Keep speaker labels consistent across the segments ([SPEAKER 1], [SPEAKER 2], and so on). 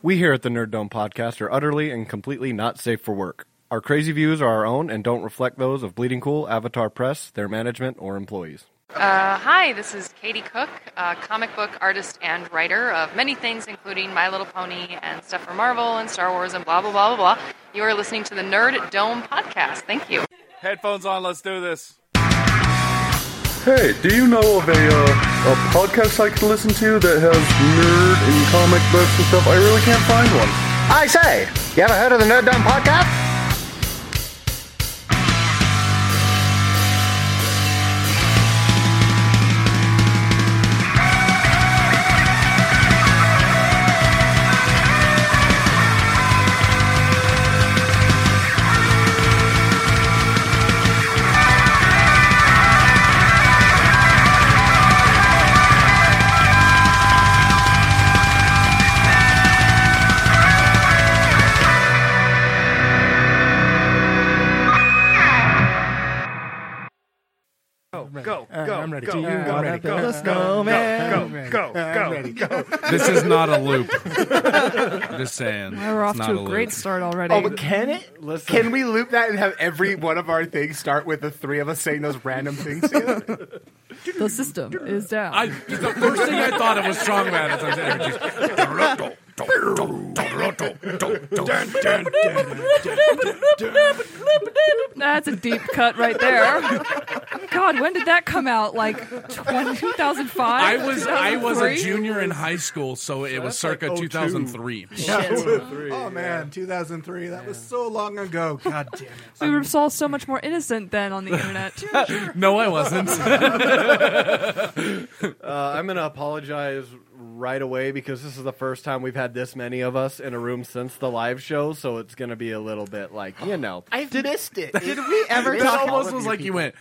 [SPEAKER 1] We here at the Nerd Dome podcast are utterly and completely not safe for work. Our crazy views are our own and don't reflect those of Bleeding Cool, Avatar Press, their management, or employees.
[SPEAKER 2] Uh, hi, this is Katie Cook, a comic book artist and writer of many things, including My Little Pony and stuff for Marvel and Star Wars and blah, blah, blah, blah, blah. You are listening to the Nerd Dome podcast. Thank you.
[SPEAKER 3] Headphones on, let's do this.
[SPEAKER 4] Hey, do you know of a uh, a podcast I can listen to that has nerd and comic books and stuff? I really can't find one.
[SPEAKER 5] I say, you ever heard of the Nerd Dome podcast?
[SPEAKER 1] Go,
[SPEAKER 6] Uh,
[SPEAKER 1] go,
[SPEAKER 6] I'm ready.
[SPEAKER 1] go,
[SPEAKER 6] Do you
[SPEAKER 1] go,
[SPEAKER 6] want
[SPEAKER 1] ready,
[SPEAKER 6] to-
[SPEAKER 1] go,
[SPEAKER 6] Let's
[SPEAKER 1] go,
[SPEAKER 6] go,
[SPEAKER 1] go,
[SPEAKER 6] man.
[SPEAKER 1] go,
[SPEAKER 6] I'm
[SPEAKER 1] go,
[SPEAKER 6] ready.
[SPEAKER 1] go,
[SPEAKER 6] I'm ready.
[SPEAKER 1] go.
[SPEAKER 3] This is not a loop. Just saying.
[SPEAKER 7] We're off
[SPEAKER 3] it's not
[SPEAKER 7] to a
[SPEAKER 3] loop.
[SPEAKER 7] great start already.
[SPEAKER 6] Oh, but can it?
[SPEAKER 1] Listen.
[SPEAKER 6] Can we loop that and have every one of our things start with the three of us saying those random things? together?
[SPEAKER 7] the system is down.
[SPEAKER 3] I, the first thing I thought of was strongman. As I was
[SPEAKER 7] That's a deep cut right there. God, when did that come out? Like 20, 2005?
[SPEAKER 3] I was I was a
[SPEAKER 7] 2003?
[SPEAKER 3] junior in high school, so it was circa 2003.
[SPEAKER 8] Oh man, 2003. That was so long ago. God damn it.
[SPEAKER 7] We were all so much more innocent then on the internet.
[SPEAKER 3] No, I wasn't.
[SPEAKER 1] Uh, I'm going to apologize right away because this is the first time we've had this many of us in a room since the live show, so it's going to be a little bit like, you know.
[SPEAKER 6] I've missed it.
[SPEAKER 5] Did we e-, ever
[SPEAKER 3] That
[SPEAKER 5] talk?
[SPEAKER 3] almost was like you went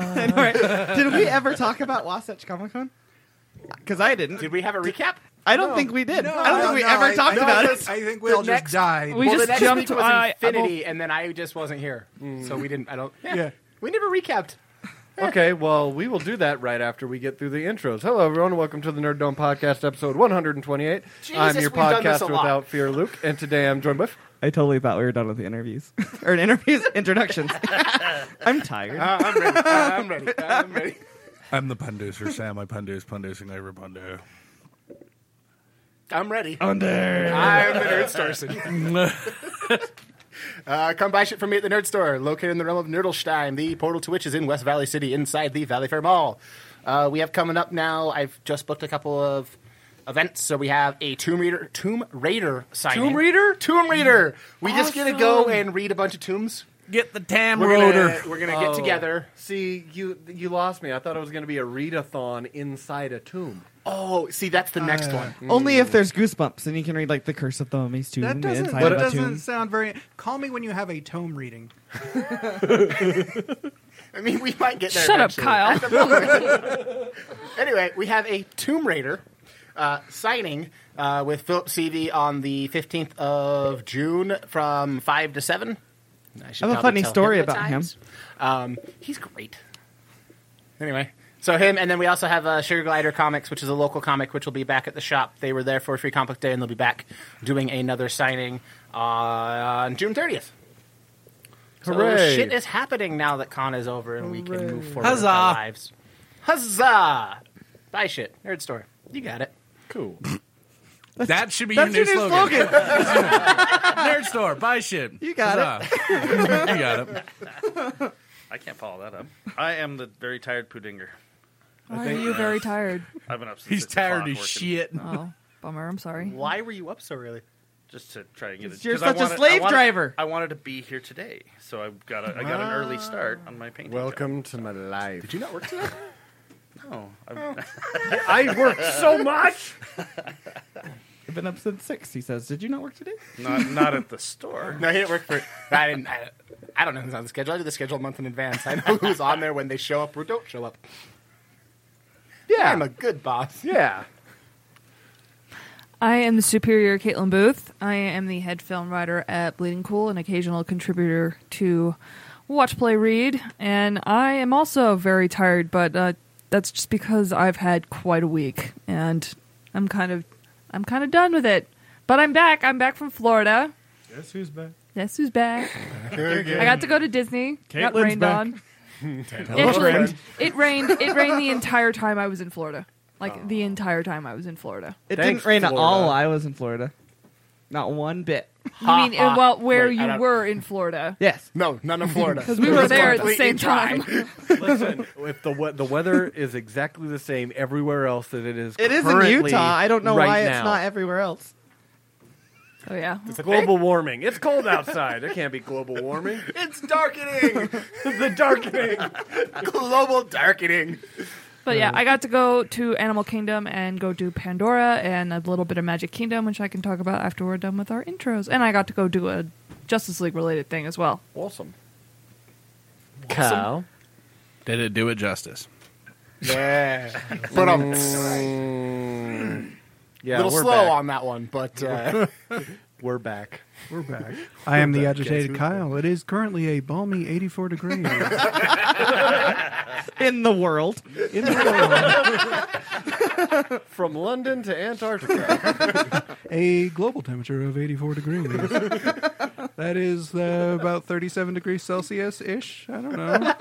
[SPEAKER 5] All right. Did we ever talk about Wasatch Comic Con? Because I didn't.
[SPEAKER 6] Did we have a recap?
[SPEAKER 5] I don't think we did. I don't think we ever talked about it.
[SPEAKER 8] I think we all just
[SPEAKER 6] next-
[SPEAKER 8] died.
[SPEAKER 7] We
[SPEAKER 6] well,
[SPEAKER 7] just
[SPEAKER 6] the next
[SPEAKER 7] jumped
[SPEAKER 6] week was
[SPEAKER 7] I-
[SPEAKER 6] Infinity, and then I just wasn't here,
[SPEAKER 5] Mm.
[SPEAKER 6] so we didn't. I don't. Yeah,
[SPEAKER 8] Yeah.
[SPEAKER 6] we never recapped. Eh.
[SPEAKER 1] Okay, well, we will do that right after we get through the intros. Hello, everyone. Welcome to the Nerd Dome Podcast, episode 128. I'm
[SPEAKER 6] Jesus,
[SPEAKER 1] your
[SPEAKER 6] we've done this
[SPEAKER 1] podcaster
[SPEAKER 6] a lot.
[SPEAKER 1] without fear, Luke, and today I'm joined with.
[SPEAKER 5] I totally thought we were done with the interviews or interviews introductions. I'm tired.
[SPEAKER 6] I'm ready. I'm ready. I'm ready.
[SPEAKER 3] I'm the punducer, Sam. I punduce, punducing every pundu.
[SPEAKER 6] I'm ready.
[SPEAKER 5] Under.
[SPEAKER 6] I'm the nerd storson. Uh, come buy shit from me at the nerd store, located in the realm of Nerdlstein. The portal to which is in West Valley City, inside the Valley Fair Mall. Uh, we have coming up now. I've just booked a couple of events, so we have a Tomb Raider, Tomb Raider signing.
[SPEAKER 1] Tomb Raider?
[SPEAKER 6] Tomb Raider. We just gonna go
[SPEAKER 7] Awesome.
[SPEAKER 6] and read a bunch of tombs.
[SPEAKER 3] Get the tam
[SPEAKER 6] We're
[SPEAKER 3] rotor.
[SPEAKER 6] gonna, we're gonna get
[SPEAKER 1] Oh.
[SPEAKER 6] together.
[SPEAKER 1] See, you you lost me. I thought it was going to be a readathon inside a tomb. Uh,
[SPEAKER 6] Oh, see, that's the next one.
[SPEAKER 5] Only if there's goosebumps, and you can read like the Curse of the Mummy's Tomb.
[SPEAKER 8] That
[SPEAKER 5] the
[SPEAKER 8] doesn't,
[SPEAKER 5] Inside
[SPEAKER 8] that
[SPEAKER 5] of a
[SPEAKER 8] doesn't
[SPEAKER 5] Tomb.
[SPEAKER 8] sound very. Call me when you have a tome reading.
[SPEAKER 6] I mean, we might get there.
[SPEAKER 7] Shut up,
[SPEAKER 6] eventually.
[SPEAKER 7] Kyle.
[SPEAKER 6] Anyway, we have a Tomb Raider uh, signing uh, with Philip Seavey on the 15th of June from 5 to 7. I, should
[SPEAKER 5] I have a
[SPEAKER 6] probably
[SPEAKER 5] funny
[SPEAKER 6] tell
[SPEAKER 5] story
[SPEAKER 6] the
[SPEAKER 5] about him.
[SPEAKER 6] times. Um, he's great. Anyway, so him, and then we also have uh, Sugar Glider Comics, which is a local comic, which will be back at the shop. They were there for Free Comic Book Day, and they'll be back doing another signing on June 30th. So
[SPEAKER 1] Hooray.
[SPEAKER 6] shit is happening now that con is over and we can move forward with
[SPEAKER 3] Huzzah.
[SPEAKER 6] our lives. Huzzah! Buy shit. Nerd store. You got it.
[SPEAKER 1] Cool.
[SPEAKER 3] That should be
[SPEAKER 5] That's
[SPEAKER 3] your
[SPEAKER 5] your
[SPEAKER 3] new
[SPEAKER 5] new
[SPEAKER 3] slogan. Nerd store, buy shit.
[SPEAKER 5] You got
[SPEAKER 3] it. you got it.
[SPEAKER 9] I can't follow that up. I am the very tired pudinger.
[SPEAKER 7] Why are you very tired?
[SPEAKER 9] I've been up since
[SPEAKER 3] He's
[SPEAKER 9] six
[SPEAKER 3] tired
[SPEAKER 9] o'clock
[SPEAKER 3] as
[SPEAKER 9] working
[SPEAKER 3] shit.
[SPEAKER 7] Oh, bummer. I'm sorry.
[SPEAKER 6] Why were you up so early?
[SPEAKER 9] Just to try and get it.
[SPEAKER 5] you're
[SPEAKER 9] 'cause
[SPEAKER 5] such a
[SPEAKER 9] I wanted,
[SPEAKER 5] slave
[SPEAKER 9] I wanted,
[SPEAKER 5] driver.
[SPEAKER 9] I wanted to be here today, so I got a, I got an early start on my painting.
[SPEAKER 1] Welcome to my life. Mm. Did you not work today? Oh.
[SPEAKER 9] Job. No, I'm,
[SPEAKER 1] I worked so much.
[SPEAKER 5] I've been up since six. He says, "Did you not work today?"
[SPEAKER 9] not not at the store.
[SPEAKER 6] No, he didn't work for. I didn't. I, I don't know who's on the schedule. I do the schedule a month in advance. I know who's on there when they show up or don't show up. Yeah, I'm a good boss.
[SPEAKER 1] Yeah.
[SPEAKER 7] I am the superior Caitlin Booth. I am the head film writer at Bleeding Cool, an occasional contributor to Watch Play Read, and I am also very tired, but uh, that's just because I've had quite a week, and I'm kind of I'm kind of done with it. But I'm back. I'm back from Florida.
[SPEAKER 9] Guess who's back?
[SPEAKER 7] Guess who's back? I got to go to Disney. got
[SPEAKER 5] Caitlin's
[SPEAKER 7] rained
[SPEAKER 5] back.
[SPEAKER 7] on. Actually, it rained. It rained the entire time I was in Florida. Like the entire time I was in Florida.
[SPEAKER 5] It
[SPEAKER 1] Thanks,
[SPEAKER 5] didn't rain at all.
[SPEAKER 1] Florida.
[SPEAKER 5] I was in Florida. Not one bit.
[SPEAKER 7] You mean uh,
[SPEAKER 6] ha.
[SPEAKER 7] well where
[SPEAKER 6] Wait, I
[SPEAKER 7] you
[SPEAKER 6] don't-
[SPEAKER 7] were in Florida?
[SPEAKER 5] Yes.
[SPEAKER 8] No, none of Florida.
[SPEAKER 7] Because we were there at the
[SPEAKER 8] completely
[SPEAKER 7] same
[SPEAKER 8] dry.
[SPEAKER 7] time.
[SPEAKER 1] Listen, if the we- the weather is exactly the same everywhere else that it is,
[SPEAKER 5] It is in
[SPEAKER 1] currently
[SPEAKER 5] Utah. I don't know
[SPEAKER 1] right
[SPEAKER 5] why
[SPEAKER 1] now.
[SPEAKER 5] it's not everywhere else.
[SPEAKER 7] Oh yeah.
[SPEAKER 1] global warming. It's cold outside. There can't be global warming.
[SPEAKER 6] It's darkening.
[SPEAKER 1] the darkening.
[SPEAKER 6] Global darkening.
[SPEAKER 7] But yeah, I got to go to Animal Kingdom and go do Pandora and a little bit of Magic Kingdom, which I can talk about after we're done with our intros. And I got to go do a Justice League related thing as well.
[SPEAKER 1] Awesome.
[SPEAKER 6] Cow.
[SPEAKER 3] Did it do it justice?
[SPEAKER 6] Yeah.
[SPEAKER 8] But um,
[SPEAKER 1] Yeah,
[SPEAKER 6] little
[SPEAKER 1] we're
[SPEAKER 6] slow
[SPEAKER 1] back.
[SPEAKER 6] on that one, but uh,
[SPEAKER 1] We're back.
[SPEAKER 8] we're back. I am the agitated Kyle. It is currently a balmy 84 degrees.
[SPEAKER 5] In the world.
[SPEAKER 8] in the world.
[SPEAKER 1] From London to Antarctica.
[SPEAKER 8] a global temperature of 84 degrees. that is uh, about 37 degrees Celsius ish. I don't know.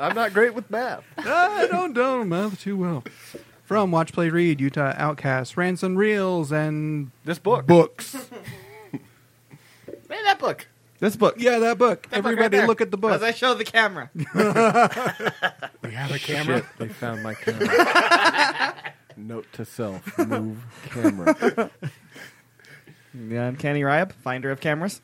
[SPEAKER 1] I'm not great with math.
[SPEAKER 8] I don't know math too well. From Watch Play Read, Utah Outcasts, Rants and Reels, and
[SPEAKER 1] This book.
[SPEAKER 8] books.
[SPEAKER 6] man, that book.
[SPEAKER 5] This book.
[SPEAKER 8] Yeah, that book. Everybody
[SPEAKER 6] there.
[SPEAKER 8] look at the book.
[SPEAKER 5] As I show the camera.
[SPEAKER 8] we have a camera.
[SPEAKER 1] Shit, they found my camera. Note to self: move camera.
[SPEAKER 5] The Uncanny Ryab, finder of cameras.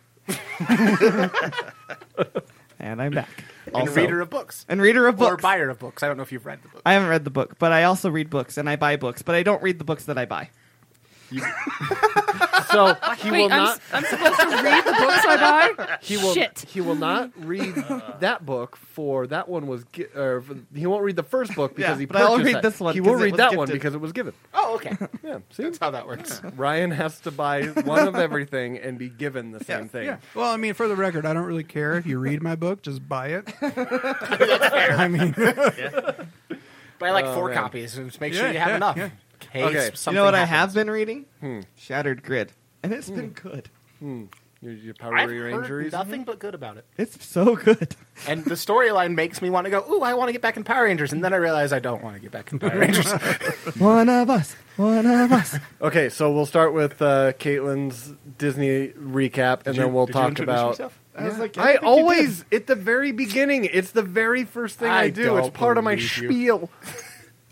[SPEAKER 5] and I'm back.
[SPEAKER 6] And reader of books.
[SPEAKER 5] And reader of
[SPEAKER 6] Or
[SPEAKER 5] books.
[SPEAKER 6] buyer of books. I don't know if you've read the book.
[SPEAKER 5] I haven't read the book, but I also read books and I buy books, but I don't read the books that I buy.
[SPEAKER 1] So he
[SPEAKER 7] Wait,
[SPEAKER 1] will
[SPEAKER 7] I'm,
[SPEAKER 1] not.
[SPEAKER 7] s- I'm supposed to read the books I buy?
[SPEAKER 1] He will.
[SPEAKER 7] Shit.
[SPEAKER 1] He will not read that book for that one was. Gi- or for- he won't read the first book because
[SPEAKER 5] Yeah,
[SPEAKER 1] he
[SPEAKER 5] but I'll
[SPEAKER 1] purchased
[SPEAKER 5] read
[SPEAKER 1] that.
[SPEAKER 5] this one
[SPEAKER 1] He
[SPEAKER 5] 'cause
[SPEAKER 1] won't
[SPEAKER 5] it
[SPEAKER 1] read
[SPEAKER 5] was
[SPEAKER 1] that one
[SPEAKER 5] gifted.
[SPEAKER 1] because it was given.
[SPEAKER 6] Oh, okay. That's
[SPEAKER 1] Yeah. See,
[SPEAKER 6] how that works.
[SPEAKER 1] Ryan has to buy one of everything and be given the same thing.
[SPEAKER 8] Yeah. Well, I mean, for the record, I don't really care if you read my book. Just buy it. I mean,
[SPEAKER 6] But I like four
[SPEAKER 1] Oh, man.
[SPEAKER 6] copies. Just make
[SPEAKER 8] Yeah,
[SPEAKER 6] sure you have
[SPEAKER 8] yeah,
[SPEAKER 6] enough.
[SPEAKER 8] yeah.
[SPEAKER 6] in Case
[SPEAKER 1] Okay. You know
[SPEAKER 5] you
[SPEAKER 6] something
[SPEAKER 5] know what I have
[SPEAKER 6] happens.
[SPEAKER 5] been reading? Shattered Grid. And it's been good.
[SPEAKER 1] Your, your Power
[SPEAKER 6] I've
[SPEAKER 1] Rangers.
[SPEAKER 6] heard nothing but good about it.
[SPEAKER 5] It's so good.
[SPEAKER 6] And the storyline makes me want to go, ooh, I want to get back in Power Rangers. And then I realize I don't want to get back in Power Rangers.
[SPEAKER 5] one of us. One of us.
[SPEAKER 1] Okay, so we'll start with uh, Caitlin's Disney recap, and then we'll
[SPEAKER 9] did you
[SPEAKER 1] talk
[SPEAKER 9] introduce
[SPEAKER 1] about.
[SPEAKER 9] yourself?
[SPEAKER 5] I was like,
[SPEAKER 1] I always at the very beginning. It's the very first thing I,
[SPEAKER 6] I
[SPEAKER 1] do.
[SPEAKER 6] don't
[SPEAKER 1] It's part of my
[SPEAKER 6] believe you.
[SPEAKER 1] spiel.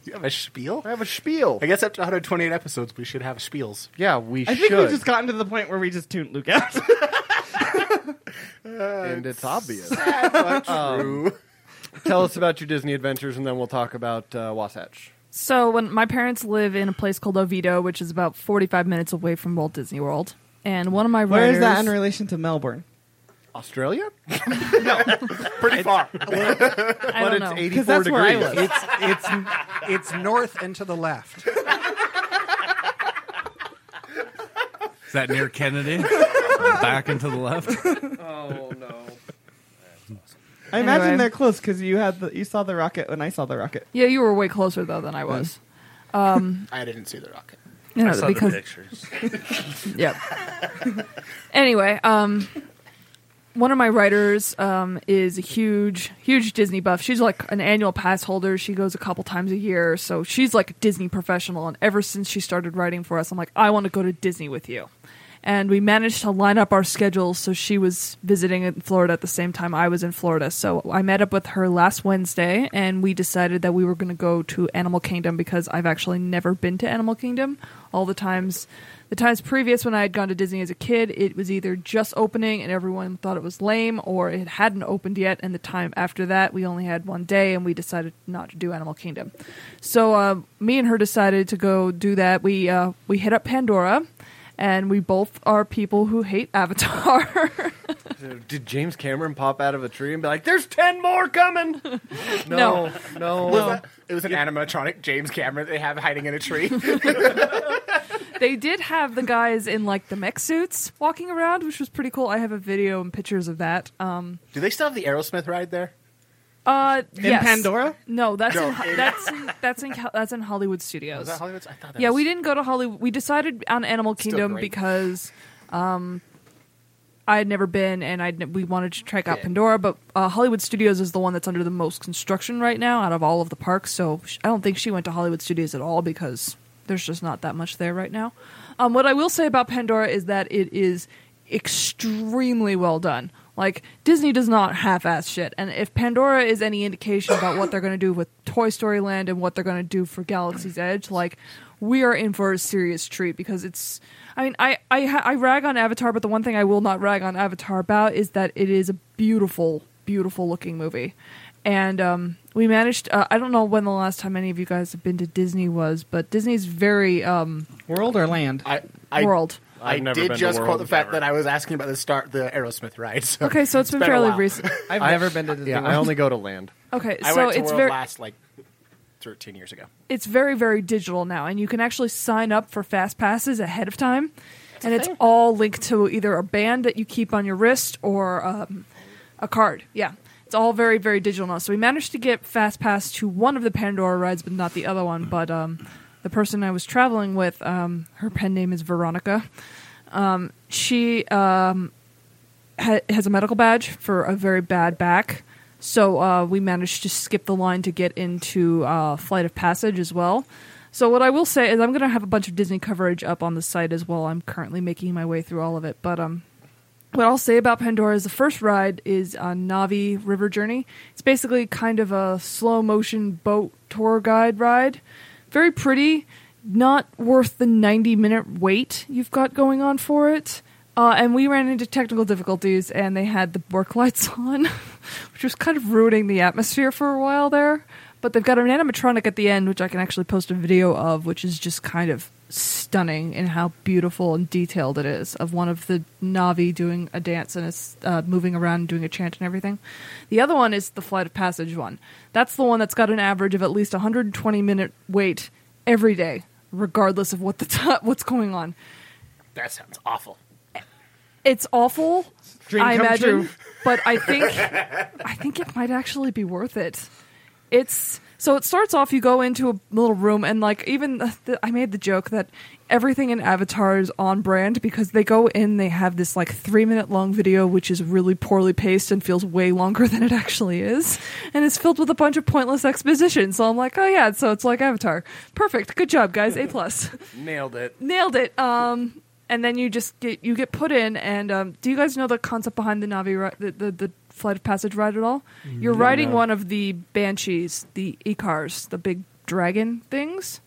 [SPEAKER 6] you have a spiel?
[SPEAKER 1] I have a spiel.
[SPEAKER 6] I guess up to 128 episodes, we should have spiels.
[SPEAKER 1] Yeah, we
[SPEAKER 5] I
[SPEAKER 1] should.
[SPEAKER 5] think we've just gotten to the point where we just tuned Luke out.
[SPEAKER 8] Uh,
[SPEAKER 1] and it's obvious. Um, tell us about your Disney adventures, and then we'll talk about uh, Wasatch.
[SPEAKER 7] So when my parents live in a place called Oviedo, which is about 45 minutes away from Walt Disney World, and one of my
[SPEAKER 5] Where is that in
[SPEAKER 7] writers-
[SPEAKER 5] relation to Melbourne?
[SPEAKER 1] Australia,
[SPEAKER 6] Pretty far.
[SPEAKER 7] I
[SPEAKER 1] but
[SPEAKER 7] don't
[SPEAKER 1] it's
[SPEAKER 7] know.
[SPEAKER 1] eighty-four
[SPEAKER 5] Because that's
[SPEAKER 1] degrees.
[SPEAKER 5] where I live.
[SPEAKER 8] it's it's it's north and to the left.
[SPEAKER 3] Is that near Kennedy? Back and to the left.
[SPEAKER 1] Oh no!
[SPEAKER 5] I imagine
[SPEAKER 7] Anyway.
[SPEAKER 5] they're close because you had the, you saw the rocket when I saw the rocket.
[SPEAKER 7] Yeah, you were way closer though than I was. Um,
[SPEAKER 6] I didn't see the rocket.
[SPEAKER 7] You know,
[SPEAKER 9] I saw
[SPEAKER 7] because
[SPEAKER 9] the pictures.
[SPEAKER 7] Yep. anyway, um, one of my writers um, is a huge, huge Disney buff. She's like an annual pass holder. She goes a couple times a year, so she's like a Disney professional. And ever since she started writing for us, I'm like, I want to go to Disney with you. And we managed to line up our schedules, so she was visiting in Florida at the same time I was in Florida. So I met up with her last Wednesday, and we decided that we were going to go to Animal Kingdom because I've actually never been to Animal Kingdom. All the times the times previous when I had gone to Disney as a kid, it was either just opening and everyone thought it was lame or it hadn't opened yet. And the time after that, we only had one day and we decided not to do Animal Kingdom. So uh, me and her decided to go do that. We, uh, we hit up Pandora and we both are people who hate Avatar.
[SPEAKER 1] Did James Cameron pop out of a tree and be like, "There's ten more coming"?
[SPEAKER 7] No.
[SPEAKER 5] Oh,
[SPEAKER 1] no. no.
[SPEAKER 6] Was that- it was an animatronic James Cameron that they have hiding in a tree.
[SPEAKER 7] they did have the guys in like the mech suits walking around, which was pretty cool. I have a video and pictures of that. Um,
[SPEAKER 6] Do they still have the Aerosmith ride there?
[SPEAKER 7] Uh, yes.
[SPEAKER 5] In Pandora?
[SPEAKER 7] No, that's in, Ho- that's in, that's in Cal- that's in Hollywood Studios.
[SPEAKER 6] Was that Hollywood's? I thought that
[SPEAKER 7] yeah,
[SPEAKER 6] was-
[SPEAKER 7] we didn't go to Hollywood. We decided on Animal
[SPEAKER 6] Still
[SPEAKER 7] Kingdom
[SPEAKER 6] great.
[SPEAKER 7] because um, I had never been, and I we wanted to check out
[SPEAKER 6] Yeah.
[SPEAKER 7] Pandora. But uh, Hollywood Studios is the one that's under the most construction right now out of all of the parks. So sh- I don't think she went to Hollywood Studios at all because there's just not that much there right now. Um, what I will say about Pandora is that it is extremely well done. Like Disney does not half-ass shit, and if Pandora is any indication about what they're going to do with Toy Story Land and what they're going to do for Galaxy's Edge, like we are in for a serious treat because it's. I mean, I I, ha- I rag on Avatar, but the one thing I will not rag on Avatar about is that it is a beautiful, beautiful looking movie, and um, we managed. Uh, I don't know when the last time any of you guys have been to Disney was, but Disney's very um,
[SPEAKER 5] World or land?
[SPEAKER 6] I, I,
[SPEAKER 7] world.
[SPEAKER 6] I
[SPEAKER 1] I've never
[SPEAKER 6] did
[SPEAKER 1] been to
[SPEAKER 6] just quote
[SPEAKER 1] World
[SPEAKER 6] the fact
[SPEAKER 1] ever.
[SPEAKER 6] that I was asking about the start, the Aerosmith ride. So
[SPEAKER 7] Okay, so it's been
[SPEAKER 6] been a
[SPEAKER 7] fairly
[SPEAKER 6] while.
[SPEAKER 7] recent.
[SPEAKER 5] I've never been to Disney
[SPEAKER 6] yeah,
[SPEAKER 1] I only go to land.
[SPEAKER 7] Okay,
[SPEAKER 6] I
[SPEAKER 7] so
[SPEAKER 6] went to
[SPEAKER 7] it's
[SPEAKER 6] World
[SPEAKER 7] very
[SPEAKER 6] last like 13 years ago.
[SPEAKER 7] it's very very digital now and you can actually sign up for fast passes ahead of time and it's all linked to either a band that you keep on your wrist or um, a card yeah it's all very very digital now so we managed to get fast pass to one of the pandora rides but not the other one but um, the person i was traveling with um, her pen name is veronica um, she um, ha- has a medical badge for a very bad back. So uh, we managed to skip the line to get into uh, Flight of Passage as well. So what I will say is I'm going to have a bunch of Disney coverage up on the site as well. I'm currently making my way through all of it, but um, what I'll say about Pandora is the first ride is a Navi River Journey. It's basically kind of a slow motion boat tour guide ride. Very pretty, not worth the 90 minute wait you've got going on for it. Uh, and we ran into technical difficulties and they had the work lights on, which was kind of ruining the atmosphere for a while there. But they've got an animatronic at the end, which I can actually post a video of, which is just kind of stunning in how beautiful and detailed it is of one of the Navi doing a dance and it's uh, moving around and doing a chant and everything. The other one is the Flight of Passage one. That's the one that's got an average of at least 120 minute wait every day, regardless of what the t- what's going on.
[SPEAKER 6] That sounds awful.
[SPEAKER 7] It's awful,
[SPEAKER 5] Dream
[SPEAKER 7] I
[SPEAKER 5] come
[SPEAKER 7] imagine,
[SPEAKER 5] true.
[SPEAKER 7] but I think I think it might actually be worth it. It's so it starts off. You go into a little room, and like even the, the, I made the joke that everything in Avatar is on brand because they go in. They have this like three minute long video, which is really poorly paced and feels way longer than it actually is, and it's filled with a bunch of pointless exposition. So I'm like, oh yeah, so it's like Avatar. Perfect. Good job, guys. A plus.
[SPEAKER 1] Nailed it.
[SPEAKER 7] Nailed it. Um, and then you just get you get put in. And um, do you guys know the concept behind the Navi ri- the, the the flight of passage ride at all? You're riding one of the banshees, the Ikars, the big dragon things.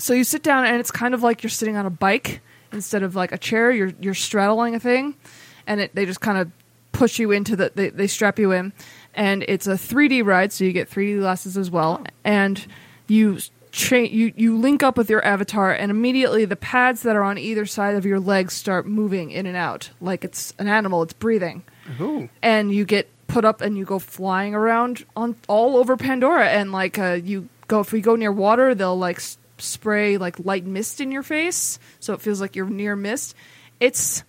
[SPEAKER 7] So you sit down, and it's kind of like you're sitting on a bike instead of like a chair. You're you're straddling a thing, and it, they just kind of push you into the they, they strap you in, and it's a 3D ride, so you get 3D glasses as well, and you cha- you you link up with your avatar, and immediately the pads that are on either side of your legs start moving in and out like it's an animal. It's breathing and you get put up and you go flying around on all over Pandora and like uh, you go if we go near water they'll like s- spray like light mist in your face so it feels like you're near mist it's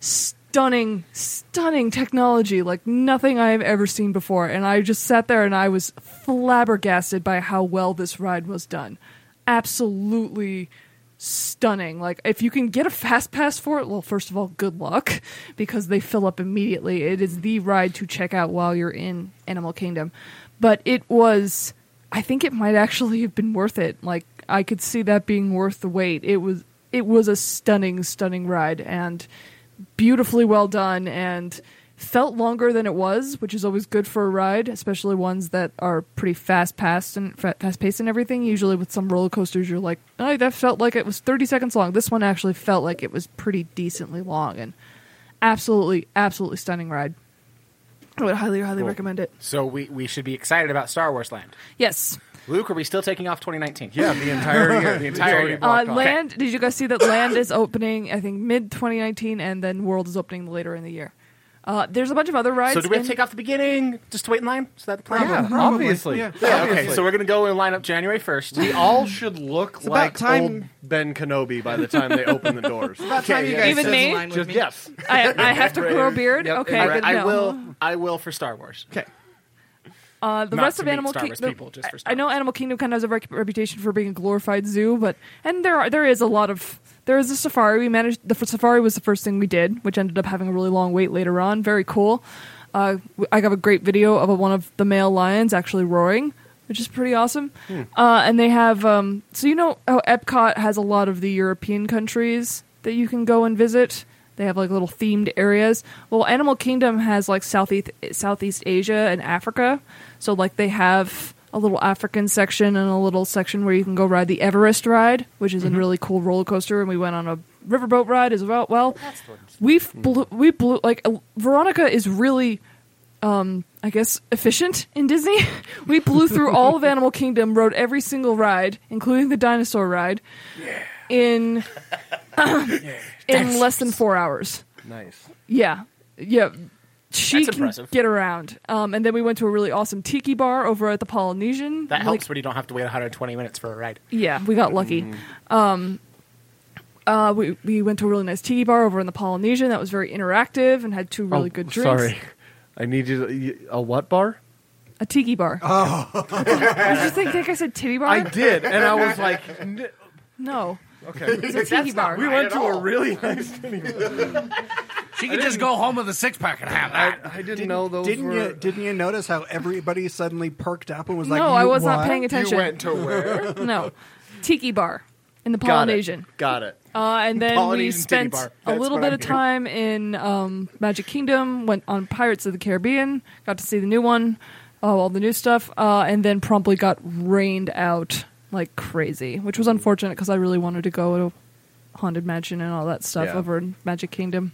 [SPEAKER 7] stunning stunning technology like nothing I have ever seen before and I just sat there and I was flabbergasted by how well this ride was done absolutely stunning. Like if you can get a fast pass for it, well, first of all, good luck because they fill up immediately. It is the ride to check out while you're in Animal Kingdom. But it was I think it might actually have been worth it. Like I could see that being worth the wait. It was it was a stunning stunning ride and beautifully well done and felt longer than it was, which is always good for a ride, especially ones that are pretty fast paced and fast paced and everything. Usually with some roller coasters, you're like, oh, that felt like it was 30 seconds long. This one actually felt like it was pretty decently long and absolutely, absolutely stunning ride. I would highly, highly recommend it.
[SPEAKER 6] So we, we should be excited about Star Wars Land.
[SPEAKER 7] Yes.
[SPEAKER 6] Luke, are we still taking off 2019?
[SPEAKER 1] Yeah, the entire year.
[SPEAKER 6] the entire year.
[SPEAKER 7] Uh, Land, did you guys see that Land is opening, I think, mid 2019, and then World is opening later in the year? Uh, there's a bunch of other rides.
[SPEAKER 6] so do we have to
[SPEAKER 7] in-
[SPEAKER 6] take off the beginning just to wait in line? Is that the plan?
[SPEAKER 1] Yeah, obviously.
[SPEAKER 8] Yeah.
[SPEAKER 6] Okay, so we're gonna go and line up January 1st.
[SPEAKER 1] we all should look
[SPEAKER 5] about
[SPEAKER 1] like
[SPEAKER 5] time-
[SPEAKER 1] old Ben Kenobi by the time they open the doors.
[SPEAKER 5] time you guys
[SPEAKER 7] Even
[SPEAKER 5] sit
[SPEAKER 7] me?
[SPEAKER 5] in line with
[SPEAKER 1] Just yes.
[SPEAKER 7] I, I have to grow a beard.
[SPEAKER 5] Yep,
[SPEAKER 7] okay,
[SPEAKER 5] and
[SPEAKER 7] good to
[SPEAKER 6] I
[SPEAKER 7] know.
[SPEAKER 6] will. I will for Star Wars.
[SPEAKER 5] Okay.
[SPEAKER 7] Uh, the
[SPEAKER 6] Not
[SPEAKER 7] rest
[SPEAKER 6] to
[SPEAKER 7] of
[SPEAKER 6] meet
[SPEAKER 7] Animal
[SPEAKER 6] Star Wars
[SPEAKER 7] Kingdom.
[SPEAKER 6] people, just for Star
[SPEAKER 7] I know
[SPEAKER 6] Wars.
[SPEAKER 7] Animal Kingdom kind of has a rec- reputation for being a glorified zoo, but and there are there is a lot of there is a safari. We managed the f- safari was the first thing we did, which ended up having a really long wait later on. Very cool. Uh, w- I got a great video of a, one of the male lions actually roaring, which is pretty awesome.
[SPEAKER 6] Hmm.
[SPEAKER 7] Uh, and they have um, so you know how Epcot has a lot of the European countries that you can go and visit. They have like little themed areas. Well, Animal Kingdom has like southeast Southeast Asia and Africa. So like they have a little African section and a little section where you can go ride the Everest ride, which is a really cool roller coaster. And we went on a riverboat ride as well. Well, we blew, we blew like uh, Veronica is really. Um, I guess efficient in Disney. we blew through all of Animal Kingdom, rode every single ride, including the dinosaur ride, in in less than four hours.
[SPEAKER 1] Nice.
[SPEAKER 7] Yeah, yeah. She
[SPEAKER 6] That's
[SPEAKER 7] can
[SPEAKER 6] impressive.
[SPEAKER 7] get around. Um, and then we went to a really awesome tiki bar over at the Polynesian.
[SPEAKER 6] That
[SPEAKER 7] Like,
[SPEAKER 6] helps when you don't have to wait 120 minutes for a ride. Mm.
[SPEAKER 7] yeah, we got lucky. Um, uh, we we went to a really nice tiki bar over in the Polynesian. That was very interactive and had two really
[SPEAKER 1] Oh,
[SPEAKER 7] good drinks.
[SPEAKER 1] Sorry, I need you. To, you- a what bar?
[SPEAKER 7] A tiki bar. Oh, did you think, think I said titty bar?
[SPEAKER 1] I did, and I was like, n-
[SPEAKER 7] No,
[SPEAKER 1] okay.
[SPEAKER 7] it's a tiki bar.
[SPEAKER 1] We went to a really nice. Dinner.
[SPEAKER 3] She could just go home with a six pack and have
[SPEAKER 1] I,
[SPEAKER 3] that.
[SPEAKER 1] I didn't, know those
[SPEAKER 8] Didn't
[SPEAKER 1] were.
[SPEAKER 8] you didn't you notice how everybody suddenly perked up and was like,
[SPEAKER 7] no, I
[SPEAKER 8] "You
[SPEAKER 7] was not
[SPEAKER 8] what?"
[SPEAKER 7] paying attention.
[SPEAKER 9] to where?
[SPEAKER 7] no, tiki bar in the
[SPEAKER 1] Got
[SPEAKER 7] Polynesian.
[SPEAKER 1] it. Got it.
[SPEAKER 7] Uh, and then we
[SPEAKER 6] Polynesian titty
[SPEAKER 7] spent
[SPEAKER 6] bar.
[SPEAKER 7] a
[SPEAKER 6] That's
[SPEAKER 7] little
[SPEAKER 6] what
[SPEAKER 7] bit
[SPEAKER 6] I'm
[SPEAKER 7] of time in um, Magic Kingdom, went on Pirates of the Caribbean, got to see the new one, uh, all the new stuff, uh, and then promptly got rained out like crazy, which was unfortunate because I really wanted to go to Haunted Mansion and all that stuff
[SPEAKER 1] Yeah.
[SPEAKER 7] over in Magic Kingdom.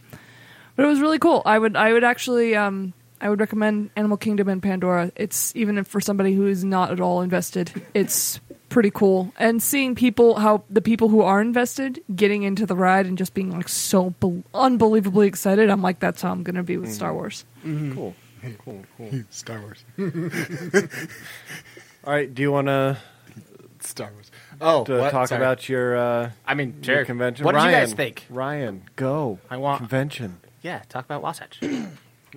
[SPEAKER 7] But it was really cool. I would I would actually um, I would recommend Animal Kingdom and Pandora. It's even if for somebody who is not at all invested, it's pretty cool. And seeing people how the people who are invested getting into the ride and just being like so bel unbelievably excited, I'm like that's how I'm going to be with
[SPEAKER 1] Mm.
[SPEAKER 7] Star Wars.
[SPEAKER 1] Mm-hmm. Cool. Cool. Cool.
[SPEAKER 9] Star Wars.
[SPEAKER 1] All right. Do you want to
[SPEAKER 9] Star Wars. Oh, what?
[SPEAKER 1] talk
[SPEAKER 6] Sorry.
[SPEAKER 1] about your uh,
[SPEAKER 6] I mean,
[SPEAKER 1] your
[SPEAKER 6] sure.
[SPEAKER 1] convention?
[SPEAKER 6] What did
[SPEAKER 1] Ryan,
[SPEAKER 6] you guys think?
[SPEAKER 1] Ryan, go.
[SPEAKER 6] I want-
[SPEAKER 1] convention.
[SPEAKER 6] Yeah, talk about Wasatch.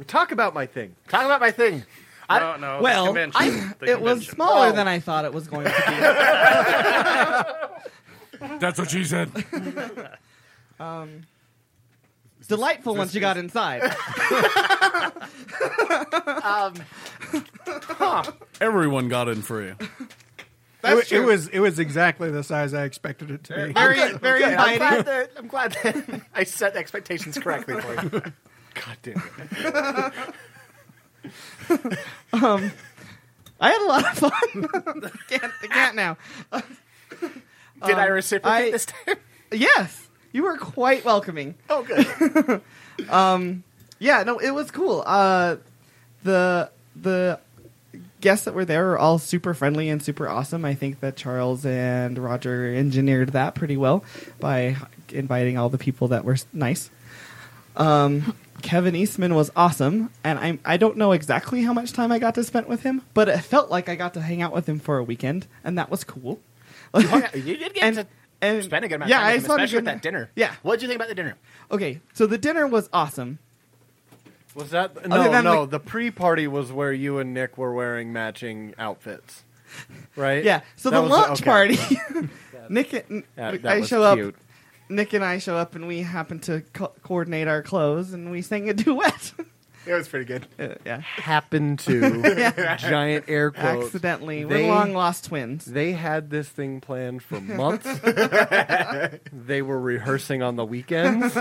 [SPEAKER 1] Talk about my thing.
[SPEAKER 6] talk about my thing. I-
[SPEAKER 9] No, no.
[SPEAKER 5] Well,
[SPEAKER 9] the convention. The
[SPEAKER 5] It was
[SPEAKER 9] convention.
[SPEAKER 5] smaller
[SPEAKER 6] Oh.
[SPEAKER 5] than I thought it was going to
[SPEAKER 3] That's what she said.
[SPEAKER 5] be. Um, Delightful once you got inside.
[SPEAKER 6] Um,
[SPEAKER 3] Everyone got in for you.
[SPEAKER 8] It, it was it was exactly the size I expected it
[SPEAKER 10] Uh,
[SPEAKER 8] to be.
[SPEAKER 6] Very, very inviting. I'm glad, that, I'm glad that I set expectations correctly for you.
[SPEAKER 1] God damn it.
[SPEAKER 5] Um, I had a lot of fun. can't, I can't now. Um,
[SPEAKER 6] Did I reciprocate
[SPEAKER 5] I-
[SPEAKER 6] this time?
[SPEAKER 5] Yes, you were quite welcoming. Um,
[SPEAKER 6] Oh, good.
[SPEAKER 5] Yeah, no, it was cool. Uh, the the guests that were there were all super friendly and super awesome. I think that Charles and Roger engineered that pretty well by inviting all the people that were s- nice. Um, Kevin Eastman was awesome, and I I don't know exactly how much time I got to spend with him, but it felt like I got to hang out with him for a weekend, and that was cool.
[SPEAKER 6] Oh, You did get
[SPEAKER 5] and
[SPEAKER 6] to
[SPEAKER 5] and
[SPEAKER 6] spend a good amount
[SPEAKER 5] yeah,
[SPEAKER 6] of time
[SPEAKER 5] I
[SPEAKER 6] with him,
[SPEAKER 5] spent a
[SPEAKER 6] especially with
[SPEAKER 5] good-
[SPEAKER 6] that dinner.
[SPEAKER 5] Yeah.
[SPEAKER 6] What did you think about the dinner?
[SPEAKER 5] Okay, so the dinner was awesome.
[SPEAKER 1] Was that
[SPEAKER 5] Other
[SPEAKER 1] no?
[SPEAKER 5] than
[SPEAKER 1] No,
[SPEAKER 5] the-
[SPEAKER 1] the pre-party was where you and Nick were wearing matching outfits, right?
[SPEAKER 5] Yeah. So the
[SPEAKER 1] That was-
[SPEAKER 5] launch
[SPEAKER 1] okay.
[SPEAKER 5] party, Nick, and,
[SPEAKER 1] Yeah, that
[SPEAKER 5] I
[SPEAKER 1] was
[SPEAKER 5] show
[SPEAKER 1] cute.
[SPEAKER 5] up. Nick and I show up, and we happen to co- coordinate our clothes, and we sang a duet.
[SPEAKER 6] It was pretty good.
[SPEAKER 5] Uh, yeah,
[SPEAKER 1] Happened to giant air quotes.
[SPEAKER 5] accidentally,
[SPEAKER 1] They-
[SPEAKER 5] we're long lost twins.
[SPEAKER 1] They had this thing planned for months. they were rehearsing on the weekends.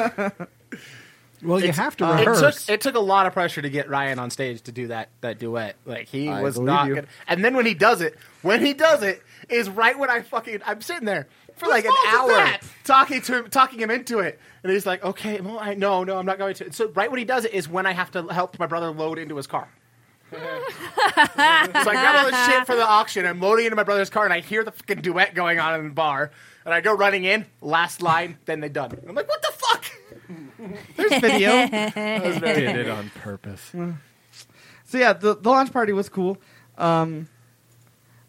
[SPEAKER 8] well, you have to
[SPEAKER 6] It took,
[SPEAKER 8] rehearse.
[SPEAKER 6] it took a lot of pressure to get Ryan on stage to do that, that duet. Like he
[SPEAKER 1] I
[SPEAKER 6] was
[SPEAKER 1] believe
[SPEAKER 6] not
[SPEAKER 1] you.
[SPEAKER 6] good. And then when he does it, when he does it, is right when I fucking I'm sitting there for like an hour talking to him, talking him into it, and he's like, "Okay, well, I, no, no, I'm not going to." So right when he does it is when I have to help my brother load into his car. so I grab all this shit for the auction. I'm loading into my brother's car, and I hear the fucking duet going on in the bar. And I go running in, last line, then they done. I'm like, what the fuck?
[SPEAKER 5] There's video.
[SPEAKER 1] Did it on purpose.
[SPEAKER 5] so yeah, the, the launch party was cool. Um,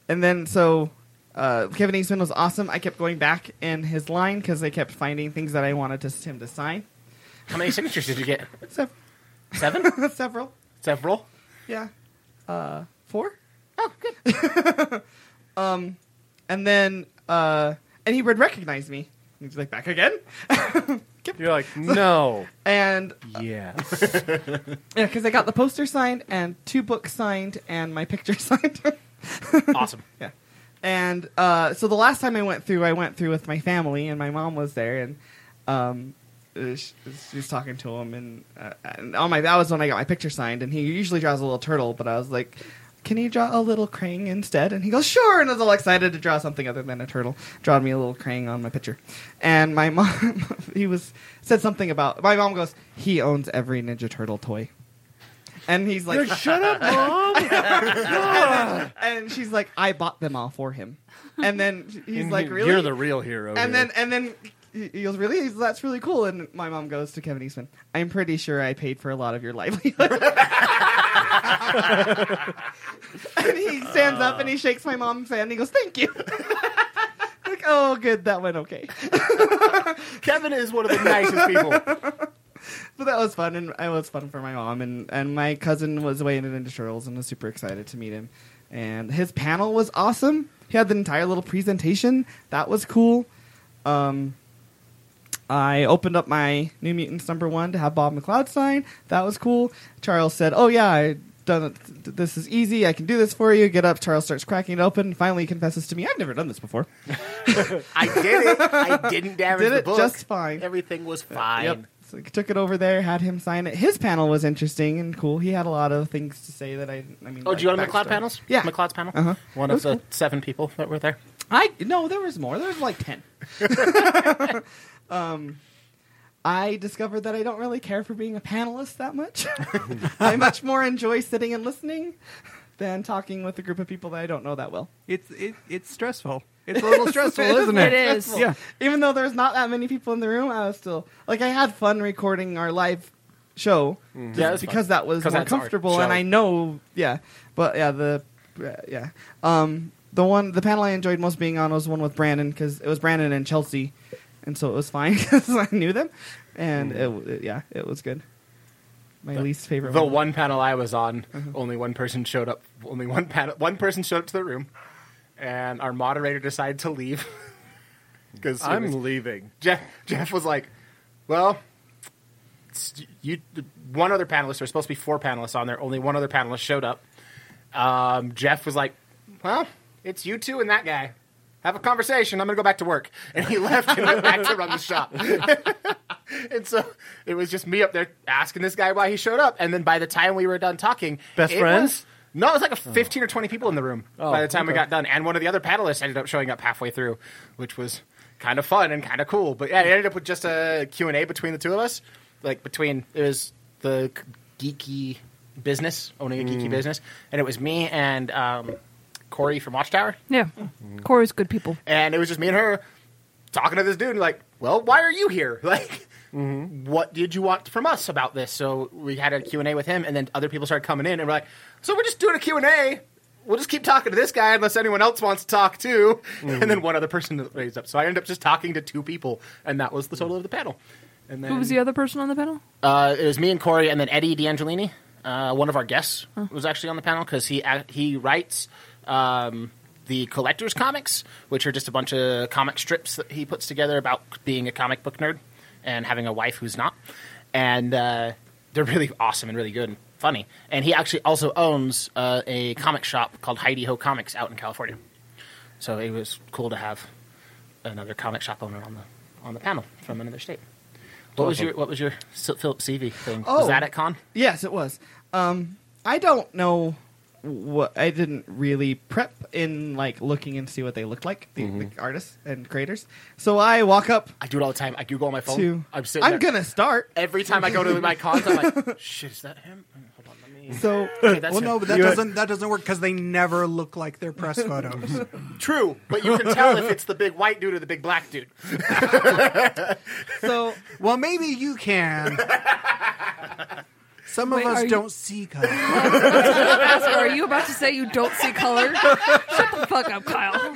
[SPEAKER 5] and then so uh, Kevin Eastman was awesome. I kept going back in his line because they kept finding things that I wanted to, him to sign.
[SPEAKER 6] How many signatures did you get?
[SPEAKER 5] Se-
[SPEAKER 6] Seven?
[SPEAKER 5] several.
[SPEAKER 6] Several?
[SPEAKER 5] Yeah. Uh, four. um, and then uh, and he would recognize me. And He's like, back again?
[SPEAKER 1] You're like, no.
[SPEAKER 5] And uh,
[SPEAKER 1] yes.
[SPEAKER 5] yeah, because I got the poster signed and two books signed and my picture signed.
[SPEAKER 6] awesome.
[SPEAKER 5] Yeah. And uh, so the last time I went through, I went through with my family, and my mom was there, and um, uh, she, she was talking to him, and, uh, and on my that was when I got my picture signed, and he usually draws a little turtle, but I was like, "Can you draw a little Krang instead?" And he goes, "Sure," and I was all excited to draw something other than a turtle. Drawed me a little Krang on my picture, and my mom, he was said something about my mom goes, "He owns every Ninja Turtle toy," and he's like,
[SPEAKER 1] Shut up, mom.
[SPEAKER 5] and she's like, "I bought them all for him," and then he's like, "Really?"
[SPEAKER 1] You're the real hero.
[SPEAKER 5] and
[SPEAKER 1] here.
[SPEAKER 5] then and then he he goes, "Really? He's- That's really cool." And my mom goes to Kevin Eastman, "I'm pretty sure I paid for a lot of your livelihood." and he stands up and he shakes my mom's hand. and He goes, "Thank you." like, oh, good, that went okay.
[SPEAKER 6] Kevin is one of the nicest people.
[SPEAKER 5] But that was fun, and it was fun for my mom. And, and my cousin was way into Ninja Turtles and was super excited to meet him. And his panel was awesome. He had the entire little presentation. That was cool. Um, I opened up my New Mutants number one to have Bob McLeod sign. That was cool. Charles said, "Oh yeah, I done it. th- This is easy. I can do this for you." Get up. Charles starts cracking it open. Finally, he confesses to me, "I've never done this before."
[SPEAKER 6] I did it. I didn't damage
[SPEAKER 5] Did
[SPEAKER 6] the
[SPEAKER 5] it
[SPEAKER 6] book.
[SPEAKER 5] just fine.
[SPEAKER 6] Everything was fine.
[SPEAKER 5] Yep. So I took it over there, had him sign it. His panel was interesting and cool. He had a lot of things to say that I. I mean,
[SPEAKER 6] Oh, do you
[SPEAKER 5] like
[SPEAKER 6] want McLeod
[SPEAKER 5] backstory.
[SPEAKER 6] panels?
[SPEAKER 5] Yeah.
[SPEAKER 6] McLeod's panel.
[SPEAKER 5] Uh-huh.
[SPEAKER 6] One
[SPEAKER 5] That
[SPEAKER 6] of
[SPEAKER 5] was
[SPEAKER 6] the
[SPEAKER 5] cool.
[SPEAKER 6] seven people that were there.
[SPEAKER 5] I no, there was more. There was like ten. um, I discovered that I don't really care for being a panelist that much. I much more enjoy sitting and listening than talking with a group of people that I don't know that well.
[SPEAKER 8] It's it, it's stressful. It's a little stressful, isn't
[SPEAKER 7] It
[SPEAKER 8] it?
[SPEAKER 7] is.
[SPEAKER 8] Yeah.
[SPEAKER 5] even though there's not that many people in the room, I was still like I had fun recording our live show
[SPEAKER 8] Mm.
[SPEAKER 5] just
[SPEAKER 6] Yeah, it was fun.
[SPEAKER 5] because that was
[SPEAKER 6] 'Cause
[SPEAKER 5] more
[SPEAKER 6] that's our
[SPEAKER 5] comfortable, and
[SPEAKER 6] show.
[SPEAKER 5] I know, yeah, but yeah, the uh, yeah, um, the one the panel I enjoyed most being on was the one with Brandon because it was Brandon and Chelsea, and so it was fine because I knew them, and it w it, yeah, it was good. My least favorite
[SPEAKER 6] Mm.
[SPEAKER 5] Uh-huh.
[SPEAKER 6] The one panel I was on, only one person showed up. Only one panel. One person showed up to the room, and our moderator decided to leave because
[SPEAKER 1] I'm leaving.
[SPEAKER 6] Jeff. Jeff was like, "Well, it's, you one other panelist. There's supposed to be four panelists on there. Only one other panelist showed up." Um, Jeff was like, "Well, it's you two and that guy." Have a conversation. I'm going to go back to work. And he left and went back to run the shop. and so it was just me up there asking this guy why he showed up. And then by the time we were done talking,
[SPEAKER 1] Best
[SPEAKER 6] it
[SPEAKER 1] friends? Oh.
[SPEAKER 6] was- no, it was like a 15 or 20 people in the room by the time we got done. And one of the other panelists ended up showing up halfway through, which was kind of fun and kind of cool. But yeah, it ended up with just a Q&A between the two of us. Like between, it was the geeky business, owning a
[SPEAKER 1] Mm.
[SPEAKER 6] geeky business. And it was me and um, Corey from Watchtower.
[SPEAKER 7] Yeah. Corey's good people.
[SPEAKER 6] And it was just me and her talking to this dude, like, well, why are you here? Like, what did you want from us about this? So we had a Q&A with him, and then other people started coming in, and we're like, so we're just doing a Q&A. We'll just keep talking to this guy unless anyone else wants to talk too. And then one other person raised up. So I ended up just talking to two people, and that was the total of the panel. And then
[SPEAKER 7] Who was the other person on the panel?
[SPEAKER 6] uh, it was me and Corey, and then Eddie D'Angelini, uh, one of our guests, was actually on the panel because he ac- he writes um, the collectors comics, which are just a bunch of comic strips that he puts together about being a comic book nerd and having a wife who's not, and uh, they're really awesome and really good and funny. And he actually also owns uh, a comic shop called Heidi Ho Comics out in California, so it was cool to have another comic shop owner on the on the panel from another state. What was your What was your Sil- Philip Seavey thing?
[SPEAKER 5] Oh.
[SPEAKER 6] Was that at con?
[SPEAKER 5] Yes, it was. Um, I don't know what I didn't really prep in like looking and see what they looked like, the, the artists and creators. So I walk up
[SPEAKER 6] Mm-hmm. I do it all the time. I Google on my phone.
[SPEAKER 5] to.
[SPEAKER 6] I'm sitting. there.
[SPEAKER 5] gonna start.
[SPEAKER 6] Every time I go to my cons, I'm like, shit, is that him? Hold on, let me.
[SPEAKER 5] So
[SPEAKER 6] Okay, that's
[SPEAKER 8] Well,
[SPEAKER 6] him.
[SPEAKER 8] no, but that
[SPEAKER 1] You-
[SPEAKER 8] doesn't that doesn't work because they never look like their press photos.
[SPEAKER 6] True, but you can tell if it's the big white dude or the big black dude.
[SPEAKER 5] so
[SPEAKER 8] well, maybe you can. Some of
[SPEAKER 7] Wait,
[SPEAKER 8] us
[SPEAKER 7] are you-
[SPEAKER 8] don't see color.
[SPEAKER 7] Oscar, are you about to say you don't see color? Shut the fuck up, Kyle.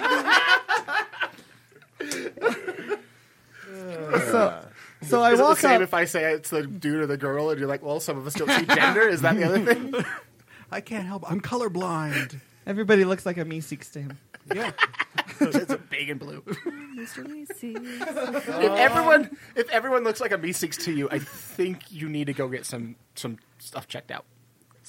[SPEAKER 5] so so I
[SPEAKER 6] Is it the
[SPEAKER 5] walk
[SPEAKER 6] same
[SPEAKER 5] up.
[SPEAKER 6] if I say it's the dude or the girl, and you're like, well, some of us don't see gender. Is that the other thing?
[SPEAKER 8] I can't help. I'm colorblind.
[SPEAKER 5] Everybody looks like a Meeseeks to him.
[SPEAKER 8] Yeah.
[SPEAKER 6] it's big and blue.
[SPEAKER 7] Mr. Lacey.
[SPEAKER 6] if everyone if everyone looks like a B6 to you, I think you need to go get some some stuff checked out.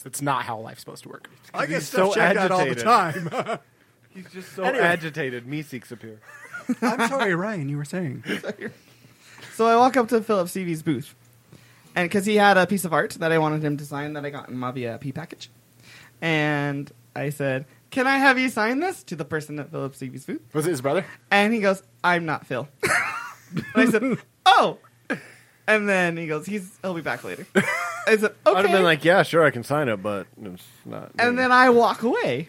[SPEAKER 6] It's not how life's supposed to work.
[SPEAKER 8] I get
[SPEAKER 1] He's
[SPEAKER 8] stuff
[SPEAKER 1] so
[SPEAKER 8] checked out all the
[SPEAKER 1] agitated.
[SPEAKER 8] time.
[SPEAKER 1] He's just so
[SPEAKER 6] Anyway.
[SPEAKER 1] agitated. Meeseeks appear.
[SPEAKER 8] I'm sorry, Ryan, you were saying.
[SPEAKER 5] So I walk up to Philip Stevie's booth, and because he had a piece of art that I wanted him to sign that I got in my VIP package, and I said, "Can I have you sign this?" to the person at Philip Stevie's booth,
[SPEAKER 6] Was it his brother?
[SPEAKER 5] and he goes, "I'm not Phil." and I said, "Oh," and then he goes, "He's he'll be back later." I said, "Okay."
[SPEAKER 1] I'd have been like, yeah, sure, I can sign it, but it's not.
[SPEAKER 5] and
[SPEAKER 1] me.
[SPEAKER 5] then I walk away.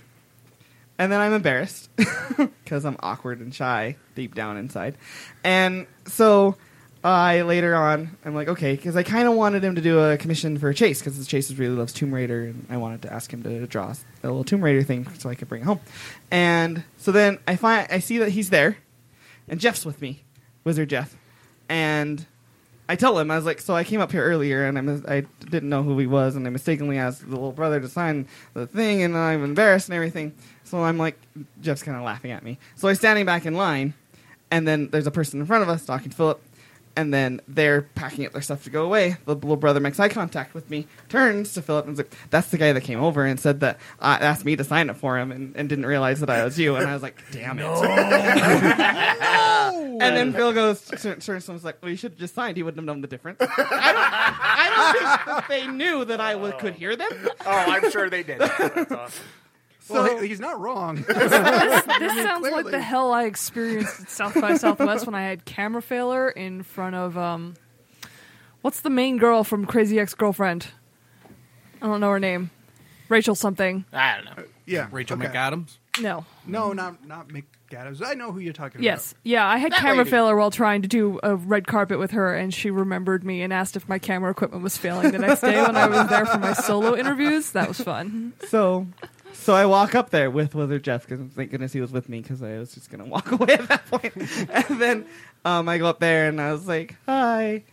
[SPEAKER 5] And then I'm embarrassed because I'm awkward and shy deep down inside. And so I later on, I'm like, okay, because I kind of wanted him to do a commission for Chase because Chase really loves Tomb Raider. And I wanted to ask him to draw s- a little Tomb Raider thing so I could bring it home. And so then I find I see that he's there and Jeff's with me, Wizard Jeff. And I tell him, I was like, so I came up here earlier and I, mis- I didn't know who he was, and I mistakenly asked the little brother to sign the thing, and I'm embarrassed and everything. So I'm like, Jeff's kind of laughing at me. So I'm standing back in line, and then there's a person in front of us talking to Philip, and then they're packing up their stuff to go away. The little brother makes eye contact with me, turns to Philip, and is like, that's the guy that came over and said that uh, asked me to sign it for him and, and didn't realize that I was you. And I was like, damn it. And then Phil goes, turns to him, and is like, "Well, you should have just signed. He wouldn't have known the difference." I don't, I don't think they knew that I was, could hear them.
[SPEAKER 6] Oh, I'm sure they did.
[SPEAKER 8] So he's not wrong.
[SPEAKER 7] This sounds like
[SPEAKER 8] clearly.
[SPEAKER 7] the hell I experienced at South by Southwest when I had camera failure in front of um, what's the main girl from Crazy Ex Girlfriend? I don't know her name. Rachel something.
[SPEAKER 6] I don't know.
[SPEAKER 8] yeah.
[SPEAKER 3] Rachel
[SPEAKER 8] okay.
[SPEAKER 3] McAdams.
[SPEAKER 7] No.
[SPEAKER 8] No, not not McAdams. I know who you're talking
[SPEAKER 7] Yes. Yeah, I had camera
[SPEAKER 6] lady.
[SPEAKER 7] failure while trying to do a red carpet with her, and she remembered me and asked if my camera equipment was failing the next day when I was there for my solo interviews. That was fun.
[SPEAKER 5] So, so I walk up there with Wizard Jeff because thank goodness he was with me because I was just gonna walk away at that point. and then um, I go up there and I was like, "Hi."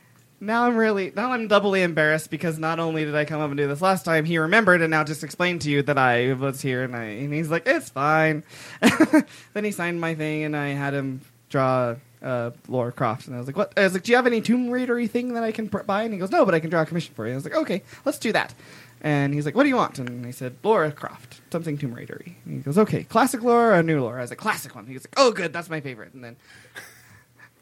[SPEAKER 5] Now I'm really now I'm doubly embarrassed because not only did I come up and do this last time, he remembered and now just explained to you that I was here and I and he's like, "It's fine." then he signed my thing and I had him draw uh, Laura Croft and I was like, "What?" I was like, "Do you have any Tomb Raidery thing that I can pr- buy?" And he goes, "No, but I can draw a commission for you." I was like, "Okay, let's do that." And he's like, "What do you want?" And I said, "Laura Croft, something Tomb Raidery." And he goes, "Okay, classic Laura or new Laura?" I was like, "Classic one." He was like, "Oh, good, that's my favorite." And then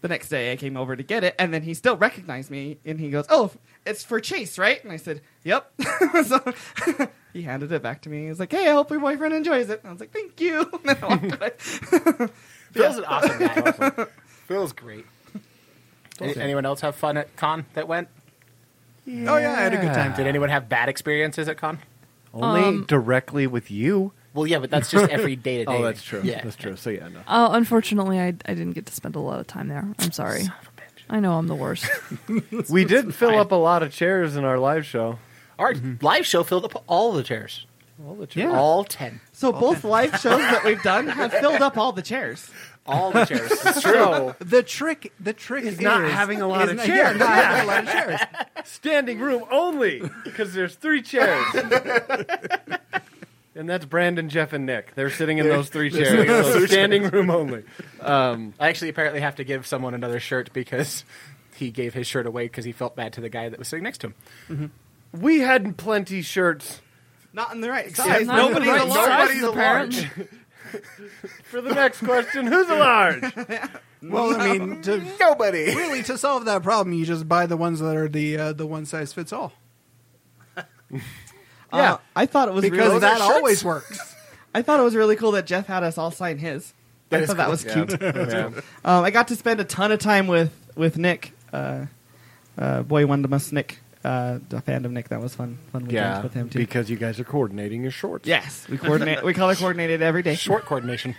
[SPEAKER 5] the next day I came over to get it, and then he still recognized me, and he goes, "Oh, it's for Chase, right?" And I said, "Yep." so he handed it back to me. He was like, "Hey, I hope your boyfriend enjoys it." And I was like, "Thank you." And then I walked away.
[SPEAKER 6] Phil's an awesome guy. Phil's great. Any- anyone else have fun at con that went?
[SPEAKER 8] about. Oh yeah, I had a good time.
[SPEAKER 6] Did anyone have bad experiences at con?
[SPEAKER 1] Only directly with you.
[SPEAKER 6] Well, yeah, but that's just every day to day.
[SPEAKER 1] Oh, that's true.
[SPEAKER 6] Yeah.
[SPEAKER 1] That's true. So, yeah, no.
[SPEAKER 7] Uh, unfortunately, I, I didn't get to spend a lot of time there. I'm sorry. I know I'm the worst.
[SPEAKER 1] We did fill up a lot of chairs in our live show.
[SPEAKER 6] Our live show filled up all the chairs.
[SPEAKER 1] All the chairs.
[SPEAKER 5] Yeah.
[SPEAKER 6] All 10.
[SPEAKER 5] So both live shows that we've done have filled up all the chairs.
[SPEAKER 6] All the chairs. It's true.
[SPEAKER 8] The trick, the trick is,
[SPEAKER 1] not having a lot of
[SPEAKER 8] isn't it-
[SPEAKER 1] chairs.
[SPEAKER 8] Yeah, not having a lot of chairs.
[SPEAKER 1] Standing room only because there's three chairs. and that's Brandon, Jeff, and Nick. They're sitting in those three chairs. so standing room only. Um,
[SPEAKER 6] I actually apparently have to give someone another shirt because he gave his shirt away because he felt bad to the guy that was sitting next to him. Mm-hmm.
[SPEAKER 1] We had plenty shirts
[SPEAKER 5] Not in the right size.
[SPEAKER 7] Not
[SPEAKER 5] Nobody
[SPEAKER 7] the right
[SPEAKER 5] alone.
[SPEAKER 7] size, apparently.
[SPEAKER 1] for the next question. Who's a large?
[SPEAKER 8] Well, I mean, to,
[SPEAKER 6] Nobody.
[SPEAKER 8] really, to solve that problem, you just buy the ones that are the uh, the one size fits all Uh,
[SPEAKER 5] Yeah, Uh, I thought it was
[SPEAKER 8] because
[SPEAKER 5] really,
[SPEAKER 8] that always works.
[SPEAKER 5] I thought it was really cool that Jeff had us all sign his. I thought that was cute. Um, I got to spend a ton of time with with Nick, uh, uh, boy one of us, Nick, uh, a fan of Nick. That was fun. Fun weekend
[SPEAKER 1] Yeah,
[SPEAKER 5] with him too.
[SPEAKER 1] because you guys are coordinating your shorts.
[SPEAKER 5] yes, we coordinate. we color coordinated every day.
[SPEAKER 6] Short coordination.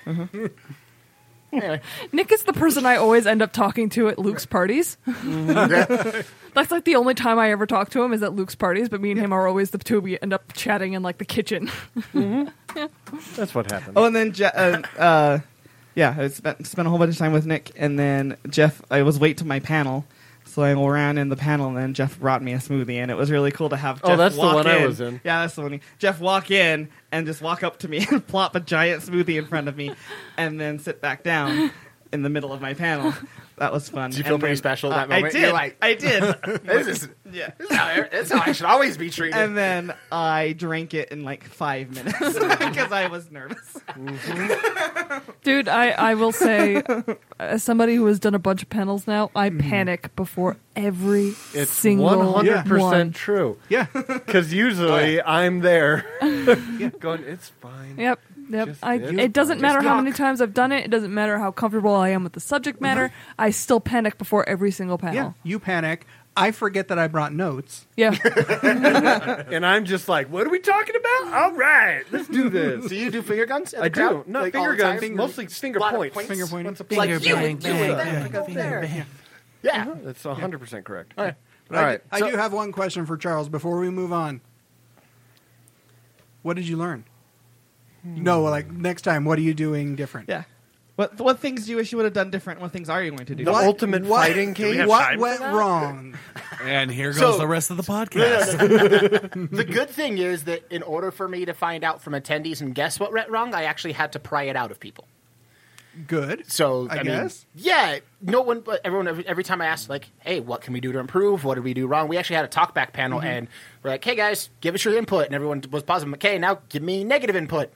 [SPEAKER 6] anyway,
[SPEAKER 7] Nick is the person I always end up talking to at Luke's parties. That's like the only time I ever talk to him is at Luke's parties, but me and him are always the two we end up chatting in like the kitchen.
[SPEAKER 1] That's what happened.
[SPEAKER 5] Oh, and then Je- uh, uh, yeah, I spent spent a whole bunch of time with Nick, and then Jeff. I was late to my panel, So I ran in the panel, and then Jeff brought me a smoothie, and it was really cool to have.
[SPEAKER 1] Oh,
[SPEAKER 5] Jeff
[SPEAKER 1] that's the
[SPEAKER 5] walk
[SPEAKER 1] one I
[SPEAKER 5] in.
[SPEAKER 1] was in.
[SPEAKER 5] Yeah, that's the one. he- Jeff walk in and just walk up to me and plop a giant smoothie in front of me, and then sit back down in the middle of my panel. That was fun.
[SPEAKER 6] Do you feel
[SPEAKER 5] And
[SPEAKER 6] pretty
[SPEAKER 5] then-
[SPEAKER 6] special at
[SPEAKER 5] uh,
[SPEAKER 6] that moment?
[SPEAKER 5] I did.
[SPEAKER 6] You're like-
[SPEAKER 5] I did.
[SPEAKER 6] This is,
[SPEAKER 5] Yeah.
[SPEAKER 6] this is how, this is how I should always be treated.
[SPEAKER 5] And then I drank it in like five minutes because I was nervous. Mm-hmm.
[SPEAKER 7] Dude, I, I will say, uh, as somebody who has done a bunch of panels now, I panic before every
[SPEAKER 1] It's
[SPEAKER 7] single
[SPEAKER 1] 100%
[SPEAKER 7] one.
[SPEAKER 1] true.
[SPEAKER 8] Yeah.
[SPEAKER 1] Because usually I'm there going, it's fine.
[SPEAKER 7] Yep, yep.
[SPEAKER 1] Just-
[SPEAKER 7] I,
[SPEAKER 1] it's
[SPEAKER 7] it doesn't
[SPEAKER 1] fine.
[SPEAKER 7] matter
[SPEAKER 6] Just
[SPEAKER 7] how
[SPEAKER 6] knock.
[SPEAKER 7] many times I've done it. It doesn't matter how comfortable I am with the subject matter. I still panic before every single
[SPEAKER 8] Yeah.
[SPEAKER 7] panel.
[SPEAKER 8] You panic. I forget that I brought notes.
[SPEAKER 7] Yeah.
[SPEAKER 1] And I'm just like, what are we talking about? All right, let's do this.
[SPEAKER 6] do you do finger guns? at
[SPEAKER 1] I
[SPEAKER 6] the crowd?
[SPEAKER 1] do. No,
[SPEAKER 6] Like, all
[SPEAKER 1] finger
[SPEAKER 6] the time?
[SPEAKER 1] guns, mostly finger
[SPEAKER 6] A lot of
[SPEAKER 1] points.
[SPEAKER 6] points.
[SPEAKER 8] Finger pointing.
[SPEAKER 6] Once a- like you would do it. Yeah.
[SPEAKER 10] Uh-huh.
[SPEAKER 1] That's 100% correct.
[SPEAKER 6] All right.
[SPEAKER 1] All right.
[SPEAKER 8] I do have one question for Charles before we move on. What did you learn?
[SPEAKER 6] Hmm.
[SPEAKER 8] No, like next time, what are you doing different?
[SPEAKER 5] Yeah. What what things do you wish you would have done different? What things are you going to do?
[SPEAKER 1] The
[SPEAKER 8] What-
[SPEAKER 1] ultimate
[SPEAKER 8] what-
[SPEAKER 1] fighting
[SPEAKER 9] Do we
[SPEAKER 1] game.
[SPEAKER 9] have
[SPEAKER 8] What
[SPEAKER 9] time for
[SPEAKER 8] went wrong?
[SPEAKER 3] And here goes
[SPEAKER 6] So-
[SPEAKER 3] the rest of the podcast.
[SPEAKER 6] the good thing is that in order for me to find out from attendees and guess what went wrong, I actually had to pry it out of people.
[SPEAKER 8] Good.
[SPEAKER 6] So
[SPEAKER 8] I
[SPEAKER 6] mean,
[SPEAKER 8] guess.
[SPEAKER 6] yeah, no one, but everyone, every, every time I asked, like, hey, what can we do to improve? What did we do wrong? We actually had a talk back panel,
[SPEAKER 8] Mm-hmm.
[SPEAKER 6] and we're like, hey guys, give us your input, and everyone was positive. Okay, now give me negative input.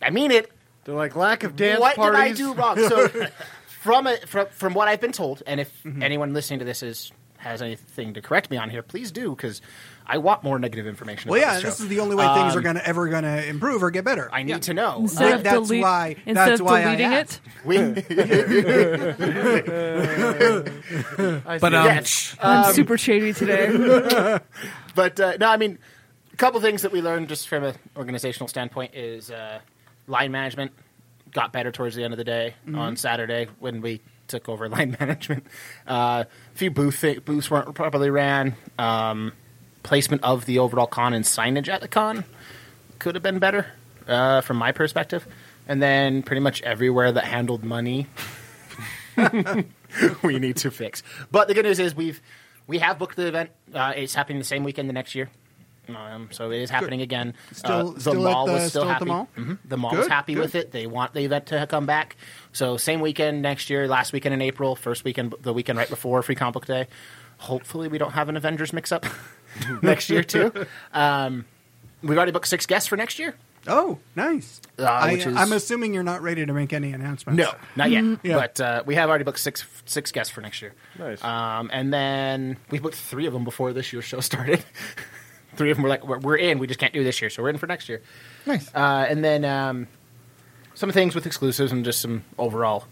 [SPEAKER 6] I mean it.
[SPEAKER 1] They're like, lack of dance
[SPEAKER 6] what
[SPEAKER 1] parties.
[SPEAKER 6] did I do wrong? So, from, a, from from what I've been told, and if
[SPEAKER 8] Mm-hmm.
[SPEAKER 6] anyone listening to this is has anything to correct me on here, please do because I want more negative information.
[SPEAKER 8] Well,
[SPEAKER 6] about
[SPEAKER 8] yeah,
[SPEAKER 6] this, show. Um,
[SPEAKER 8] this is the only way things are gonna ever gonna improve or get better.
[SPEAKER 6] I need to know.
[SPEAKER 7] Um, Instead
[SPEAKER 8] I-
[SPEAKER 7] of
[SPEAKER 8] that's
[SPEAKER 7] delete-
[SPEAKER 8] why-
[SPEAKER 7] instead
[SPEAKER 8] that's
[SPEAKER 7] of
[SPEAKER 8] why I
[SPEAKER 7] deleting
[SPEAKER 8] asked.
[SPEAKER 7] it,
[SPEAKER 6] We,
[SPEAKER 3] But um,
[SPEAKER 6] Yes.
[SPEAKER 7] I'm super shady today.
[SPEAKER 6] but uh, no, I mean, a couple things that we learned just from an organizational standpoint is uh, line management got better towards the end of the day on Saturday when we took over line management. Uh, a few booth booths weren't properly ran. Um, placement of the overall con and signage at the con could have been better uh, from my perspective. And then pretty much everywhere that handled money we need to fix. But the good news is we've we have booked the event. Uh, it's happening the same weekend the next year. Um, so it is happening again.
[SPEAKER 8] Still-
[SPEAKER 6] uh, the
[SPEAKER 8] still at
[SPEAKER 6] mall
[SPEAKER 8] the-
[SPEAKER 6] was
[SPEAKER 8] still
[SPEAKER 6] still,
[SPEAKER 8] at the
[SPEAKER 6] happy.
[SPEAKER 8] mall?
[SPEAKER 6] Mhm. The mall was
[SPEAKER 8] Good,
[SPEAKER 6] happy
[SPEAKER 8] good.
[SPEAKER 6] with it. They want the event to come back. So same weekend next year. Last weekend in April. First weekend, the weekend right before Free Comic Book Day. Hopefully, we don't have an Avengers mix-up next year too. Um, we've already booked six guests for next year.
[SPEAKER 8] Oh, nice.
[SPEAKER 6] Uh,
[SPEAKER 8] I,
[SPEAKER 6] which is-
[SPEAKER 8] I'm assuming you're not ready to make any announcements. Mm-hmm.
[SPEAKER 6] No, not yet.
[SPEAKER 1] Mm.
[SPEAKER 8] Yeah.
[SPEAKER 6] But uh, we have already booked six six guests for next year.
[SPEAKER 1] Nice.
[SPEAKER 6] Um, and then we booked three of them before this year's show started. three of them were like, we're, we're in. We just can't do this year, so we're in for next year.
[SPEAKER 5] Nice.
[SPEAKER 6] Uh, and then um, some things with exclusives and just some overall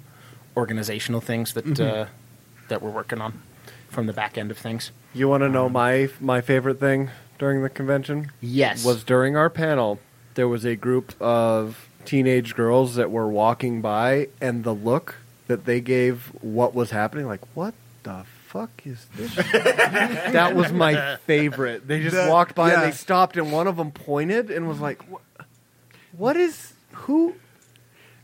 [SPEAKER 6] organizational things that
[SPEAKER 1] Mm-hmm.
[SPEAKER 6] uh, that we're working on from the back end of things.
[SPEAKER 1] You want to know my my favorite thing during the convention?
[SPEAKER 6] Yes.
[SPEAKER 1] Was during our panel, there was a group of teenage girls that were walking by, and the look that they gave what was happening, like what the fuck is this? shit?" that was my favorite. They just
[SPEAKER 8] The-
[SPEAKER 1] walked by,
[SPEAKER 8] yeah.
[SPEAKER 1] and they stopped, and one of them pointed and was like, "Wha- "What is who?"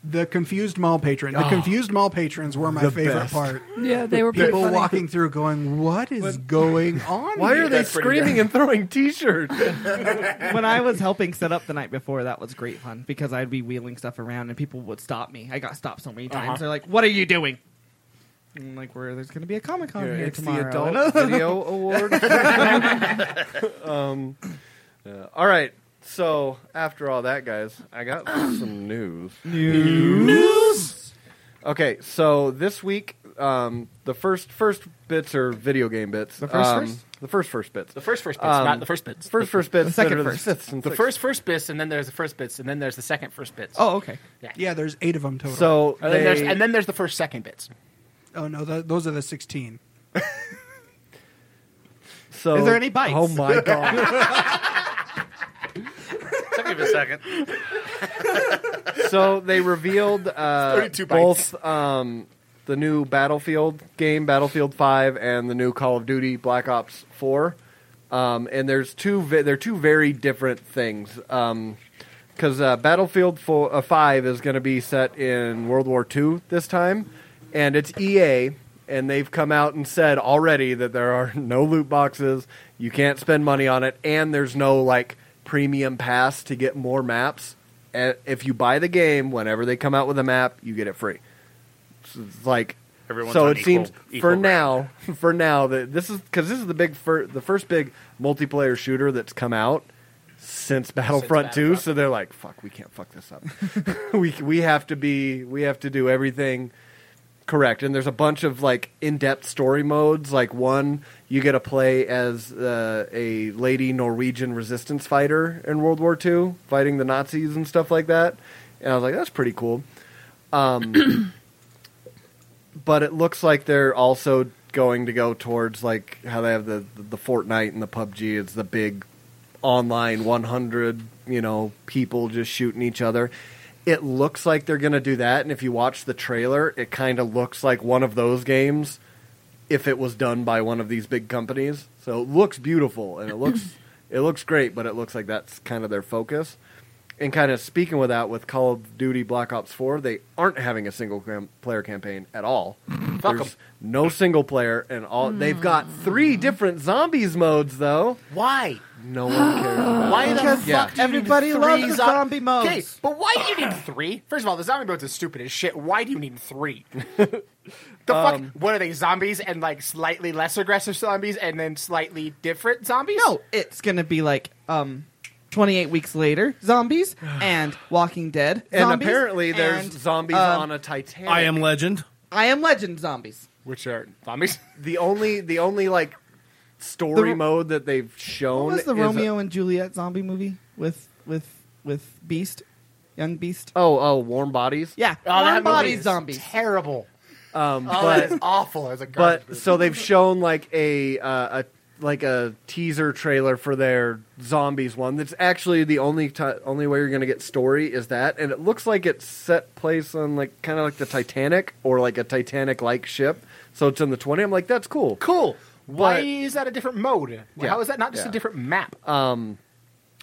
[SPEAKER 8] The confused mall patron. The confused mall patrons were my
[SPEAKER 1] Oh. The
[SPEAKER 8] favorite
[SPEAKER 1] best.
[SPEAKER 8] part.
[SPEAKER 7] yeah, they were pretty
[SPEAKER 8] People
[SPEAKER 7] funny.
[SPEAKER 8] walking through going, What is going on?
[SPEAKER 1] Why
[SPEAKER 8] here?"
[SPEAKER 1] are they
[SPEAKER 6] That's pretty
[SPEAKER 1] screaming and throwing T-shirts?
[SPEAKER 5] when I was helping set up the night before, that was great fun because I'd be wheeling stuff around and people would stop me. I got stopped so many times.
[SPEAKER 6] Uh-huh.
[SPEAKER 5] They're like, "What are you doing?" I'm like, "Where there's going to be a comic con here
[SPEAKER 1] it's
[SPEAKER 5] tomorrow."
[SPEAKER 1] the Adult Video Award. um, uh, all right. So after all that, guys, I got some news. News. Okay, so this week, um, the first first bits are video game bits. The
[SPEAKER 5] first
[SPEAKER 1] um,
[SPEAKER 5] first?
[SPEAKER 1] the first first bits.
[SPEAKER 6] The first first bits,
[SPEAKER 1] Um,
[SPEAKER 6] not Uh, the first bits.
[SPEAKER 1] First first bits.
[SPEAKER 5] The second
[SPEAKER 1] that are
[SPEAKER 5] first.
[SPEAKER 1] fifths and
[SPEAKER 6] the
[SPEAKER 1] sixths.
[SPEAKER 6] first first bits, and then there's the first bits, and then there's the second first bits.
[SPEAKER 5] Oh, okay.
[SPEAKER 8] Yeah, there's eight of them total.
[SPEAKER 1] So
[SPEAKER 6] and then, there's,
[SPEAKER 1] they-
[SPEAKER 6] and then there's the first second bits.
[SPEAKER 8] oh no, th those are the 16.
[SPEAKER 1] so
[SPEAKER 5] Is there any bites?
[SPEAKER 1] Oh my god!
[SPEAKER 9] Took me a second.
[SPEAKER 1] so they revealed uh,
[SPEAKER 6] 32 bites.
[SPEAKER 1] both um, the new Battlefield game, Battlefield Five, and the new Call of Duty Black Ops Four. Um, and there's two. ve- They're two very different things. Um 'cause because uh, Battlefield 4, uh, Five is going to be set in World War II this time, and it's EA, and they've come out and said already that there are no loot boxes, you can't spend money on it, and there's no like premium pass to get more maps. And if you buy the game, whenever they come out with a map, you get it free. So it's like
[SPEAKER 9] Everyone's
[SPEAKER 1] so
[SPEAKER 9] on
[SPEAKER 1] it
[SPEAKER 9] equal-
[SPEAKER 1] seems
[SPEAKER 9] equal
[SPEAKER 1] for
[SPEAKER 9] ground.
[SPEAKER 1] now, for now that this is because this is the big fir- the first big multiplayer shooter that's come out since Battlefront Two.
[SPEAKER 6] Battlefront.
[SPEAKER 1] So they're like, fuck, we can't fuck this up. we we have to be we have to do everything Correct, and there's a bunch of like in-depth story modes. Like one, you get to play as uh, a lady Norwegian resistance fighter in World War II, fighting the Nazis and stuff like that. And I was like, that's pretty cool. Um, but it looks like they're also going to go towards like how they have the the Fortnite and the PUBG. It's the big online 100, you know, people just shooting each other. It looks like they're going to do that. And if you watch the trailer, it kind of looks like one of those games if it was done by one of these big companies. So it looks beautiful and it looks it looks great, but it looks like that's kind of their focus. And kind of speaking with that, with Call of Duty Black Ops 4, they aren't having a single cam- player campaign at all.
[SPEAKER 6] Fuck 'em. Hmm.
[SPEAKER 1] There's no single player, and all they've got three different zombies modes though.
[SPEAKER 6] Why?
[SPEAKER 1] No one cares. about
[SPEAKER 6] Why the
[SPEAKER 5] Because
[SPEAKER 6] fuck
[SPEAKER 1] Yeah.
[SPEAKER 6] do you need
[SPEAKER 5] everybody
[SPEAKER 6] three
[SPEAKER 5] loves the
[SPEAKER 6] zo-
[SPEAKER 5] zombie modes.
[SPEAKER 6] Okay, but why do you need three? First of all, the zombie modes is stupid as shit. Why do you need three? the
[SPEAKER 1] Um,
[SPEAKER 6] fuck? What are they? Zombies and like slightly less aggressive zombies, and then slightly different zombies?
[SPEAKER 5] No, it's gonna be like um, 28 weeks later, zombies and Walking Dead.
[SPEAKER 1] And
[SPEAKER 5] zombies,
[SPEAKER 1] apparently, there's
[SPEAKER 5] and,
[SPEAKER 1] zombies
[SPEAKER 5] um,
[SPEAKER 1] on a Titanic.
[SPEAKER 3] I am legend.
[SPEAKER 5] I Am Legend zombies.
[SPEAKER 6] which are zombies.
[SPEAKER 1] the only the only like story
[SPEAKER 5] The-
[SPEAKER 1] mode that they've shown.
[SPEAKER 5] What was the
[SPEAKER 1] is a-
[SPEAKER 5] Romeo and Juliet zombie movie with with with Beast, young Beast?
[SPEAKER 1] oh oh warm bodies.
[SPEAKER 5] Yeah,
[SPEAKER 6] Oh, that
[SPEAKER 5] warm body
[SPEAKER 6] movie is
[SPEAKER 5] zombies.
[SPEAKER 6] Terrible.
[SPEAKER 1] Um,
[SPEAKER 6] Oh,
[SPEAKER 1] but
[SPEAKER 6] that is awful. It's a garbage
[SPEAKER 1] but
[SPEAKER 6] movie.
[SPEAKER 1] so they've shown like a uh, a like a teaser trailer for their zombies one. That's actually the only ti only way you're gonna get story is that, and it looks like it's set place on like kind of like the Titanic or like a Titanic like ship. So it's in the twenty. I'm like that's cool.
[SPEAKER 6] cool. Why
[SPEAKER 1] But-
[SPEAKER 6] is that a different mode?
[SPEAKER 1] Yeah.
[SPEAKER 6] How is that not just
[SPEAKER 1] Yeah.
[SPEAKER 6] a different map?
[SPEAKER 1] Um,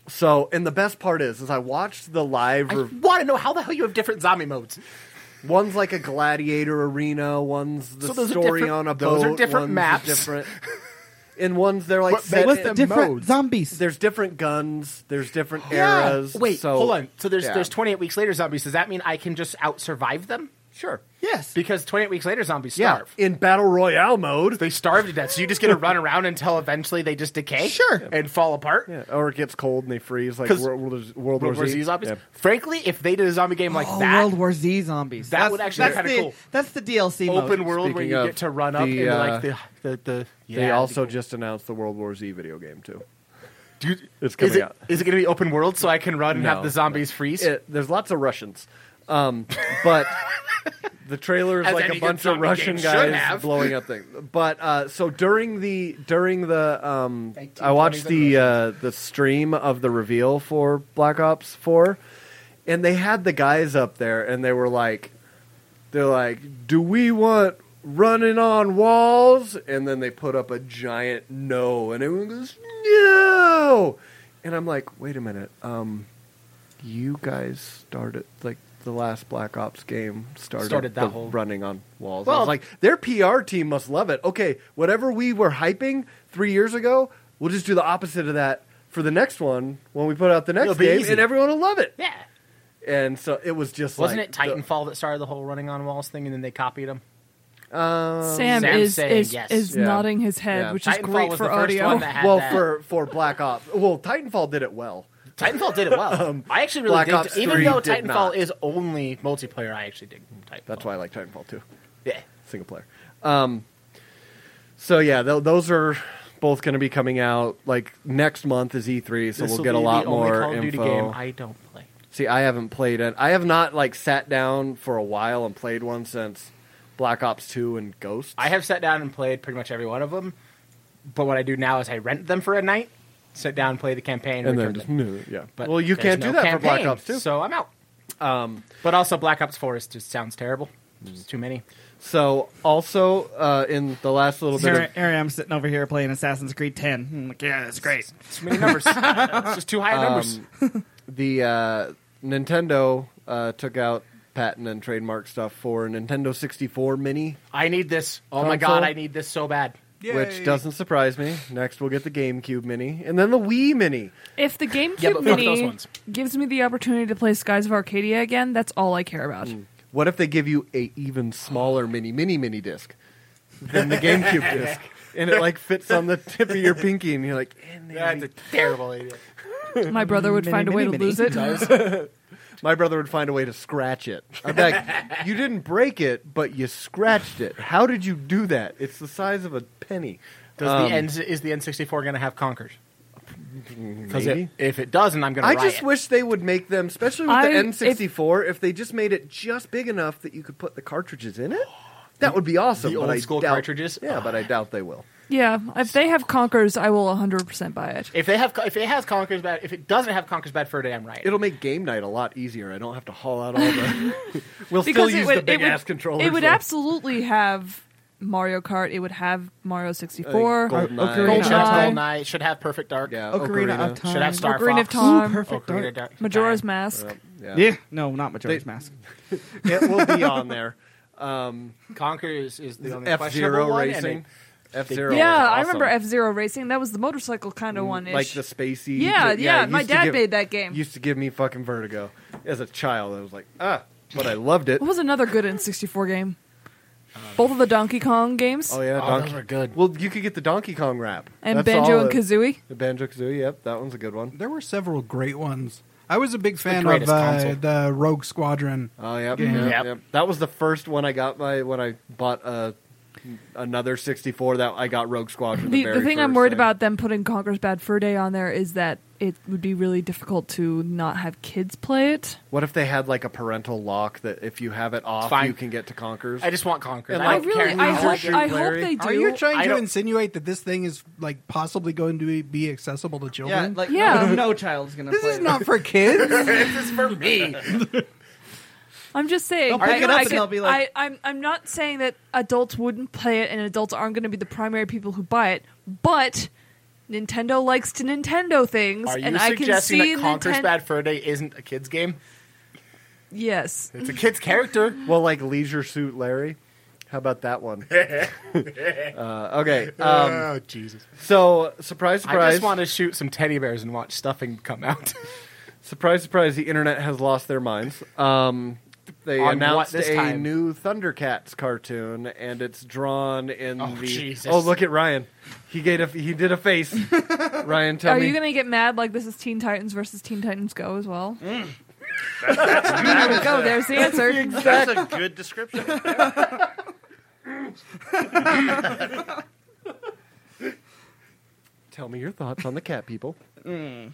[SPEAKER 1] So and the best part is is I watched the live.
[SPEAKER 6] I
[SPEAKER 1] rev-
[SPEAKER 6] want to know how the hell you have different zombie modes.
[SPEAKER 1] One's like a gladiator arena. One's the
[SPEAKER 6] So those are
[SPEAKER 1] story
[SPEAKER 6] different-
[SPEAKER 1] on a boat.
[SPEAKER 6] those are different
[SPEAKER 1] one's
[SPEAKER 6] maps.
[SPEAKER 1] Different, and ones they're like
[SPEAKER 6] What
[SPEAKER 1] set
[SPEAKER 5] What's
[SPEAKER 1] in-
[SPEAKER 5] the different
[SPEAKER 6] modes.
[SPEAKER 5] zombies?
[SPEAKER 1] There's different guns. There's different eras.
[SPEAKER 6] Wait,
[SPEAKER 1] so,
[SPEAKER 6] hold on. So there's
[SPEAKER 1] yeah.
[SPEAKER 6] there's 28 weeks later zombies. Does that mean I can just out survive them? Sure.
[SPEAKER 5] yes,
[SPEAKER 6] Because 28 weeks later zombies
[SPEAKER 1] yeah
[SPEAKER 6] starve.
[SPEAKER 1] in battle royale mode,
[SPEAKER 6] They starve to death. So you just get to run around until eventually they just decay.
[SPEAKER 5] Sure.
[SPEAKER 6] And fall apart.
[SPEAKER 1] yeah, or it gets cold and they freeze like
[SPEAKER 6] 'Cause
[SPEAKER 1] World, World, World
[SPEAKER 6] World War Z zombies.
[SPEAKER 1] Yeah.
[SPEAKER 6] Frankly, if they did a zombie game like
[SPEAKER 5] oh,
[SPEAKER 6] that,
[SPEAKER 5] World War Z zombies.
[SPEAKER 6] that
[SPEAKER 5] That's-
[SPEAKER 6] would actually be
[SPEAKER 5] that's
[SPEAKER 6] kinda
[SPEAKER 5] the-
[SPEAKER 6] cool.
[SPEAKER 5] That's the DLC mode.
[SPEAKER 6] open world where
[SPEAKER 1] Speaking
[SPEAKER 6] you
[SPEAKER 1] of
[SPEAKER 6] get to run up
[SPEAKER 1] the,
[SPEAKER 6] into
[SPEAKER 1] uh,
[SPEAKER 6] like the the, the yeah,
[SPEAKER 1] they
[SPEAKER 6] that'd
[SPEAKER 1] also
[SPEAKER 6] be cool.
[SPEAKER 1] just announced the World War Z video game too.
[SPEAKER 6] Dude,
[SPEAKER 1] It's
[SPEAKER 6] is
[SPEAKER 1] coming
[SPEAKER 6] it,
[SPEAKER 1] out.
[SPEAKER 6] is it going to be open world so I can run and
[SPEAKER 1] No,
[SPEAKER 6] have the zombies freeze?
[SPEAKER 1] It- there's lots of Russians, um, but the trailer is
[SPEAKER 6] As
[SPEAKER 1] like
[SPEAKER 6] any
[SPEAKER 1] a
[SPEAKER 6] good
[SPEAKER 1] bunch of
[SPEAKER 6] zombie
[SPEAKER 1] Russian
[SPEAKER 6] game should
[SPEAKER 1] guys
[SPEAKER 6] have.
[SPEAKER 1] blowing up things. But uh, so during the during the um,
[SPEAKER 6] 1920s
[SPEAKER 1] I watched the
[SPEAKER 6] and
[SPEAKER 1] uh, the stream of the reveal for Black Ops Four, and they had the guys up there, and they were like, they're like, "Do we want running on walls?" And then they put up a giant no, and everyone goes, "No!" And I'm like, "Wait a minute, um, you guys started like the last Black Ops game started,
[SPEAKER 6] Started that
[SPEAKER 1] the
[SPEAKER 6] whole-
[SPEAKER 1] running on walls." I
[SPEAKER 6] Well-
[SPEAKER 1] was like, "Their PR team must love it." Okay, whatever we were hyping three years ago, we'll just do the opposite of that. For the next one, when we put out the next
[SPEAKER 6] be
[SPEAKER 1] game,
[SPEAKER 6] easy.
[SPEAKER 1] and everyone will love it,
[SPEAKER 6] Yeah.
[SPEAKER 1] and so it was just
[SPEAKER 6] Wasn't
[SPEAKER 1] like
[SPEAKER 6] it
[SPEAKER 1] the-
[SPEAKER 6] Titanfall that started the whole running on walls thing and then they copied them?
[SPEAKER 7] Sam,
[SPEAKER 6] Sam's
[SPEAKER 7] is
[SPEAKER 6] saying
[SPEAKER 7] is,
[SPEAKER 6] yes.
[SPEAKER 7] is
[SPEAKER 1] Um, Yeah.
[SPEAKER 7] nodding his head,
[SPEAKER 1] Yeah.
[SPEAKER 7] which is
[SPEAKER 6] Titanfall
[SPEAKER 7] great
[SPEAKER 6] was
[SPEAKER 7] for
[SPEAKER 6] the first
[SPEAKER 7] audio.
[SPEAKER 6] one that had
[SPEAKER 1] well
[SPEAKER 6] that.
[SPEAKER 1] for for Black Ops. Well, Titanfall did it well. Um,
[SPEAKER 6] Titanfall did it well. I actually really
[SPEAKER 1] Black
[SPEAKER 6] did.
[SPEAKER 1] Ops
[SPEAKER 6] even
[SPEAKER 1] 3
[SPEAKER 6] though
[SPEAKER 1] did
[SPEAKER 6] Titanfall
[SPEAKER 1] not.
[SPEAKER 6] is only multiplayer, I actually dig Titanfall.
[SPEAKER 1] That's why I like Titanfall too,
[SPEAKER 6] Yeah.
[SPEAKER 1] single player. Um, so yeah, th- those are both going to be coming out. Like next month is E3, so
[SPEAKER 6] This
[SPEAKER 1] we'll
[SPEAKER 6] will
[SPEAKER 1] get a
[SPEAKER 6] be
[SPEAKER 1] lot
[SPEAKER 6] the only
[SPEAKER 1] more
[SPEAKER 6] Call of
[SPEAKER 1] info.
[SPEAKER 6] Duty game I don't play.
[SPEAKER 1] See, I haven't played it. I have not like sat down for a while and played one since Black Ops Two and Ghost.
[SPEAKER 6] I have sat down and played pretty much every one of them, but what I do now is I rent them for a night, sit down, play the campaign,
[SPEAKER 1] and then
[SPEAKER 6] return
[SPEAKER 1] just,
[SPEAKER 6] them.
[SPEAKER 1] yeah.
[SPEAKER 6] But
[SPEAKER 1] well, you
[SPEAKER 6] there's
[SPEAKER 1] can't
[SPEAKER 6] no
[SPEAKER 1] do that for Black
[SPEAKER 6] campaign,
[SPEAKER 1] Ops Two.
[SPEAKER 6] So I'm out. Um, but also Black Ops Four is just sounds terrible. It's too many.
[SPEAKER 1] So also uh, in the last little bit.
[SPEAKER 5] Here,
[SPEAKER 1] of
[SPEAKER 5] here I am sitting over here playing Assassin's Creed 10. I'm like, yeah, that's great.
[SPEAKER 6] Too many numbers.
[SPEAKER 1] um,
[SPEAKER 5] Um,
[SPEAKER 6] it's just too high numbers.
[SPEAKER 1] the uh, Nintendo uh, took out patent and trademark stuff for a Nintendo 64 Mini,
[SPEAKER 6] I need this. Oh my
[SPEAKER 1] Console?
[SPEAKER 6] god, I need this so bad.
[SPEAKER 1] which doesn't surprise me. Next, we'll get the GameCube Mini, and then the Wii Mini.
[SPEAKER 7] If the GameCube
[SPEAKER 6] Yeah, but fuck those
[SPEAKER 7] Mini
[SPEAKER 6] ones.
[SPEAKER 7] gives me the opportunity to play Skies of Arcadia again, that's all I care about.
[SPEAKER 1] What if they give you a even smaller mini mini mini disc than the GameCube disc, and it like fits on the tip of your pinky, and you're like, "Eh,
[SPEAKER 6] That's a terrible idea.
[SPEAKER 7] My brother would
[SPEAKER 5] Mini,
[SPEAKER 7] find a way to
[SPEAKER 5] mini, mini.
[SPEAKER 7] lose it.
[SPEAKER 1] my brother would find a way to scratch it. I'm like, you didn't break it, but you scratched it. How did you do that? It's the size of a penny.
[SPEAKER 6] Does
[SPEAKER 1] Um,
[SPEAKER 6] the N is the N sixty four going to have Concord? Because
[SPEAKER 1] Maybe.
[SPEAKER 6] if it doesn't, I'm going to.
[SPEAKER 1] I just wish they would make them, especially with
[SPEAKER 7] I-
[SPEAKER 1] the N64, if, they just made it just big enough that you could put the cartridges in it. That would be awesome.
[SPEAKER 6] the
[SPEAKER 1] but
[SPEAKER 6] old
[SPEAKER 1] I
[SPEAKER 6] school
[SPEAKER 1] doubt-
[SPEAKER 6] cartridges?
[SPEAKER 1] Yeah, but I doubt they will.
[SPEAKER 7] Yeah, if they have Conkers, I will 100% buy it.
[SPEAKER 6] if they have if it has Conquer's bad if it doesn't have Conquer's bad for a day, I'm right.
[SPEAKER 1] It'll make game night a lot easier. I don't have to haul out all the. we'll still
[SPEAKER 7] Because it
[SPEAKER 1] use
[SPEAKER 7] would,
[SPEAKER 1] the big
[SPEAKER 7] it would,
[SPEAKER 1] ass controller.
[SPEAKER 7] It would absolutely have Mario Kart. It would have Mario 64.
[SPEAKER 1] Goldeneye.
[SPEAKER 7] Goldeneye.
[SPEAKER 6] should have Tall Night, should have Perfect Dark.
[SPEAKER 1] Yeah,
[SPEAKER 5] Ocarina, of Time.
[SPEAKER 6] Should have Star
[SPEAKER 7] Ocarina
[SPEAKER 6] Fox.
[SPEAKER 7] of Time.
[SPEAKER 5] Ooh, perfect.
[SPEAKER 6] Ocarina
[SPEAKER 5] Dark.
[SPEAKER 6] Dark-
[SPEAKER 7] Majora's
[SPEAKER 6] Time.
[SPEAKER 7] Mask.
[SPEAKER 1] Yeah.
[SPEAKER 5] Yeah. No, not Majora's
[SPEAKER 1] They-
[SPEAKER 5] Mask.
[SPEAKER 1] it will be on there. Um,
[SPEAKER 6] Conquer is, is the only
[SPEAKER 1] F
[SPEAKER 6] questionable
[SPEAKER 1] Zero
[SPEAKER 6] one, and
[SPEAKER 1] Racing. F Zero.
[SPEAKER 7] Yeah, I remember F Zero Racing. That was the motorcycle kind of one.
[SPEAKER 1] Mm, Like the spacey.
[SPEAKER 7] Yeah, yeah.
[SPEAKER 1] it
[SPEAKER 7] my
[SPEAKER 1] used to
[SPEAKER 7] dad
[SPEAKER 1] give-
[SPEAKER 7] made that game.
[SPEAKER 1] Used to give me fucking vertigo as a child. I was like, ah, but I loved it.
[SPEAKER 7] What was another good N64 game? Both of the Donkey Kong games
[SPEAKER 1] Um, Oh yeah,
[SPEAKER 6] Oh,
[SPEAKER 1] Donkey.
[SPEAKER 6] those were good.
[SPEAKER 1] Well, you could get the Donkey Kong rap
[SPEAKER 7] and
[SPEAKER 1] That's
[SPEAKER 7] Banjo
[SPEAKER 1] all
[SPEAKER 7] and
[SPEAKER 1] it-
[SPEAKER 7] Kazooie.
[SPEAKER 1] The Banjo Kazooie. Yep, that one's a good one.
[SPEAKER 8] There were several great ones. I was a big fan of
[SPEAKER 6] greatest
[SPEAKER 8] uh,
[SPEAKER 6] console.
[SPEAKER 8] the Rogue Squadron.
[SPEAKER 1] Oh yep,
[SPEAKER 8] Yeah.
[SPEAKER 1] yep,
[SPEAKER 6] Yep.
[SPEAKER 1] yep. That was the first one I got my when I bought a another 64 that I got Rogue Squadron.
[SPEAKER 7] The,
[SPEAKER 1] very
[SPEAKER 7] the thing I'm
[SPEAKER 1] first
[SPEAKER 7] worried about them putting Conker's Bad Fur Day on there is that it would be really difficult to not have kids play it.
[SPEAKER 1] What if they had like a parental lock that if you have it off,
[SPEAKER 6] Fine.
[SPEAKER 1] you can get to Conquerors?
[SPEAKER 6] I just want Conquer.
[SPEAKER 1] And
[SPEAKER 6] I
[SPEAKER 7] I
[SPEAKER 6] don't
[SPEAKER 7] really,
[SPEAKER 6] care
[SPEAKER 7] I
[SPEAKER 6] how
[SPEAKER 7] hope,
[SPEAKER 6] good-
[SPEAKER 7] I hope
[SPEAKER 1] Larry.
[SPEAKER 7] they do.
[SPEAKER 8] Are you trying
[SPEAKER 6] I
[SPEAKER 8] to
[SPEAKER 6] don't-
[SPEAKER 8] insinuate that this thing is like possibly going to be- be accessible to
[SPEAKER 5] Yeah,
[SPEAKER 8] children?
[SPEAKER 5] like
[SPEAKER 7] Yeah.
[SPEAKER 5] No, no child's gonna.
[SPEAKER 8] this
[SPEAKER 5] play
[SPEAKER 8] is
[SPEAKER 5] it.
[SPEAKER 8] not for kids.
[SPEAKER 6] this is for me.
[SPEAKER 7] I'm just saying.
[SPEAKER 5] They'll pick
[SPEAKER 7] I,
[SPEAKER 5] it up
[SPEAKER 7] I
[SPEAKER 5] and they'll be like-
[SPEAKER 7] I, I'm, I'm not saying that adults wouldn't play it and adults aren't going to be the primary people who buy it, but Nintendo likes to Nintendo things,
[SPEAKER 6] Are you
[SPEAKER 7] and I can
[SPEAKER 6] suggesting
[SPEAKER 7] see
[SPEAKER 6] that Conquer's
[SPEAKER 7] Ninten-
[SPEAKER 6] Bad Fur Day isn't a kid's game?
[SPEAKER 7] Yes,
[SPEAKER 6] It's a kid's character.
[SPEAKER 1] well, like Leisure Suit Larry. How about that one? uh, okay. Um,
[SPEAKER 6] oh Jesus!
[SPEAKER 1] so surprise, surprise.
[SPEAKER 6] I just want to shoot some teddy bears and watch stuffing come out.
[SPEAKER 1] Surprise, surprise, the internet has lost their minds. Um, they
[SPEAKER 6] On what
[SPEAKER 1] announced
[SPEAKER 6] this
[SPEAKER 1] a
[SPEAKER 6] time?
[SPEAKER 1] new Thundercats cartoon, and it's drawn in
[SPEAKER 6] Oh,
[SPEAKER 1] the.
[SPEAKER 6] Jesus.
[SPEAKER 1] Oh, look at Ryan. He gave a, he did a face. Ryan, tell
[SPEAKER 7] are
[SPEAKER 1] me.
[SPEAKER 7] you going to get mad like this is Teen Titans versus Teen Titans Go as well? there we go. There's the answer.
[SPEAKER 9] That's a good description.
[SPEAKER 1] Tell me your thoughts on the cat people.
[SPEAKER 7] Hmm.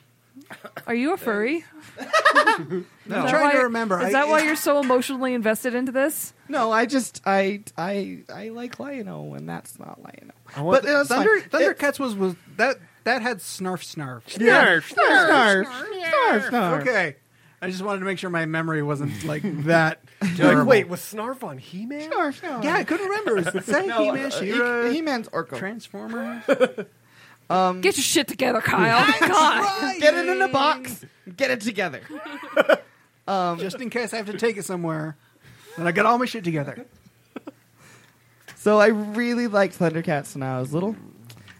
[SPEAKER 7] Are you a furry?
[SPEAKER 8] I'm
[SPEAKER 7] Is that
[SPEAKER 8] trying
[SPEAKER 7] why-
[SPEAKER 8] to remember.
[SPEAKER 7] Is
[SPEAKER 8] I-
[SPEAKER 7] that why you're so emotionally invested into this?
[SPEAKER 5] No, I just I I I like Lionel, and that's not Lionel.
[SPEAKER 1] I want
[SPEAKER 8] But uh,
[SPEAKER 5] That's fine.
[SPEAKER 8] Thunder,
[SPEAKER 5] It-
[SPEAKER 8] Thundercats was was that that had snarf snarf.
[SPEAKER 5] Snarf, snarf, snarf, snarf.
[SPEAKER 8] Okay, I just wanted to make sure my memory wasn't like that.
[SPEAKER 1] You're
[SPEAKER 8] terrible.
[SPEAKER 1] like, wait, was Snarf on He Man?
[SPEAKER 5] Snarf, snarf.
[SPEAKER 8] yeah, I couldn't remember. Is that He-Man, She-Ra,
[SPEAKER 5] He- He-Man's Orko.
[SPEAKER 8] Transformer?
[SPEAKER 5] Um,
[SPEAKER 7] Get your shit together, Kyle. God.
[SPEAKER 5] Get it in a box. Get it together. Um,
[SPEAKER 8] Just in case I have to take it somewhere, then I got all my shit together.
[SPEAKER 5] So I really liked Thundercats when I was little,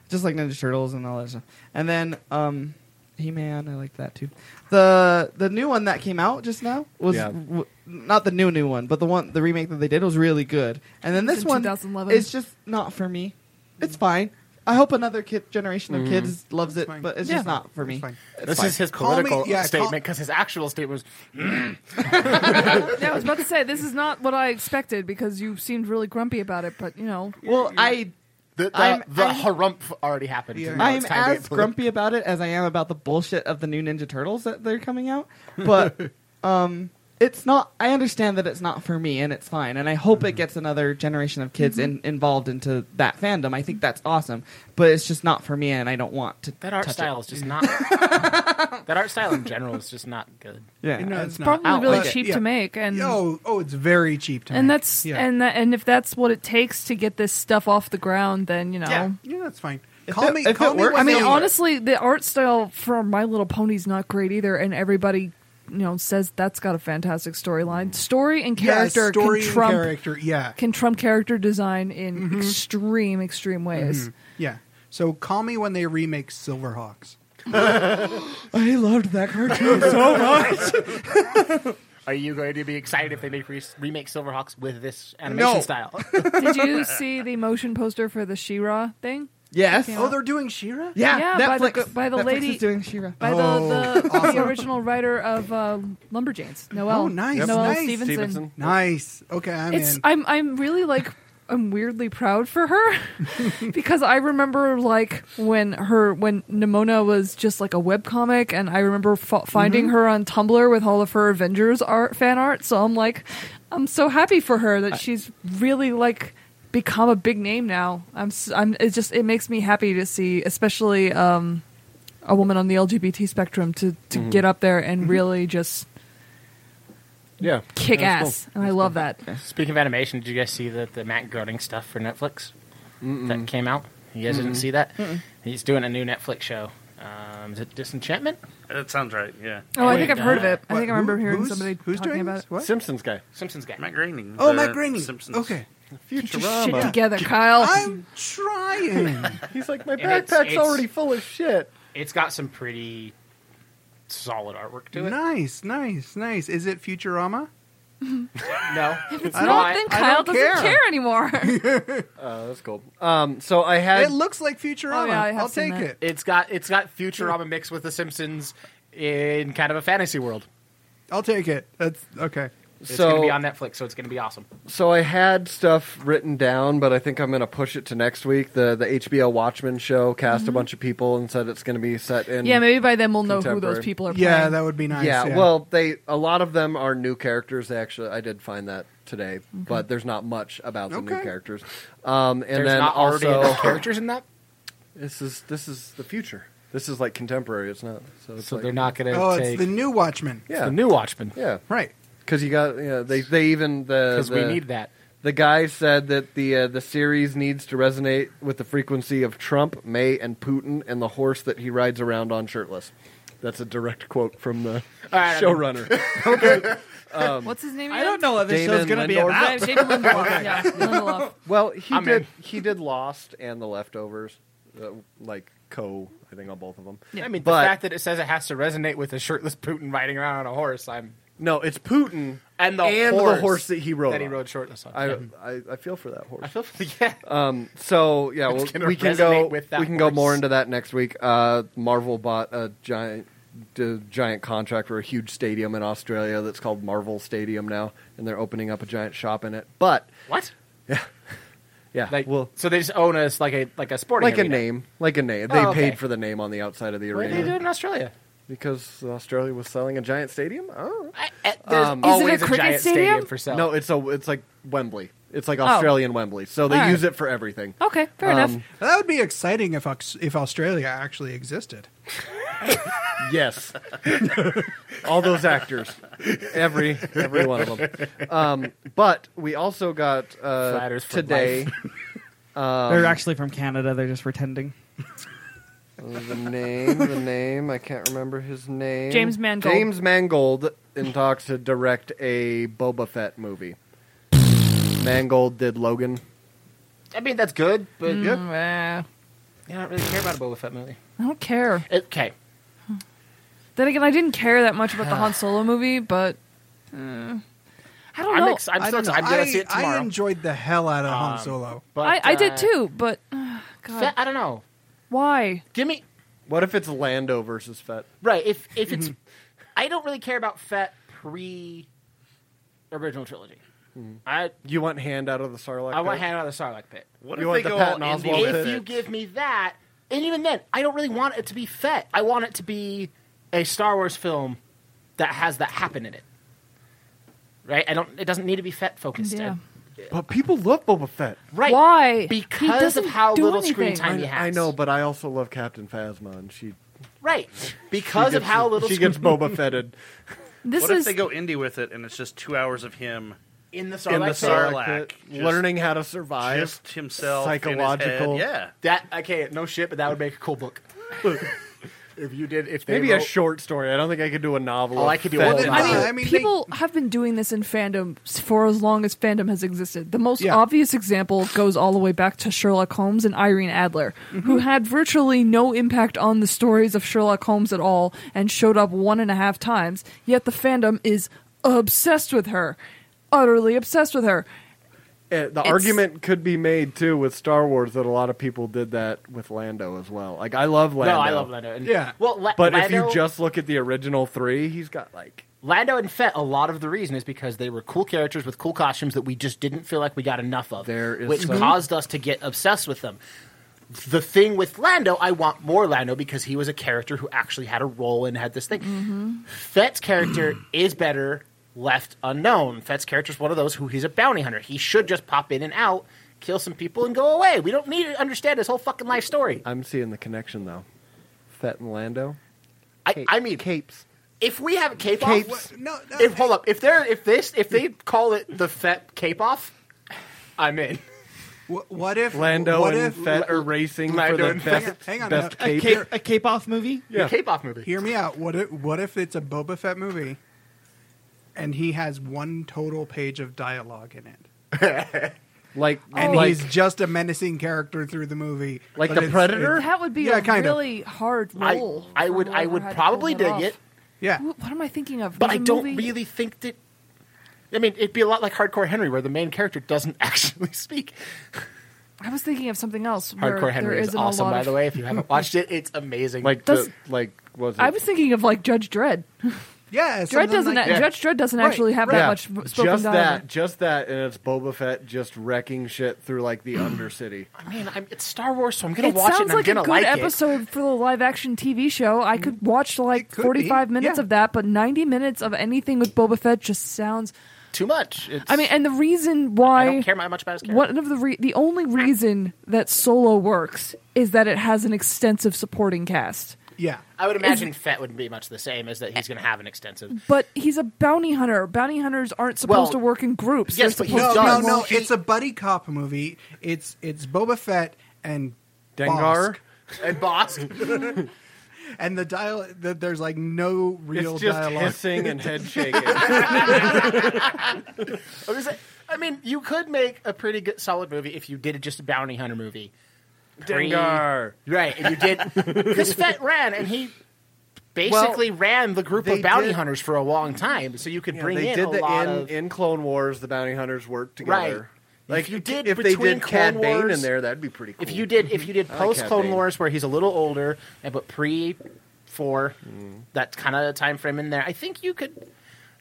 [SPEAKER 5] just like Ninja Turtles and all that stuff. And then um, He Man, I liked that too. the The new one that came out just now was
[SPEAKER 1] Yeah.
[SPEAKER 5] w- not the new new one, but the one the remake that they did was really good. And then this
[SPEAKER 7] In
[SPEAKER 5] one,
[SPEAKER 7] 2011.
[SPEAKER 5] it's just not for me. It's fine. I hope another kid generation of kids loves it,
[SPEAKER 8] fine.
[SPEAKER 5] but Mm-hmm. it's
[SPEAKER 8] Yeah.
[SPEAKER 5] just not for me.
[SPEAKER 8] It's fine.
[SPEAKER 6] this is his
[SPEAKER 8] Call me-
[SPEAKER 6] political
[SPEAKER 8] yeah, call-
[SPEAKER 6] statement because his actual statement was "Mm,
[SPEAKER 7] Yeah, I was about to say this is not what I expected because you seemed really grumpy about it, but you know,
[SPEAKER 5] Well, I
[SPEAKER 6] the the,
[SPEAKER 5] I'm-
[SPEAKER 6] the
[SPEAKER 5] I'm-
[SPEAKER 6] harumph already happened.
[SPEAKER 8] Yeah.
[SPEAKER 6] and now
[SPEAKER 5] I'm
[SPEAKER 6] it's time to get
[SPEAKER 5] as
[SPEAKER 6] political.
[SPEAKER 5] grumpy about it as I am about the bullshit of the new Ninja Turtles that they're coming out, but um, it's not. I understand that it's not for me, and it's fine. And I hope it gets another generation of kids in, involved into that fandom. I think that's awesome, but it's just not for me, and I don't want to.
[SPEAKER 6] That art
[SPEAKER 5] touch
[SPEAKER 6] style
[SPEAKER 5] It.
[SPEAKER 6] is just not. that art style in general is just not good.
[SPEAKER 5] Yeah,
[SPEAKER 8] No,
[SPEAKER 5] it's-
[SPEAKER 8] it's not.
[SPEAKER 7] probably really
[SPEAKER 5] like it.
[SPEAKER 7] cheap
[SPEAKER 8] Yeah.
[SPEAKER 7] to make, and
[SPEAKER 8] Oh, oh, it's very cheap to
[SPEAKER 7] and
[SPEAKER 8] make.
[SPEAKER 7] that's
[SPEAKER 8] yeah.
[SPEAKER 7] and that, and if that's what it takes to get this stuff off the ground, then you know.
[SPEAKER 5] Yeah.
[SPEAKER 8] yeah, that's fine. call
[SPEAKER 5] it-
[SPEAKER 8] me.
[SPEAKER 5] if
[SPEAKER 8] call
[SPEAKER 5] it
[SPEAKER 8] me.
[SPEAKER 5] works,
[SPEAKER 8] when
[SPEAKER 7] I mean,
[SPEAKER 8] they-
[SPEAKER 7] honestly, the art style for My Little Pony's not great either, and everybody you know says that's got a fantastic storyline. Story and character
[SPEAKER 10] yeah, story
[SPEAKER 7] can
[SPEAKER 10] and
[SPEAKER 7] trump
[SPEAKER 10] character. Yeah,
[SPEAKER 7] can trump character design in
[SPEAKER 5] Mm-hmm.
[SPEAKER 7] extreme extreme
[SPEAKER 8] Mm-hmm.
[SPEAKER 7] ways.
[SPEAKER 10] yeah. So call me when they remake Silverhawks.
[SPEAKER 5] I loved that cartoon so much.
[SPEAKER 6] Are you going to be excited if they make re- remake Silverhawks with this animation
[SPEAKER 10] No.
[SPEAKER 6] style?
[SPEAKER 7] Did you see the motion poster for the Shira thing?
[SPEAKER 5] Yes.
[SPEAKER 7] Yeah.
[SPEAKER 10] Oh, they're doing Shira.
[SPEAKER 5] yeah,
[SPEAKER 7] Yeah, by the-
[SPEAKER 5] Netflix.
[SPEAKER 7] by the
[SPEAKER 5] Netflix
[SPEAKER 7] lady-
[SPEAKER 5] is doing Shira.
[SPEAKER 7] By
[SPEAKER 10] Oh,
[SPEAKER 7] the the, the original writer of uh, Lumberjanes, Noel.
[SPEAKER 10] Oh, nice,
[SPEAKER 7] Noel
[SPEAKER 10] nice.
[SPEAKER 7] Stevenson.
[SPEAKER 1] Stevenson.
[SPEAKER 10] Nice. Okay, I'm
[SPEAKER 7] It's
[SPEAKER 10] in.
[SPEAKER 7] I'm I'm really like I'm weirdly proud for her because I remember like when her when Nimona was just like a webcomic and I remember f- finding
[SPEAKER 1] Mm-hmm.
[SPEAKER 7] her on Tumblr with all of her Avengers art fan art so I'm like I'm so happy for her that she's really like become a big name now. I'm s- I'm it just it makes me happy to see especially um a woman on the LGBT spectrum to to
[SPEAKER 1] Mm-hmm.
[SPEAKER 7] get up there and really just
[SPEAKER 1] Yeah.
[SPEAKER 7] kick
[SPEAKER 1] That's cool.
[SPEAKER 7] ass and I love that.
[SPEAKER 6] Speaking of animation, did you guys see the, the Matt Groening stuff for Netflix that came out? You guys didn't see that? He's doing a new Netflix show. Um, is it Disenchantment?
[SPEAKER 9] That sounds right. Yeah.
[SPEAKER 7] Oh, I think
[SPEAKER 6] Wait,
[SPEAKER 7] I've heard of
[SPEAKER 6] uh,
[SPEAKER 7] it. I
[SPEAKER 10] What,
[SPEAKER 7] think I remember
[SPEAKER 10] who-
[SPEAKER 7] hearing
[SPEAKER 10] who's-
[SPEAKER 7] somebody
[SPEAKER 10] who's
[SPEAKER 7] talking
[SPEAKER 10] doing
[SPEAKER 7] about
[SPEAKER 10] this?
[SPEAKER 7] it.
[SPEAKER 10] What?
[SPEAKER 1] Simpsons guy.
[SPEAKER 6] Simpsons guy.
[SPEAKER 9] Matt Groening.
[SPEAKER 10] oh,
[SPEAKER 9] the
[SPEAKER 10] Matt Groening.
[SPEAKER 9] Simpsons.
[SPEAKER 10] Okay,
[SPEAKER 7] Get your shit
[SPEAKER 1] Futurama.
[SPEAKER 7] together, Kyle.
[SPEAKER 10] I'm trying.
[SPEAKER 1] He's like, my
[SPEAKER 6] it's-
[SPEAKER 1] backpack's
[SPEAKER 6] it's-
[SPEAKER 1] already full of shit.
[SPEAKER 6] It's got some pretty solid artwork to it.
[SPEAKER 10] nice, nice, nice. Is it Futurama?
[SPEAKER 6] No.
[SPEAKER 7] it's
[SPEAKER 6] I
[SPEAKER 7] not.
[SPEAKER 6] don't-
[SPEAKER 7] Then
[SPEAKER 10] I
[SPEAKER 7] Kyle doesn't
[SPEAKER 10] don't
[SPEAKER 7] care,
[SPEAKER 10] care.
[SPEAKER 7] anymore.
[SPEAKER 6] Oh,
[SPEAKER 1] Uh, that's cool. Um, so I had.
[SPEAKER 10] it looks like Futurama.
[SPEAKER 7] Oh, yeah, I have
[SPEAKER 10] I'll
[SPEAKER 7] seen
[SPEAKER 10] take
[SPEAKER 7] that.
[SPEAKER 10] it.
[SPEAKER 6] It's got it's got Futurama mixed with The Simpsons in kind of a fantasy world.
[SPEAKER 10] I'll take it. That's okay.
[SPEAKER 6] It's
[SPEAKER 1] so
[SPEAKER 6] going to be on Netflix, so it's going to be awesome.
[SPEAKER 1] so I had stuff written down, but I think I'm going to push it to next week. The the HBO Watchmen show cast a bunch of people and said it's going to be set in.
[SPEAKER 7] Mm-hmm. yeah, maybe by then we'll know who those
[SPEAKER 1] Contemporary.
[SPEAKER 7] people are.
[SPEAKER 10] Yeah,
[SPEAKER 7] playing.
[SPEAKER 10] that would be nice.
[SPEAKER 1] yeah, well, they a lot of them are new characters. Actually, I did find that today, but there's not much about the new
[SPEAKER 10] Okay.
[SPEAKER 1] characters. Um, and
[SPEAKER 6] There's
[SPEAKER 1] then
[SPEAKER 6] not already
[SPEAKER 1] also,
[SPEAKER 6] enough characters in that,
[SPEAKER 1] this is this is the future. This is like contemporary. It's not. So, it's
[SPEAKER 6] so
[SPEAKER 1] like,
[SPEAKER 6] they're not going to
[SPEAKER 10] Oh,
[SPEAKER 6] take
[SPEAKER 10] it's the new Watchmen.
[SPEAKER 1] Yeah,
[SPEAKER 6] the new Watchmen
[SPEAKER 1] yeah,
[SPEAKER 10] Right.
[SPEAKER 1] because you got. Yeah, they they even the
[SPEAKER 6] because we
[SPEAKER 1] the-
[SPEAKER 6] need that.
[SPEAKER 1] The guy said that the uh, the series needs to resonate with the frequency of Trump, May, and Putin, and the horse that he rides around on shirtless. That's a direct quote from the
[SPEAKER 6] All right, I mean-
[SPEAKER 1] showrunner. Um,
[SPEAKER 7] What's his name?
[SPEAKER 5] I don't know what this
[SPEAKER 1] Damon
[SPEAKER 5] show's going to be
[SPEAKER 1] Lindelof.
[SPEAKER 5] about.
[SPEAKER 7] Yeah, David Lindelof. Yeah, Lindelof.
[SPEAKER 1] well, he
[SPEAKER 6] I'm
[SPEAKER 1] did
[SPEAKER 6] in.
[SPEAKER 1] he did Lost and The Leftovers, uh, like co I think on both of them.
[SPEAKER 6] I mean,
[SPEAKER 1] But-
[SPEAKER 6] the fact that it says it has to resonate with a shirtless Putin riding around on a horse, I'm
[SPEAKER 1] No, it's Putin
[SPEAKER 6] and the
[SPEAKER 1] and
[SPEAKER 6] horse,
[SPEAKER 1] the horse that he rode.
[SPEAKER 6] that he
[SPEAKER 1] on.
[SPEAKER 6] rode shirtless on.
[SPEAKER 1] I,
[SPEAKER 6] yeah.
[SPEAKER 1] I I feel for that horse.
[SPEAKER 6] I feel yeah.
[SPEAKER 1] Um, so yeah, well,
[SPEAKER 6] gonna
[SPEAKER 1] we can
[SPEAKER 6] resonate
[SPEAKER 1] go.
[SPEAKER 6] with that
[SPEAKER 1] we can go
[SPEAKER 6] horse.
[SPEAKER 1] more into that next week. Uh, Marvel bought a giant, d- giant contract for a huge stadium in Australia that's called Marvel Stadium now, and they're opening up a giant shop in it. But
[SPEAKER 6] what?
[SPEAKER 1] yeah,
[SPEAKER 6] Like,
[SPEAKER 1] well,
[SPEAKER 6] so they just own us like a like a sporting
[SPEAKER 1] like a
[SPEAKER 6] arena.
[SPEAKER 1] name, like a name. They
[SPEAKER 6] Oh, okay.
[SPEAKER 1] paid for the name on the outside of the
[SPEAKER 6] What do they do
[SPEAKER 1] arena
[SPEAKER 6] in Australia?
[SPEAKER 1] because Australia was selling a giant stadium. Oh.
[SPEAKER 6] I, I, there's
[SPEAKER 1] Um, Is it a
[SPEAKER 6] always
[SPEAKER 7] cricket
[SPEAKER 6] giant
[SPEAKER 7] stadium?
[SPEAKER 6] for sale.
[SPEAKER 1] No, it's a it's like Wembley. It's like Australian Wembley. So they
[SPEAKER 7] All right.
[SPEAKER 1] use it for everything.
[SPEAKER 7] Okay, fair enough.
[SPEAKER 1] Um,
[SPEAKER 10] That would be exciting if Aux- if Australia actually existed.
[SPEAKER 1] Yes. All those actors. Every every one of them. Um, but we also got
[SPEAKER 6] Flat
[SPEAKER 1] uh,
[SPEAKER 6] Earth for
[SPEAKER 1] today um,
[SPEAKER 5] They're actually from Canada. They're just pretending.
[SPEAKER 1] the name, the name, I can't remember his name.
[SPEAKER 7] James Mangold.
[SPEAKER 1] James Mangold in talks to direct a Boba Fett movie. Mangold did Logan.
[SPEAKER 6] I mean that's good, but
[SPEAKER 7] Mm, eh,
[SPEAKER 6] you don't really care about a Boba Fett movie.
[SPEAKER 7] I don't care.
[SPEAKER 6] Okay,
[SPEAKER 7] Then again, I didn't care that much about the Han Solo movie, but uh, I don't
[SPEAKER 6] I'm,
[SPEAKER 7] know.
[SPEAKER 6] ex- I'm
[SPEAKER 10] I
[SPEAKER 6] still
[SPEAKER 10] don't know.
[SPEAKER 6] excited. I'm gonna
[SPEAKER 10] I-
[SPEAKER 6] see it tomorrow.
[SPEAKER 10] I enjoyed the hell out of Han
[SPEAKER 6] Um,
[SPEAKER 10] Solo.
[SPEAKER 6] but,
[SPEAKER 7] I, I
[SPEAKER 6] uh,
[SPEAKER 7] did too, but uh, God,
[SPEAKER 6] Fett, I don't know.
[SPEAKER 7] why?
[SPEAKER 6] Give me
[SPEAKER 1] What if it's Lando versus Fett?
[SPEAKER 6] Right. If if it's,
[SPEAKER 9] Mm-hmm.
[SPEAKER 6] I don't really care about Fett pre original trilogy. I
[SPEAKER 1] You want hand out of the Sarlacc?
[SPEAKER 6] I want
[SPEAKER 1] pit?
[SPEAKER 6] hand out of the Sarlacc pit.
[SPEAKER 9] What
[SPEAKER 1] You
[SPEAKER 9] if they
[SPEAKER 1] want the
[SPEAKER 9] go
[SPEAKER 1] Patton
[SPEAKER 9] all
[SPEAKER 1] Oswalt
[SPEAKER 9] Indian
[SPEAKER 1] pit?
[SPEAKER 9] with
[SPEAKER 6] if you
[SPEAKER 9] it?
[SPEAKER 6] give me that, and even then, I don't really want it to be Fett. I want it to be a Star Wars film that has that happen in it. Right. I don't. It doesn't need to be Fett focused.
[SPEAKER 7] Yeah.
[SPEAKER 1] But people love Boba Fett.
[SPEAKER 6] Right.
[SPEAKER 7] Why? He
[SPEAKER 6] Because
[SPEAKER 7] doesn't
[SPEAKER 6] of how
[SPEAKER 7] do
[SPEAKER 6] little
[SPEAKER 7] anything.
[SPEAKER 6] screen time
[SPEAKER 1] I,
[SPEAKER 6] he has.
[SPEAKER 1] I know, but I also love Captain Phasma, and she
[SPEAKER 6] Right. Because
[SPEAKER 1] she
[SPEAKER 6] of
[SPEAKER 1] gets-
[SPEAKER 6] how little
[SPEAKER 1] she
[SPEAKER 6] screen
[SPEAKER 1] gets Boba Fetted.
[SPEAKER 7] This
[SPEAKER 9] What
[SPEAKER 7] is
[SPEAKER 9] if they go indie with it and it's just two hours of him
[SPEAKER 6] in the Sarlacc.
[SPEAKER 9] in the
[SPEAKER 6] pit.
[SPEAKER 9] Sarlacc,
[SPEAKER 1] Pit,
[SPEAKER 9] just-
[SPEAKER 1] learning how to survive.
[SPEAKER 9] just himself, in his head.
[SPEAKER 1] psychological-
[SPEAKER 9] Yeah,
[SPEAKER 6] That okay, no shit, but that would make a cool book. If you did, if they
[SPEAKER 1] Maybe
[SPEAKER 6] wrote-
[SPEAKER 1] a short story. I don't think I could do a novel.
[SPEAKER 6] Oh,
[SPEAKER 1] of
[SPEAKER 6] I could do a
[SPEAKER 1] that.
[SPEAKER 6] whole novel.
[SPEAKER 7] I mean,
[SPEAKER 6] I
[SPEAKER 7] people have been doing this in fandom s- for as long as fandom has existed. The most
[SPEAKER 10] Yeah.
[SPEAKER 7] obvious example goes all the way back to Sherlock Holmes and Irene Adler, who had virtually no impact on the stories of Sherlock Holmes at all and showed up one and a half times, yet the fandom is obsessed with her. Utterly obsessed with her.
[SPEAKER 1] Uh, the
[SPEAKER 7] It's-
[SPEAKER 1] argument could be made too with Star Wars that a lot of people did that with Lando as well. Like I love Lando.
[SPEAKER 6] No, I love Lando. And,
[SPEAKER 1] Yeah.
[SPEAKER 6] Well, La-
[SPEAKER 1] but if
[SPEAKER 6] Lando,
[SPEAKER 1] you just look at the original three, he's got like
[SPEAKER 6] Lando and Fett, a lot of the reason is because they were cool characters with cool costumes that we just didn't feel like we got enough of,
[SPEAKER 1] There is
[SPEAKER 6] which
[SPEAKER 1] some-
[SPEAKER 6] caused us to get obsessed with them. The thing with Lando, I want more Lando because he was a character who actually had a role and had this thing.
[SPEAKER 1] Mm-hmm.
[SPEAKER 6] Fett's character is better left unknown. Fett's character is one of those who he's a bounty hunter. He should just pop in and out, kill some people, and go away. We don't need to understand his whole fucking life story.
[SPEAKER 1] I'm seeing the connection though. Fett and Lando.
[SPEAKER 6] I, I mean,
[SPEAKER 1] capes.
[SPEAKER 6] if we have a cape
[SPEAKER 1] Capes.
[SPEAKER 6] off, wh- if hold up, if they're if this if they call it the Fett cape off, I'm in.
[SPEAKER 10] What, what if
[SPEAKER 1] Lando
[SPEAKER 10] what
[SPEAKER 1] and
[SPEAKER 10] if,
[SPEAKER 1] Fett are racing
[SPEAKER 6] Lando
[SPEAKER 1] for the
[SPEAKER 6] and
[SPEAKER 1] best,
[SPEAKER 10] Fett. Hang on,
[SPEAKER 1] best
[SPEAKER 10] hang
[SPEAKER 5] a
[SPEAKER 1] cape.
[SPEAKER 5] cape, a cape off movie.
[SPEAKER 1] Yeah.
[SPEAKER 6] The cape off movie.
[SPEAKER 10] Hear me out. What if, what if it's a Boba Fett movie, and he has one total page of dialogue in it,
[SPEAKER 1] Like
[SPEAKER 10] and
[SPEAKER 1] like,
[SPEAKER 10] he's just a menacing character through the movie,
[SPEAKER 1] like
[SPEAKER 10] but
[SPEAKER 1] the
[SPEAKER 10] it's-
[SPEAKER 1] Predator.
[SPEAKER 7] That would be
[SPEAKER 10] Yeah,
[SPEAKER 7] a
[SPEAKER 10] kind of.
[SPEAKER 7] really hard
[SPEAKER 6] I,
[SPEAKER 7] role.
[SPEAKER 6] I
[SPEAKER 7] for
[SPEAKER 6] would I
[SPEAKER 7] whoever
[SPEAKER 6] would
[SPEAKER 7] had to pull
[SPEAKER 6] probably
[SPEAKER 7] that
[SPEAKER 6] dig
[SPEAKER 7] off.
[SPEAKER 6] it,
[SPEAKER 10] Yeah,
[SPEAKER 7] Wh- What am I thinking of?
[SPEAKER 6] but
[SPEAKER 7] There's
[SPEAKER 6] I
[SPEAKER 7] a
[SPEAKER 6] don't
[SPEAKER 7] movie-
[SPEAKER 6] really think that. I mean, it'd be a lot like Hardcore Henry, where the main character doesn't actually speak.
[SPEAKER 7] I was thinking of something else. where
[SPEAKER 6] Hardcore Henry
[SPEAKER 7] there
[SPEAKER 6] is
[SPEAKER 7] isn't a
[SPEAKER 6] awesome,
[SPEAKER 7] lot
[SPEAKER 6] by
[SPEAKER 7] of-
[SPEAKER 6] the way. If you haven't watched it, it's amazing.
[SPEAKER 1] Like
[SPEAKER 7] Does-
[SPEAKER 1] the, like was it?
[SPEAKER 7] I was thinking of like Judge Dredd.
[SPEAKER 10] yeah.
[SPEAKER 7] Dredd
[SPEAKER 10] something
[SPEAKER 7] doesn't.
[SPEAKER 10] like,
[SPEAKER 6] that.
[SPEAKER 7] Judge Dredd doesn't
[SPEAKER 10] Right,
[SPEAKER 7] actually have that
[SPEAKER 1] Yeah.
[SPEAKER 7] much v- spoken dialogue.
[SPEAKER 1] just that, just that, and it's Boba Fett just wrecking shit through like the Undercity.
[SPEAKER 6] I mean, I'm, it's Star Wars, so I'm gonna
[SPEAKER 7] It
[SPEAKER 6] watch it
[SPEAKER 7] sounds
[SPEAKER 6] and I'm
[SPEAKER 7] like a
[SPEAKER 6] gonna
[SPEAKER 7] good
[SPEAKER 6] like
[SPEAKER 7] episode for the live action TV show. I could watch like
[SPEAKER 10] Mm-hmm. could be,
[SPEAKER 7] 45 minutes
[SPEAKER 10] yeah.
[SPEAKER 7] of that, but 90 minutes of anything with Boba Fett just sounds.
[SPEAKER 6] it too much. It's,
[SPEAKER 7] I mean, and the reason why
[SPEAKER 6] I don't care much about his character.
[SPEAKER 7] one of the re- the only reason that Solo works is that it has an extensive supporting cast.
[SPEAKER 10] yeah.
[SPEAKER 6] I would imagine Fett would be much the same, as that he's gonna have an extensive.
[SPEAKER 7] But he's a bounty hunter. Bounty hunters aren't supposed
[SPEAKER 6] Well,
[SPEAKER 7] to work in groups.
[SPEAKER 6] yes,
[SPEAKER 7] They're
[SPEAKER 6] but he
[SPEAKER 7] supposed
[SPEAKER 10] No,
[SPEAKER 7] to
[SPEAKER 10] no,
[SPEAKER 6] does.
[SPEAKER 7] be
[SPEAKER 10] no.
[SPEAKER 7] more-
[SPEAKER 6] He-
[SPEAKER 10] It's a buddy cop movie. It's it's Boba Fett and
[SPEAKER 1] Dengar.
[SPEAKER 10] Bosk.
[SPEAKER 6] and boss.
[SPEAKER 10] and the dial the, there's like no real
[SPEAKER 1] It's just
[SPEAKER 10] dialogue.
[SPEAKER 1] hissing and head shaking.
[SPEAKER 6] I, was like- I mean, you could make a pretty good, solid movie if you did just a bounty hunter movie, Pre-
[SPEAKER 1] Dengar.
[SPEAKER 6] right? And you did because Fett ran, and he basically ran the group
[SPEAKER 1] they
[SPEAKER 6] of bounty
[SPEAKER 1] did-
[SPEAKER 6] hunters for a long time. So you could
[SPEAKER 1] Yeah,
[SPEAKER 6] bring
[SPEAKER 1] they
[SPEAKER 6] in
[SPEAKER 1] did
[SPEAKER 6] a
[SPEAKER 1] the
[SPEAKER 6] lot
[SPEAKER 1] in,
[SPEAKER 6] of
[SPEAKER 1] in Clone Wars, the bounty hunters worked together.
[SPEAKER 6] Right.
[SPEAKER 1] Like
[SPEAKER 6] If you did
[SPEAKER 1] if they
[SPEAKER 6] between
[SPEAKER 1] did Cad
[SPEAKER 6] Clone
[SPEAKER 1] Bane in
[SPEAKER 6] Wars-
[SPEAKER 1] there, that'd be pretty cool.
[SPEAKER 6] if you did if you did
[SPEAKER 1] I like
[SPEAKER 6] post
[SPEAKER 1] Cad
[SPEAKER 6] Clone
[SPEAKER 1] Bane.
[SPEAKER 6] Wars where he's a little older, and but pre four,
[SPEAKER 1] Hmm.
[SPEAKER 6] that kind of time frame in there. I think you could.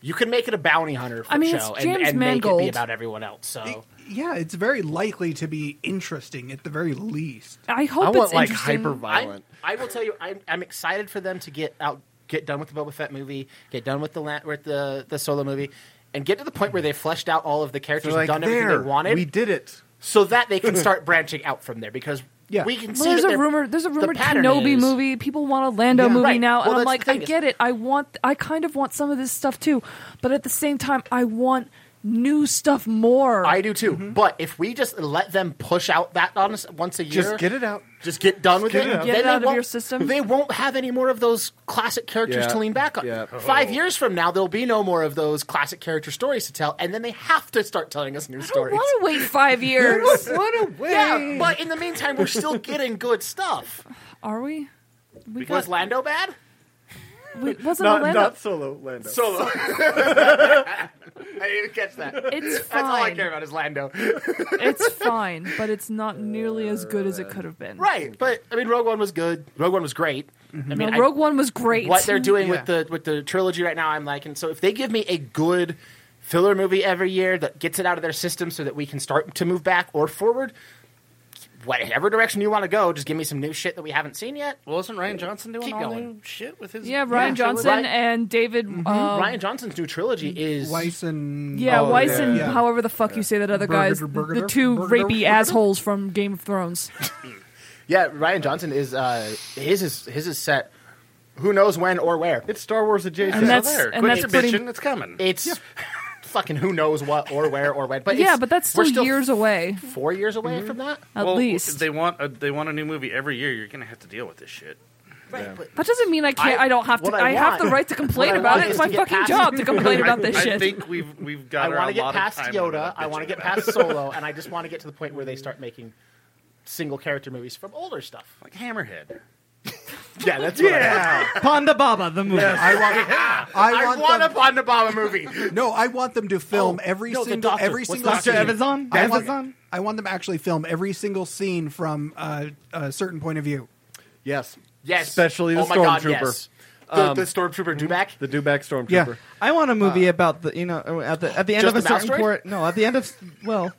[SPEAKER 6] You could make it a bounty hunter for
[SPEAKER 7] I mean, it's
[SPEAKER 6] show and,
[SPEAKER 7] James
[SPEAKER 6] and make it
[SPEAKER 7] Mangold.
[SPEAKER 6] be about everyone else. So
[SPEAKER 10] yeah, it's very likely to be interesting at the very least.
[SPEAKER 7] I hope
[SPEAKER 1] I
[SPEAKER 7] it's
[SPEAKER 1] want like
[SPEAKER 7] interesting.
[SPEAKER 1] hyper
[SPEAKER 6] I'm-
[SPEAKER 1] violent.
[SPEAKER 6] I will tell you, I'm, I'm excited for them to get out, get done with the Boba Fett movie, get done with the la- with the the solo movie, and get to the point where they fleshed out all of the characters, and done everything they wanted,
[SPEAKER 1] we did it.
[SPEAKER 6] so that they can start branching out from there. Because
[SPEAKER 10] Yeah.
[SPEAKER 6] we can see
[SPEAKER 7] Well, there's
[SPEAKER 6] that
[SPEAKER 7] a
[SPEAKER 6] they're-
[SPEAKER 7] rumor. There's a
[SPEAKER 6] the
[SPEAKER 7] rumored
[SPEAKER 6] pattern
[SPEAKER 7] Kenobi
[SPEAKER 6] is-
[SPEAKER 7] movie. People want a Lando movie
[SPEAKER 6] Right.
[SPEAKER 7] now,
[SPEAKER 6] Well,
[SPEAKER 7] and I'm
[SPEAKER 6] that's
[SPEAKER 7] like,
[SPEAKER 6] the
[SPEAKER 7] I
[SPEAKER 6] thing is-
[SPEAKER 7] get it. I want. I kind of want some of this stuff too, but at the same time, I want new stuff more.
[SPEAKER 6] I do too,
[SPEAKER 1] Mm-hmm.
[SPEAKER 6] but if we just let them push out that on us once a year,
[SPEAKER 1] Just get it out.
[SPEAKER 6] just get done with
[SPEAKER 1] Get
[SPEAKER 6] it.
[SPEAKER 1] it out.
[SPEAKER 7] Get
[SPEAKER 6] then
[SPEAKER 7] it
[SPEAKER 6] they
[SPEAKER 7] out of
[SPEAKER 6] won't-
[SPEAKER 7] your system.
[SPEAKER 6] They won't have any more of those classic characters
[SPEAKER 1] Yeah.
[SPEAKER 6] to lean back on.
[SPEAKER 1] Yeah.
[SPEAKER 6] Five years from now, there'll be no more of those classic character stories to tell, and then they have to start telling us new
[SPEAKER 7] I don't
[SPEAKER 6] stories.
[SPEAKER 7] want to wait five years.
[SPEAKER 1] What a way!
[SPEAKER 6] yeah, but in the meantime, we're still getting good stuff.
[SPEAKER 7] Are we? We
[SPEAKER 6] Was
[SPEAKER 7] got.
[SPEAKER 6] Lando bad?
[SPEAKER 7] we- wasn't
[SPEAKER 1] not,
[SPEAKER 7] Orlando?
[SPEAKER 1] not solo Lando.
[SPEAKER 6] Solo. I didn't catch that.
[SPEAKER 7] it's fine.
[SPEAKER 6] That's all I care about is Lando.
[SPEAKER 7] It's fine, but it's not nearly as good as it could have been.
[SPEAKER 6] right, but I mean, Rogue One was good. Rogue One was great. I mean,
[SPEAKER 7] Now,
[SPEAKER 6] I-
[SPEAKER 7] Mm-hmm. Rogue One was great.
[SPEAKER 6] what they're doing
[SPEAKER 10] Yeah.
[SPEAKER 6] with the with the trilogy right now, I'm like, and so if they give me a good filler movie every year that gets it out of their system so that we can start to move back or forward, whatever direction you want to go, just give me some new shit that we haven't seen yet.
[SPEAKER 9] Well, isn't Ryan Johnson doing
[SPEAKER 6] Keep
[SPEAKER 9] all
[SPEAKER 6] going.
[SPEAKER 9] new shit with his?
[SPEAKER 7] Yeah, Ryan
[SPEAKER 6] Yeah,
[SPEAKER 7] Johnson
[SPEAKER 6] Ryan-
[SPEAKER 7] and David. uh,
[SPEAKER 6] Ryan Johnson's new trilogy
[SPEAKER 9] Mm-hmm.
[SPEAKER 6] is
[SPEAKER 10] Weiss and
[SPEAKER 7] Yeah,
[SPEAKER 1] Oh,
[SPEAKER 7] Weiss
[SPEAKER 1] yeah.
[SPEAKER 7] and
[SPEAKER 10] Yeah.
[SPEAKER 7] however the fuck you say that other guy's the,
[SPEAKER 10] Burger-
[SPEAKER 7] the two
[SPEAKER 10] Burger-
[SPEAKER 7] rapey
[SPEAKER 10] Burger-
[SPEAKER 7] assholes from Game of Thrones.
[SPEAKER 6] yeah. Ryan Johnson is uh, his is his is set. Who knows when or where?
[SPEAKER 1] It's Star Wars adjacent.
[SPEAKER 7] And that's-
[SPEAKER 9] there.
[SPEAKER 7] and
[SPEAKER 9] Quit
[SPEAKER 7] that's
[SPEAKER 9] bitching.
[SPEAKER 7] pretty-
[SPEAKER 9] It's coming.
[SPEAKER 6] It's fucking who knows what or where or when. But
[SPEAKER 7] yeah,
[SPEAKER 6] it's-
[SPEAKER 7] but that's
[SPEAKER 6] we're
[SPEAKER 7] still, years away,
[SPEAKER 6] Four years away from that.
[SPEAKER 7] at
[SPEAKER 9] Mm-hmm. Well,
[SPEAKER 7] least.
[SPEAKER 9] they want a, they want a new movie every year. You're gonna have to deal with this shit.
[SPEAKER 1] Yeah.
[SPEAKER 7] That doesn't mean I can't. I, don't have to.
[SPEAKER 6] what
[SPEAKER 7] I,
[SPEAKER 6] I
[SPEAKER 7] have the
[SPEAKER 6] want-
[SPEAKER 7] right to complain
[SPEAKER 6] what I
[SPEAKER 7] about
[SPEAKER 6] want
[SPEAKER 7] it. It's
[SPEAKER 6] is
[SPEAKER 7] my
[SPEAKER 6] to get
[SPEAKER 7] fucking
[SPEAKER 6] past-
[SPEAKER 7] job to complain about
[SPEAKER 9] I-
[SPEAKER 7] this
[SPEAKER 9] I
[SPEAKER 7] shit.
[SPEAKER 9] think we've we've got
[SPEAKER 6] I
[SPEAKER 9] our
[SPEAKER 6] want to
[SPEAKER 9] lot of
[SPEAKER 6] get past
[SPEAKER 9] time
[SPEAKER 6] Yoda.
[SPEAKER 9] without
[SPEAKER 6] I want to get
[SPEAKER 9] bitching
[SPEAKER 6] past Solo, and I just want to get to the point where they start making single character movies from older stuff.
[SPEAKER 9] about it. Hammerhead.
[SPEAKER 6] Yeah, that's what yeah.
[SPEAKER 5] Ponda Baba, the movie.
[SPEAKER 10] I want. I
[SPEAKER 6] I
[SPEAKER 10] want.
[SPEAKER 6] want,
[SPEAKER 10] them,
[SPEAKER 6] a Ponda Baba movie.
[SPEAKER 10] no, I want them to film every
[SPEAKER 6] no, the
[SPEAKER 10] single
[SPEAKER 6] doctor.
[SPEAKER 10] every
[SPEAKER 6] What's
[SPEAKER 10] single
[SPEAKER 5] Dr.
[SPEAKER 10] scene.
[SPEAKER 5] Evans on?
[SPEAKER 10] I want,
[SPEAKER 5] Evans on?
[SPEAKER 10] I want them to actually film every single scene from uh, a certain point of view.
[SPEAKER 1] Yes.
[SPEAKER 6] Yes,
[SPEAKER 1] Especially the
[SPEAKER 6] oh my God,
[SPEAKER 1] stormtrooper. Um,
[SPEAKER 6] yes.
[SPEAKER 10] Um,
[SPEAKER 6] The, the stormtrooper Dubak.
[SPEAKER 1] The Dubak Stormtrooper.
[SPEAKER 10] Yeah.
[SPEAKER 5] I want a movie about the you know uh, at the at the end of
[SPEAKER 6] Just
[SPEAKER 5] a
[SPEAKER 6] the mouse
[SPEAKER 5] certain
[SPEAKER 6] droid?
[SPEAKER 5] point. No, at the end of well,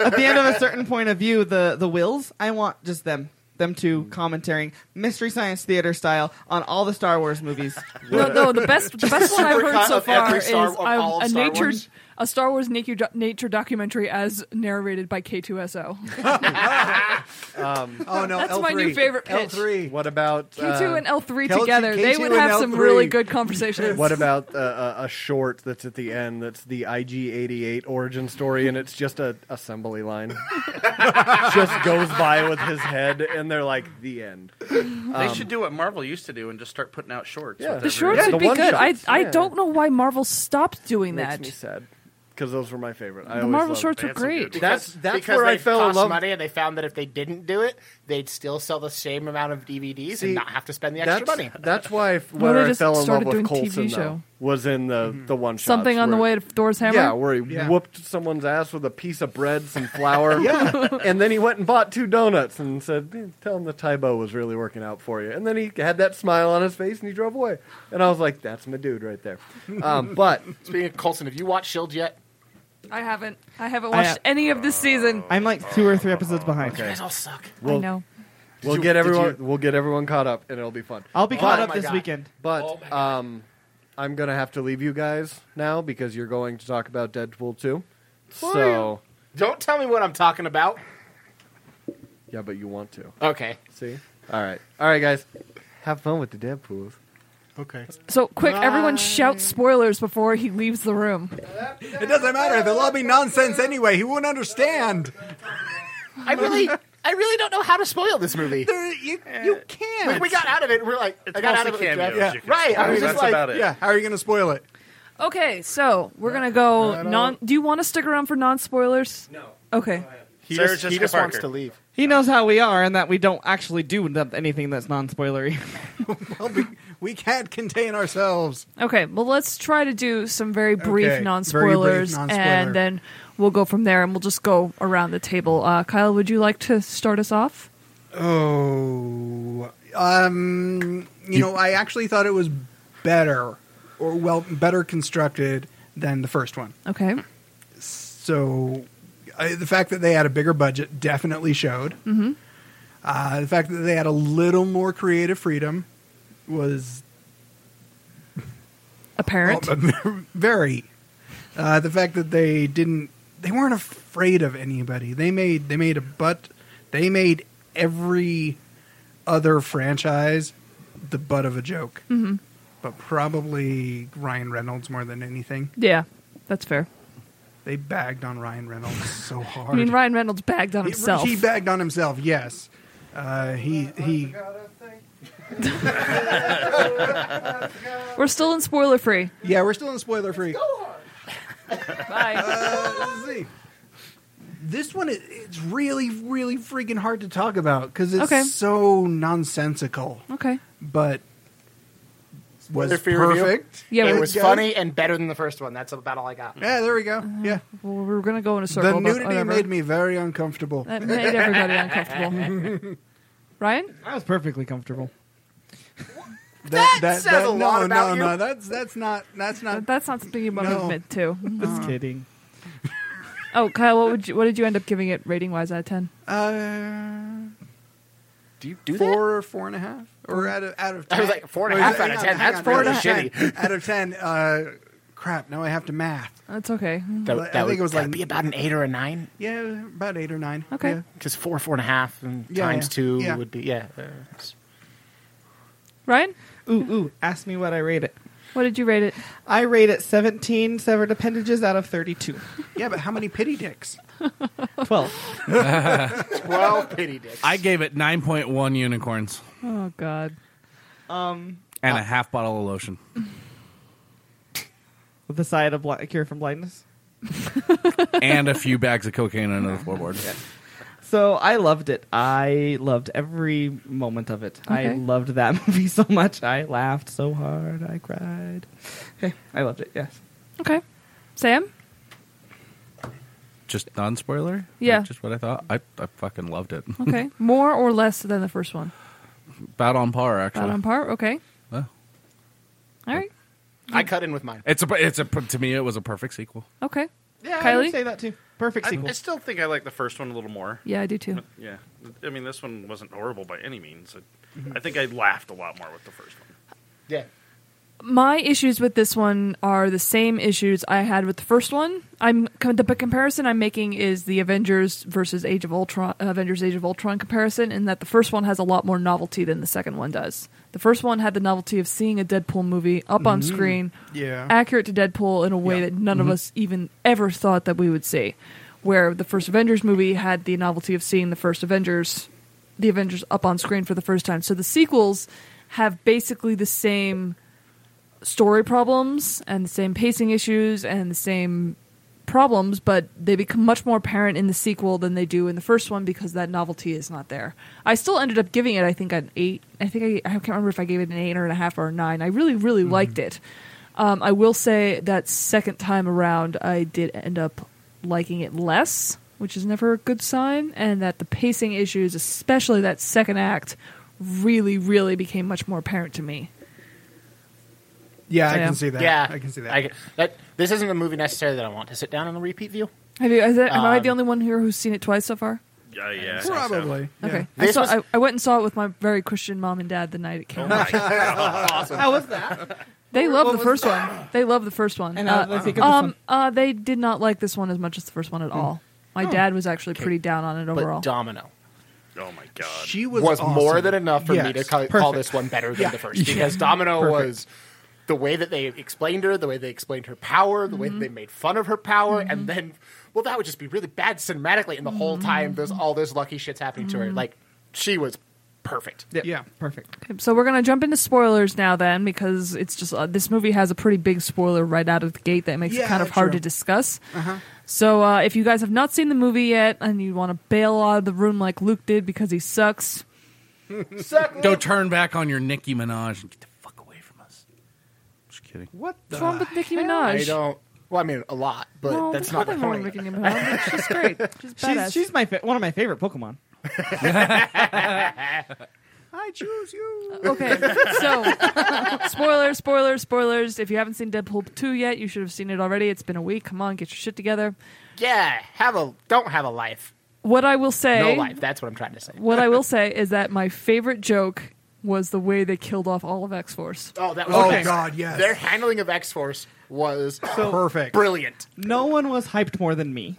[SPEAKER 5] at the end of a certain point of view, the the wills. I want just them them two
[SPEAKER 6] Mm.
[SPEAKER 5] commentating mystery science theater style on all the Star Wars movies.
[SPEAKER 7] No, no, the best the best one I've heard
[SPEAKER 6] supercut
[SPEAKER 7] so
[SPEAKER 6] of every
[SPEAKER 7] far is
[SPEAKER 6] Star- of
[SPEAKER 7] um,
[SPEAKER 6] all
[SPEAKER 7] a
[SPEAKER 6] Star
[SPEAKER 7] nature
[SPEAKER 6] Wars.
[SPEAKER 7] a Star Wars nature, do- nature documentary as narrated by K2SO.
[SPEAKER 1] Oh no,
[SPEAKER 7] That's
[SPEAKER 1] L3.
[SPEAKER 7] my new favorite pitch.
[SPEAKER 1] L3. What about
[SPEAKER 7] K2
[SPEAKER 1] uh,
[SPEAKER 7] and L3
[SPEAKER 1] Kel-
[SPEAKER 7] together, they
[SPEAKER 1] K2
[SPEAKER 7] would
[SPEAKER 1] and
[SPEAKER 7] have some really
[SPEAKER 1] L3.
[SPEAKER 7] good conversations.
[SPEAKER 1] What about uh, a, a short that's at the end that's the IG88 origin story and it's just a assembly line? just goes by with his head and they're like the end. Um,
[SPEAKER 9] They should do what Marvel used to do and just start putting out shorts.
[SPEAKER 1] Yeah.
[SPEAKER 9] with
[SPEAKER 7] Um, the
[SPEAKER 1] Yeah,
[SPEAKER 9] every-
[SPEAKER 7] shorts
[SPEAKER 1] the
[SPEAKER 7] would be
[SPEAKER 1] one
[SPEAKER 7] good. I
[SPEAKER 1] shots,
[SPEAKER 7] I
[SPEAKER 1] yeah.
[SPEAKER 7] don't know why Marvel stopped doing
[SPEAKER 1] Makes
[SPEAKER 7] that.
[SPEAKER 1] me sad because those were my favorite. I
[SPEAKER 7] The
[SPEAKER 1] always
[SPEAKER 7] Marvel
[SPEAKER 1] loved-
[SPEAKER 7] shorts were
[SPEAKER 9] That's a good
[SPEAKER 7] great.
[SPEAKER 9] one.
[SPEAKER 1] That's that's
[SPEAKER 6] because
[SPEAKER 1] where
[SPEAKER 6] they
[SPEAKER 1] I fell in
[SPEAKER 6] cost
[SPEAKER 1] love.
[SPEAKER 6] money, and they found that if they didn't do it, they'd still sell the same amount of DVDs
[SPEAKER 1] See,
[SPEAKER 6] and not have to spend the extra
[SPEAKER 1] That's,
[SPEAKER 6] money.
[SPEAKER 1] that's why I,
[SPEAKER 7] Well,
[SPEAKER 1] where
[SPEAKER 7] they
[SPEAKER 1] I
[SPEAKER 7] just
[SPEAKER 1] fell in love
[SPEAKER 7] started
[SPEAKER 1] with
[SPEAKER 7] doing
[SPEAKER 1] Colson
[SPEAKER 7] TV
[SPEAKER 1] though,
[SPEAKER 7] show.
[SPEAKER 1] was in the the one shots
[SPEAKER 7] Something on the way
[SPEAKER 1] where-
[SPEAKER 7] to Thor's hammer.
[SPEAKER 1] Yeah, where he
[SPEAKER 10] Yeah.
[SPEAKER 1] whooped someone's ass with a piece of bread, some flour, and then he went and bought two donuts and said, "Eh, "Tell him the Tybo was really working out for you." And then he had that smile on his face and he drove away. And I was like, "That's my dude right there." Um, but
[SPEAKER 6] Speaking of Colson, have you watched Shield yet?
[SPEAKER 7] I haven't I haven't
[SPEAKER 5] I-
[SPEAKER 7] watched any of this season.
[SPEAKER 5] I'm like two or three
[SPEAKER 6] Oh,
[SPEAKER 5] episodes behind.
[SPEAKER 6] You guys all suck.
[SPEAKER 7] I
[SPEAKER 1] we'll
[SPEAKER 7] know.
[SPEAKER 1] we'll
[SPEAKER 6] you-
[SPEAKER 1] get
[SPEAKER 6] did
[SPEAKER 1] everyone
[SPEAKER 6] you-
[SPEAKER 1] we'll get everyone caught up and it'll be fun.
[SPEAKER 5] I'll be caught
[SPEAKER 6] Oh
[SPEAKER 5] up
[SPEAKER 6] my
[SPEAKER 5] this
[SPEAKER 6] God.
[SPEAKER 5] weekend.
[SPEAKER 1] But
[SPEAKER 6] Oh my God.
[SPEAKER 1] um, I'm gonna have to leave you guys now because you're going to talk about Deadpool two. So
[SPEAKER 6] Don't tell me what I'm talking about.
[SPEAKER 1] yeah, but you want to
[SPEAKER 6] Okay.
[SPEAKER 1] see? All right, all right, guys. Have fun with the Deadpools.
[SPEAKER 10] Okay.
[SPEAKER 7] So quick, everyone shout spoilers before he leaves the room.
[SPEAKER 10] It doesn't matter. They'll all be nonsense anyway. He won't understand.
[SPEAKER 6] I really, I really don't know how to spoil this movie.
[SPEAKER 10] There- you, you can't.
[SPEAKER 6] We, we got out of it. We're like, I got out
[SPEAKER 9] mostly
[SPEAKER 6] of it. with
[SPEAKER 9] cameos,
[SPEAKER 6] Jeff.
[SPEAKER 9] you can
[SPEAKER 6] Right. I was
[SPEAKER 9] That's
[SPEAKER 6] just like,
[SPEAKER 9] about it.
[SPEAKER 10] Yeah. How are you going to spoil it?
[SPEAKER 7] Okay, so we're gonna go non. Do you want to stick around for non spoilers? No. Okay.
[SPEAKER 9] He
[SPEAKER 6] Sarah
[SPEAKER 9] just,
[SPEAKER 6] Jessica
[SPEAKER 9] he just
[SPEAKER 6] Parker.
[SPEAKER 9] wants to leave.
[SPEAKER 5] He knows how we are and that we don't actually do th- anything that's non-spoilery.
[SPEAKER 10] Well, we, we can't contain ourselves.
[SPEAKER 7] Okay. Well, let's try to do some very brief
[SPEAKER 10] Okay,
[SPEAKER 7] non
[SPEAKER 10] very brief
[SPEAKER 7] spoilers,
[SPEAKER 10] non-spoiler.
[SPEAKER 7] and then we'll go from there, and we'll just go around the table. Uh, Kyle, would you like to start us off?
[SPEAKER 10] Oh, um, you know, I actually thought it was better, or well, better constructed than the first one.
[SPEAKER 7] Okay.
[SPEAKER 10] So, I, the fact that they had a bigger budget definitely showed. Mm-hmm. Uh, the fact that they had a little more creative freedom was
[SPEAKER 7] Apparent.
[SPEAKER 10] Oh, very. Uh, the fact that they didn't, they weren't afraid of anybody. They made they made a butt. They made every other franchise the butt of a joke.
[SPEAKER 7] Hmm.
[SPEAKER 10] Mm-hmm. But probably Ryan Reynolds more than anything.
[SPEAKER 7] yeah, that's fair.
[SPEAKER 10] They bagged on Ryan Reynolds so hard.
[SPEAKER 7] I mean, Ryan Reynolds bagged on
[SPEAKER 10] He-
[SPEAKER 7] himself.
[SPEAKER 10] He, bagged on himself. Yes. Uh, he he.
[SPEAKER 7] we're still in spoiler free.
[SPEAKER 10] Yeah, we're still in spoiler free.
[SPEAKER 7] Bye.
[SPEAKER 10] let's see. This one it- it's really, really freaking hard to talk about because it's
[SPEAKER 7] Okay.
[SPEAKER 10] so nonsensical,
[SPEAKER 7] okay.
[SPEAKER 10] but was
[SPEAKER 6] Spoiler-free review?
[SPEAKER 10] perfect.
[SPEAKER 7] Yeah,
[SPEAKER 6] it
[SPEAKER 7] we're-
[SPEAKER 6] was
[SPEAKER 10] guys.
[SPEAKER 6] funny and better than the first one. That's about all I got.
[SPEAKER 10] Yeah, there we go. Yeah,
[SPEAKER 7] Uh-huh. Well, we're gonna go in a circle.
[SPEAKER 10] the
[SPEAKER 7] but
[SPEAKER 10] nudity
[SPEAKER 7] whatever.
[SPEAKER 10] made me very uncomfortable.
[SPEAKER 7] That made everybody
[SPEAKER 5] Uh,
[SPEAKER 7] uncomfortable. Ryan?
[SPEAKER 5] I was perfectly comfortable.
[SPEAKER 10] that,
[SPEAKER 6] says a
[SPEAKER 10] no,
[SPEAKER 6] lot about
[SPEAKER 10] no, no,
[SPEAKER 6] you.
[SPEAKER 10] that's that's not that's not.
[SPEAKER 7] That's not something you want to
[SPEAKER 10] No.
[SPEAKER 7] admit to.
[SPEAKER 5] Just kidding.
[SPEAKER 7] Oh, Kyle, what would you, what did you end up giving it rating wise out of ten?
[SPEAKER 10] Uh,
[SPEAKER 6] Do you do
[SPEAKER 10] four or four and a half, or out of out of
[SPEAKER 6] that?
[SPEAKER 10] ten.
[SPEAKER 6] I was like four and a
[SPEAKER 10] Wait,
[SPEAKER 6] half
[SPEAKER 10] hang
[SPEAKER 6] out of
[SPEAKER 10] on,
[SPEAKER 6] ten.
[SPEAKER 10] hang
[SPEAKER 6] That's
[SPEAKER 10] on,
[SPEAKER 6] really
[SPEAKER 10] out of 10,
[SPEAKER 6] shitty.
[SPEAKER 10] Out of ten. Uh, crap. Now I have to math.
[SPEAKER 7] That's okay.
[SPEAKER 6] That,
[SPEAKER 10] I think
[SPEAKER 6] would-
[SPEAKER 10] it was
[SPEAKER 6] that
[SPEAKER 10] like-
[SPEAKER 6] would be about an eight or a nine.
[SPEAKER 10] Yeah, about eight or nine.
[SPEAKER 7] Okay.
[SPEAKER 10] Yeah.
[SPEAKER 6] Because four, four and a half, and
[SPEAKER 10] Yeah,
[SPEAKER 6] times
[SPEAKER 10] yeah.
[SPEAKER 6] two
[SPEAKER 10] Yeah.
[SPEAKER 6] would be yeah. uh, it's-
[SPEAKER 7] Ryan,
[SPEAKER 5] Ooh, ooh, ask me what I rate it.
[SPEAKER 7] what did you rate it?
[SPEAKER 5] I rate it 17 severed appendages out of 32.
[SPEAKER 10] Yeah, but how many pity dicks?
[SPEAKER 5] 12.
[SPEAKER 6] Twelve pity dicks.
[SPEAKER 3] I gave it 9.1 unicorns.
[SPEAKER 7] Oh God.
[SPEAKER 5] Um,
[SPEAKER 3] and a half bottle of lotion.
[SPEAKER 5] with the side of bli- cure from blindness.
[SPEAKER 3] and a few bags of cocaine under the floorboard.
[SPEAKER 5] So I loved it. I loved every moment of it. I
[SPEAKER 7] Okay.
[SPEAKER 5] loved that movie so much. I laughed so hard. I cried. Okay, I loved it. Yes.
[SPEAKER 7] Okay. Sam?
[SPEAKER 3] Just non spoiler?
[SPEAKER 7] Yeah.
[SPEAKER 3] Just what I thought. I, I fucking loved it.
[SPEAKER 7] Okay. More or less than the first one?
[SPEAKER 3] About on par, actually.
[SPEAKER 7] About on par? Okay.
[SPEAKER 3] Yeah.
[SPEAKER 7] All right.
[SPEAKER 6] I cut in with mine.
[SPEAKER 3] It's a, it's a, to me, it was a perfect sequel.
[SPEAKER 7] Okay.
[SPEAKER 5] Yeah, I
[SPEAKER 7] Kylie?
[SPEAKER 5] would say that too. Perfect
[SPEAKER 9] I,
[SPEAKER 5] sequel.
[SPEAKER 9] I still think I like the first one a little more.
[SPEAKER 7] Yeah, I do too.
[SPEAKER 9] But, yeah, I mean this one wasn't horrible by any means. I, I think I laughed a lot more with the first one.
[SPEAKER 6] Yeah.
[SPEAKER 7] my issues with this one are the same issues I had with the first one. I'm com- the comparison I'm making is the Avengers versus Age of Ultron, Avengers Age of Ultron comparison, in that the first one has a lot more novelty than the second one does. The first one had the novelty of seeing a Deadpool movie up on screen,
[SPEAKER 10] Yeah.
[SPEAKER 7] accurate to Deadpool in a way that none of us even ever thought that we would see. Where the first Avengers movie had the novelty of seeing the first Avengers, the Avengers up on screen for the first time. So the sequels have basically the same story problems and the same pacing issues and the same problems, but they become much more apparent in the sequel than they do in the first one because that novelty is not there. I still ended up giving it, I think, an eight. I think I, I can't remember if I gave it an eight or a half or a nine. I really, really liked it. Um, I will say that second time around, I did end up liking it less, which is never a good sign, and that the pacing issues, especially that second act, really, really became much more apparent to me.
[SPEAKER 10] Yeah, I
[SPEAKER 7] Yeah.
[SPEAKER 10] can see that.
[SPEAKER 6] yeah.
[SPEAKER 10] I can see that.
[SPEAKER 6] I, that. This isn't a movie necessarily that I want to sit down on a repeat view.
[SPEAKER 7] Have you? Is it, am I the
[SPEAKER 6] Um,
[SPEAKER 7] only one here who's seen it twice so far?
[SPEAKER 9] Yeah, yeah.
[SPEAKER 10] Probably. yeah.
[SPEAKER 7] Okay, I,
[SPEAKER 6] This
[SPEAKER 7] saw,
[SPEAKER 6] was- Oh
[SPEAKER 7] I, I went and saw it with my very Christian mom and dad the night it came. out.
[SPEAKER 5] How was that?
[SPEAKER 7] They love the
[SPEAKER 5] was
[SPEAKER 7] first one. They love the first one.
[SPEAKER 5] And
[SPEAKER 7] Uh,
[SPEAKER 5] how did they think of this
[SPEAKER 7] um,
[SPEAKER 5] one?
[SPEAKER 7] uh, they did not like this one as much as the first one
[SPEAKER 5] Hmm.
[SPEAKER 7] at all. My dad was actually pretty down on it
[SPEAKER 6] Oh, But
[SPEAKER 7] overall.
[SPEAKER 6] Domino
[SPEAKER 9] Oh my god.
[SPEAKER 10] She was,
[SPEAKER 6] was, more
[SPEAKER 10] awesome.
[SPEAKER 6] than enough for me
[SPEAKER 10] Yes,
[SPEAKER 6] to call, call
[SPEAKER 10] perfect.
[SPEAKER 6] this one better than
[SPEAKER 10] Yeah.
[SPEAKER 6] the first because Domino was the way that they explained her, the way they explained her power, the
[SPEAKER 7] Mm-hmm.
[SPEAKER 6] way that they made fun of her power, and then well, that would just be really bad cinematically. And the whole time, there's all this lucky shits happening to
[SPEAKER 7] Mm-hmm.
[SPEAKER 6] her. Like she was perfect.
[SPEAKER 10] Yeah.
[SPEAKER 5] Perfect.
[SPEAKER 7] Okay, so we're gonna jump into spoilers now, then, because it's just uh, this movie has a pretty big spoiler right out of the gate that makes it
[SPEAKER 10] Yeah,
[SPEAKER 7] kind of hard
[SPEAKER 10] true. Uh-huh.
[SPEAKER 7] to discuss. So uh, if you guys have not seen the movie yet and you want to bail out of the room like Luke did because he sucks,
[SPEAKER 3] Go turn back on your Nicki Minaj and get the fuck away from us. Just kidding.
[SPEAKER 10] What
[SPEAKER 7] what's wrong
[SPEAKER 10] the?
[SPEAKER 7] with Nicki
[SPEAKER 6] I
[SPEAKER 7] Minaj?
[SPEAKER 6] don't. Well, I mean, a lot, but
[SPEAKER 7] Well,
[SPEAKER 6] that's
[SPEAKER 7] there's
[SPEAKER 6] not the
[SPEAKER 7] nothing wrong
[SPEAKER 6] point.
[SPEAKER 7] with Nicki Minaj. She's great. She's badass.
[SPEAKER 5] She's, she's my fa- one of my favorite Pokemon. I choose you.
[SPEAKER 7] Okay, so spoilers, spoilers, spoilers. If you haven't seen Deadpool 2 yet, you should have seen it already. It's been a week. Come on, get your shit together.
[SPEAKER 6] Yeah, have a don't have a life.
[SPEAKER 7] What I will
[SPEAKER 6] No
[SPEAKER 7] say,
[SPEAKER 6] life. That's what I'm trying to say.
[SPEAKER 7] what I will say is that my favorite joke was the way they killed off all of X Force.
[SPEAKER 6] Oh, that was
[SPEAKER 10] Oh
[SPEAKER 6] okay.
[SPEAKER 10] God, yes.
[SPEAKER 6] Their handling of X Force was
[SPEAKER 10] perfect.
[SPEAKER 6] brilliant.
[SPEAKER 5] No one was hyped more than me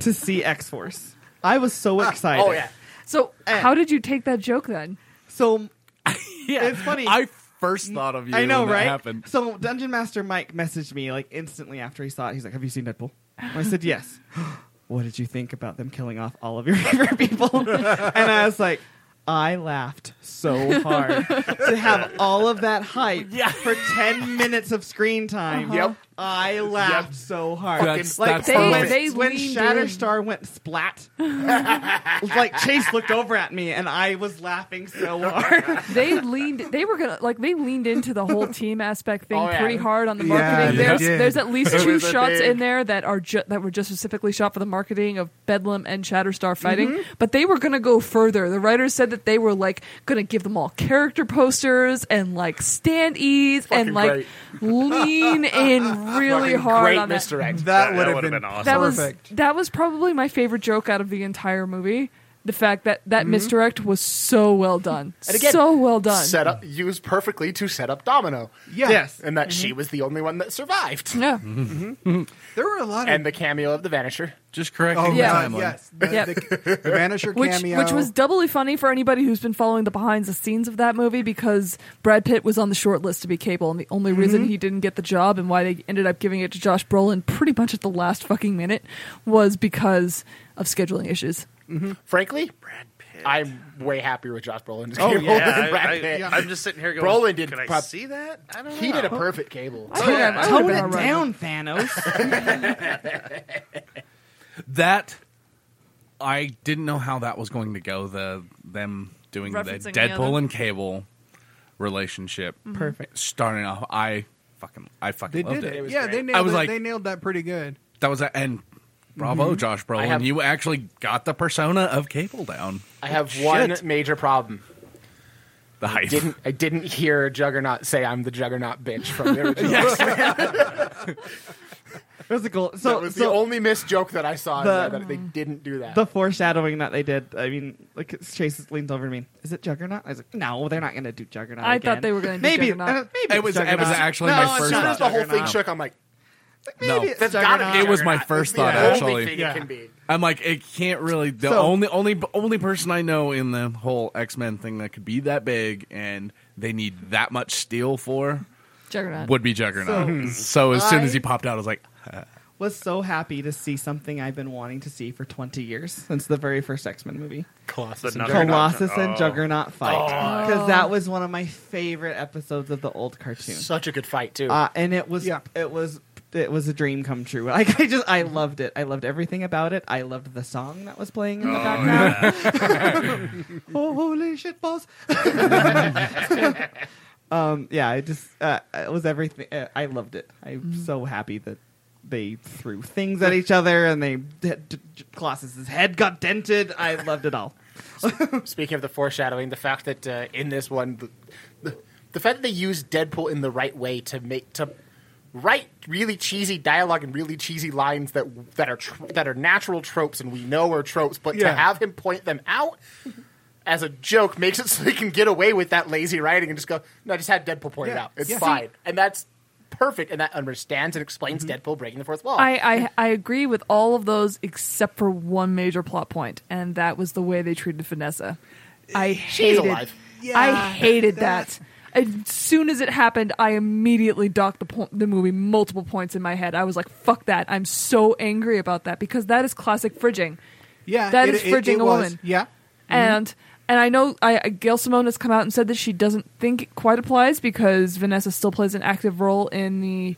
[SPEAKER 5] to see X Force. I was so excited.
[SPEAKER 6] Oh yeah.
[SPEAKER 7] So, how did you take that joke then?
[SPEAKER 5] So
[SPEAKER 3] Yeah,
[SPEAKER 5] It's funny.
[SPEAKER 3] I first thought of you.
[SPEAKER 5] I know,
[SPEAKER 3] when that
[SPEAKER 5] right?
[SPEAKER 3] Happened.
[SPEAKER 5] So Dungeon Master Mike messaged me like instantly after he saw it. He's like, "Have you seen Deadpool?" And I said, "Yes." what did you think about them killing off all of your favorite people? and I was like, I laughed so hard to have all of that hype for ten minutes of screen time.
[SPEAKER 6] Yep.
[SPEAKER 5] I laughed so hard.
[SPEAKER 3] That's-
[SPEAKER 5] like
[SPEAKER 3] that's
[SPEAKER 7] They-
[SPEAKER 5] when,
[SPEAKER 7] perfect. they
[SPEAKER 5] when
[SPEAKER 7] leaned
[SPEAKER 5] Shatterstar went splat, like Chase looked over at me and I was laughing so hard.
[SPEAKER 7] They leaned. They were gonna like they leaned into the whole team aspect thing
[SPEAKER 6] Oh, yeah.
[SPEAKER 7] pretty hard on the
[SPEAKER 10] Yeah,
[SPEAKER 7] marketing.
[SPEAKER 10] they
[SPEAKER 7] there's
[SPEAKER 10] did.
[SPEAKER 7] there's at least
[SPEAKER 6] It
[SPEAKER 7] two
[SPEAKER 6] was a
[SPEAKER 7] shots
[SPEAKER 6] big-
[SPEAKER 7] in there that are ju- that were just specifically shot for the marketing of Bedlam and Shatterstar fighting.
[SPEAKER 6] Mm-hmm.
[SPEAKER 7] But they were gonna go further. The writers said that they were like gonna give them all character posters and like standees and
[SPEAKER 6] Fucking
[SPEAKER 7] like lean in really
[SPEAKER 6] Fucking
[SPEAKER 7] hard
[SPEAKER 6] great
[SPEAKER 7] on that.
[SPEAKER 6] Mr. X.
[SPEAKER 10] That
[SPEAKER 9] Yeah,
[SPEAKER 10] would
[SPEAKER 9] that
[SPEAKER 10] have
[SPEAKER 9] would've
[SPEAKER 10] been,
[SPEAKER 9] been awesome.
[SPEAKER 7] That
[SPEAKER 10] perfect.
[SPEAKER 7] was that was probably my favorite joke out of the entire movie. The fact that that misdirect was so well done,
[SPEAKER 6] Mm-hmm. And again,
[SPEAKER 7] so well done.
[SPEAKER 6] Set up used perfectly to set up Domino,
[SPEAKER 10] yeah. Mm-hmm.
[SPEAKER 5] Yes.
[SPEAKER 6] and that she was the only one that survived. Mm-hmm.
[SPEAKER 7] yeah.
[SPEAKER 10] There were a lot of
[SPEAKER 6] And the cameo of the Vanisher.
[SPEAKER 3] Just correcting
[SPEAKER 10] Mm-hmm. Oh
[SPEAKER 3] the
[SPEAKER 7] Yeah.
[SPEAKER 10] yeah,
[SPEAKER 3] timeline.
[SPEAKER 10] yes, the,
[SPEAKER 7] Yep.
[SPEAKER 10] the, the Vanisher
[SPEAKER 7] which
[SPEAKER 10] cameo,
[SPEAKER 7] which was doubly funny for anybody who's been following the behind the scenes of that movie because Brad Pitt was on the short list to be Cable, and the only reason he didn't get the job and why they ended up giving it to Josh Brolin pretty much at the last fucking minute was because of scheduling issues.
[SPEAKER 6] Frankly, Brad Pitt. I'm way happier with Josh Brolin's
[SPEAKER 9] Oh,
[SPEAKER 6] cable
[SPEAKER 9] yeah,
[SPEAKER 6] than
[SPEAKER 9] I-
[SPEAKER 6] Brad
[SPEAKER 9] I-
[SPEAKER 6] Pitt.
[SPEAKER 9] yeah. I'm just sitting here going,
[SPEAKER 6] Brolin did
[SPEAKER 9] "Could I
[SPEAKER 6] prob-
[SPEAKER 9] see that? I don't
[SPEAKER 6] He did a
[SPEAKER 3] Oh.
[SPEAKER 9] know."
[SPEAKER 6] perfect cable.
[SPEAKER 9] I would've- Yeah. I
[SPEAKER 5] Tone
[SPEAKER 9] would've
[SPEAKER 5] it
[SPEAKER 9] been
[SPEAKER 5] down,
[SPEAKER 9] alright
[SPEAKER 5] Thanos.
[SPEAKER 3] that I didn't know how that was going to go. The them doing the
[SPEAKER 5] Referencing the
[SPEAKER 3] Deadpool
[SPEAKER 5] other-
[SPEAKER 3] and Cable relationship.
[SPEAKER 5] Mhm. Perfect.
[SPEAKER 3] Starting off, I fucking I fucking
[SPEAKER 10] They
[SPEAKER 3] loved
[SPEAKER 10] did
[SPEAKER 3] it.
[SPEAKER 10] it. yeah, they nailed
[SPEAKER 3] I was
[SPEAKER 10] it.
[SPEAKER 3] like
[SPEAKER 10] they nailed that pretty good.
[SPEAKER 3] that was a, and bravo
[SPEAKER 10] Mhm.
[SPEAKER 3] Josh
[SPEAKER 6] I
[SPEAKER 3] Brolin,
[SPEAKER 6] have-
[SPEAKER 3] you actually got the persona of Cable down.
[SPEAKER 6] I have
[SPEAKER 3] Shit.
[SPEAKER 6] one major problem.
[SPEAKER 3] The
[SPEAKER 6] I didn't I didn't hear Juggernaut say I'm the Juggernaut bitch from the original.
[SPEAKER 5] Physical.
[SPEAKER 6] So
[SPEAKER 5] So,
[SPEAKER 6] that was
[SPEAKER 5] so
[SPEAKER 6] the only missed joke that I saw. in
[SPEAKER 5] The-
[SPEAKER 6] there, that they didn't do that.
[SPEAKER 5] the foreshadowing that they did. I mean, like Chase leans over to me. Is it Juggernaut? I was like, no, they're not going to do Juggernaut.
[SPEAKER 7] I thought
[SPEAKER 5] again."
[SPEAKER 7] they were gonna do
[SPEAKER 5] maybe,
[SPEAKER 7] Juggernaut.
[SPEAKER 5] uh, maybe
[SPEAKER 3] It
[SPEAKER 5] it's
[SPEAKER 3] was- it was
[SPEAKER 5] Juggernaut.
[SPEAKER 3] actually
[SPEAKER 5] no,
[SPEAKER 3] my
[SPEAKER 5] it's
[SPEAKER 3] first
[SPEAKER 5] not.
[SPEAKER 3] thought.
[SPEAKER 6] As the whole thing
[SPEAKER 3] Juggernaut.
[SPEAKER 6] shook, I'm like,
[SPEAKER 3] No,
[SPEAKER 5] Maybe it's Juggernaut.
[SPEAKER 3] it was my first
[SPEAKER 6] Yeah.
[SPEAKER 3] thought
[SPEAKER 6] Only
[SPEAKER 3] actually.
[SPEAKER 6] thing it Yeah. can be.
[SPEAKER 3] I'm like, it can't really. The
[SPEAKER 6] So-
[SPEAKER 3] only only only person I know in the whole X Men thing that could be that big and they need that much steel for
[SPEAKER 7] Juggernaut.
[SPEAKER 3] would be Juggernaut. So,
[SPEAKER 5] So-
[SPEAKER 3] as soon as
[SPEAKER 5] I-
[SPEAKER 3] he popped out, I was like, uh,
[SPEAKER 5] was so happy to see something I've been wanting to see for 20 years since the very first X Men movie.
[SPEAKER 9] Colossus
[SPEAKER 6] and Juggernaut.
[SPEAKER 5] Colossus and
[SPEAKER 6] Oh.
[SPEAKER 5] Juggernaut fight
[SPEAKER 6] Oh.
[SPEAKER 5] because that was one of my favorite episodes of the old cartoon.
[SPEAKER 6] Such a good fight too.
[SPEAKER 5] Uh, and it was it was it was a dream come true. Like I just I loved it. I loved everything about it. I loved the song that was playing in the
[SPEAKER 6] Oh,
[SPEAKER 5] background. oh holy shit balls! um, yeah, I just uh, it was everything. uh, I loved it. I'm
[SPEAKER 6] Mm-hmm.
[SPEAKER 5] so happy that they threw things at each other and they d- d- Colossus's head got dented. I loved it all.
[SPEAKER 6] Speaking of the foreshadowing, the fact that uh, in this one, the, the, the fact that they used Deadpool in the right way to make to write really cheesy dialogue and really cheesy lines that that are tr- that are natural tropes and we know are tropes, but to
[SPEAKER 5] Yeah.
[SPEAKER 6] have him point them out as a joke makes it so they can get away with that lazy writing and just go, no, just have Deadpool point it
[SPEAKER 5] Yeah.
[SPEAKER 6] out. It's
[SPEAKER 5] Yeah.
[SPEAKER 6] fine, and that's perfect, and that understands and explains
[SPEAKER 5] Mm-hmm.
[SPEAKER 6] Deadpool breaking the fourth wall.
[SPEAKER 7] I, I I agree with all of those except for one major plot point, and that was the way they treated Vanessa. I
[SPEAKER 6] She's
[SPEAKER 7] hated,
[SPEAKER 6] alive.
[SPEAKER 7] I
[SPEAKER 6] Yeah,
[SPEAKER 7] hated that. As soon as it happened, I immediately docked the po- the movie multiple points in my head. I was like, "Fuck that!" I'm so angry about that because that is classic fridging.
[SPEAKER 10] Yeah,
[SPEAKER 7] that
[SPEAKER 10] it-
[SPEAKER 7] is
[SPEAKER 10] it-
[SPEAKER 7] fridging
[SPEAKER 10] it
[SPEAKER 7] a
[SPEAKER 10] was.
[SPEAKER 7] woman.
[SPEAKER 10] Yeah.
[SPEAKER 7] and and I know I I- Gail Simone has come out and said that she doesn't think it quite applies because Vanessa still plays an active role in the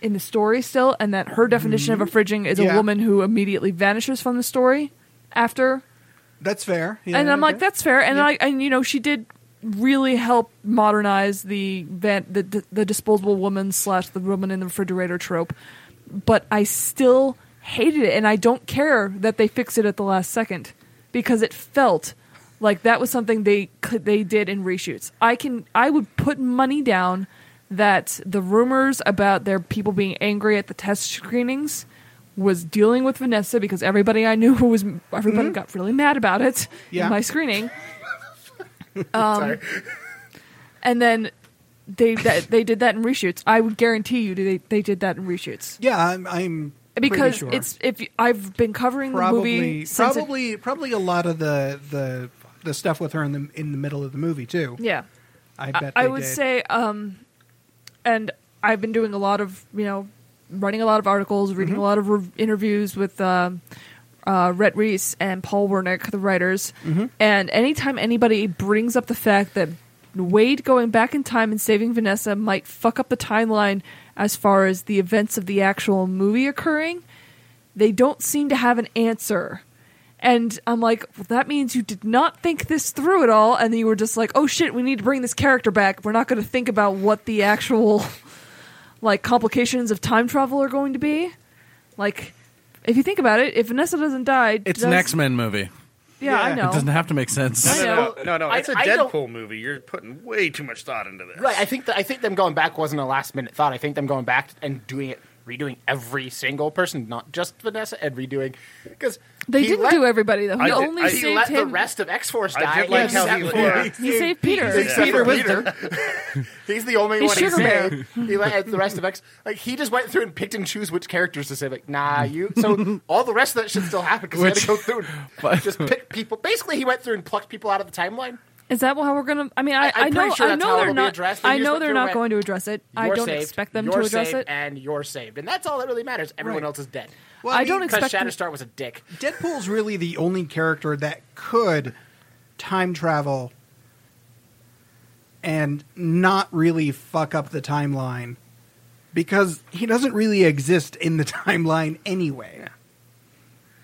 [SPEAKER 7] in the story still, and that her definition of a fridging is
[SPEAKER 10] Mm-hmm. Yeah.
[SPEAKER 7] a woman who immediately vanishes from the story after.
[SPEAKER 10] That's fair. Yeah,
[SPEAKER 7] and I'm like,
[SPEAKER 10] okay.
[SPEAKER 7] that's fair. And
[SPEAKER 10] Yeah.
[SPEAKER 7] I and you know she did really help modernize the van, the, the the disposable woman slash the woman in the refrigerator trope, but I still hated it, and I don't care that they fix it at the last second because it felt like that was something they could, they did in reshoots. I can I would put money down that the rumors about their people being angry at the test screenings was dealing with Vanessa because everybody I knew who was everybody
[SPEAKER 10] Mm-hmm.
[SPEAKER 7] got really mad about it
[SPEAKER 5] Yeah.
[SPEAKER 7] in my screening. Um,
[SPEAKER 5] Sorry.
[SPEAKER 7] And then they that, they did that in reshoots. I would guarantee you they they did that in reshoots
[SPEAKER 10] yeah, I'm. I'm pretty
[SPEAKER 7] because
[SPEAKER 10] sure.
[SPEAKER 7] it's if you- I've been covering the movie
[SPEAKER 10] probably
[SPEAKER 7] since it-
[SPEAKER 10] probably probably a lot of the the the stuff with her in the in the middle of the movie too.
[SPEAKER 7] Yeah.
[SPEAKER 10] I bet
[SPEAKER 7] I,
[SPEAKER 10] they
[SPEAKER 7] would
[SPEAKER 10] did.
[SPEAKER 7] say, um, and I've been doing a lot of, you know, writing a lot of articles, reading
[SPEAKER 10] Mm-hmm.
[SPEAKER 7] a lot of rev interviews with um uh, Rhett Reese and Paul Wernick, the writers.
[SPEAKER 10] Mm-hmm.
[SPEAKER 11] Mhm.
[SPEAKER 7] And anytime anybody brings up the fact that Wade going back in time and saving Vanessa might fuck up the timeline as far as the events of the actual movie occurring, they don't seem to have an answer. And I'm like, well, that means you did not think this through at all, and then you were just like, oh shit, we need to bring this character back. We're not going to think about what the actual like complications of time travel are going to be. Like, if you think about it, if Vanessa doesn't die,
[SPEAKER 3] it's
[SPEAKER 7] does-
[SPEAKER 3] an X Men movie.
[SPEAKER 7] Yeah, I know.
[SPEAKER 3] It doesn't have to make sense.
[SPEAKER 9] No, no, no, no, no,
[SPEAKER 6] I-
[SPEAKER 9] It's a
[SPEAKER 6] I don't-
[SPEAKER 9] Deadpool movie. You're putting way too much thought into this.
[SPEAKER 6] Right. I think that I think them going back wasn't a last minute thought. I think them going back and doing it, redoing every single person, not just Vanessa, and redoing because
[SPEAKER 7] They didn't do everybody though. He
[SPEAKER 6] I did-
[SPEAKER 7] only
[SPEAKER 6] I- he
[SPEAKER 7] saved
[SPEAKER 6] let the
[SPEAKER 7] him.
[SPEAKER 6] rest of X Force
[SPEAKER 7] I
[SPEAKER 6] die.
[SPEAKER 7] did like
[SPEAKER 6] except
[SPEAKER 7] how he-
[SPEAKER 6] for-
[SPEAKER 7] yeah. He saved Peter.
[SPEAKER 6] Except
[SPEAKER 7] Yeah. Peter
[SPEAKER 6] for
[SPEAKER 7] was
[SPEAKER 6] Peter. He's the only
[SPEAKER 7] He's
[SPEAKER 6] one he
[SPEAKER 7] Sugar Bear.
[SPEAKER 6] saved. He let the rest of X. Like he just went through and picked and choose which characters to save. Like nah, you. So all the rest of that should still happen because he had
[SPEAKER 7] Which-
[SPEAKER 6] to go through and just pick people. Basically, he went through and plucked people out of the timeline.
[SPEAKER 7] Is that how we're gonna? I mean, I,
[SPEAKER 6] I'm
[SPEAKER 7] I know,
[SPEAKER 6] pretty sure
[SPEAKER 7] I
[SPEAKER 6] that's how
[SPEAKER 7] know they're
[SPEAKER 6] it'll be
[SPEAKER 7] not.
[SPEAKER 6] addressed. They
[SPEAKER 7] I
[SPEAKER 6] just
[SPEAKER 7] know
[SPEAKER 6] went
[SPEAKER 7] they're
[SPEAKER 6] through
[SPEAKER 7] not
[SPEAKER 6] and
[SPEAKER 7] going to
[SPEAKER 6] went,
[SPEAKER 7] address it. I
[SPEAKER 6] "You're
[SPEAKER 7] don't
[SPEAKER 6] saved,
[SPEAKER 7] expect them to
[SPEAKER 6] you're
[SPEAKER 7] address
[SPEAKER 6] saved,
[SPEAKER 7] it.
[SPEAKER 6] and you're saved, and that's all that really matters. Everyone
[SPEAKER 10] Right.
[SPEAKER 6] else is dead.
[SPEAKER 10] Well, I I mean, don't expect
[SPEAKER 6] because
[SPEAKER 10] them-
[SPEAKER 6] Shatterstar was a dick.
[SPEAKER 10] Deadpool's really the only character that could time travel and not really fuck up the timeline because he doesn't really exist in the timeline anyway.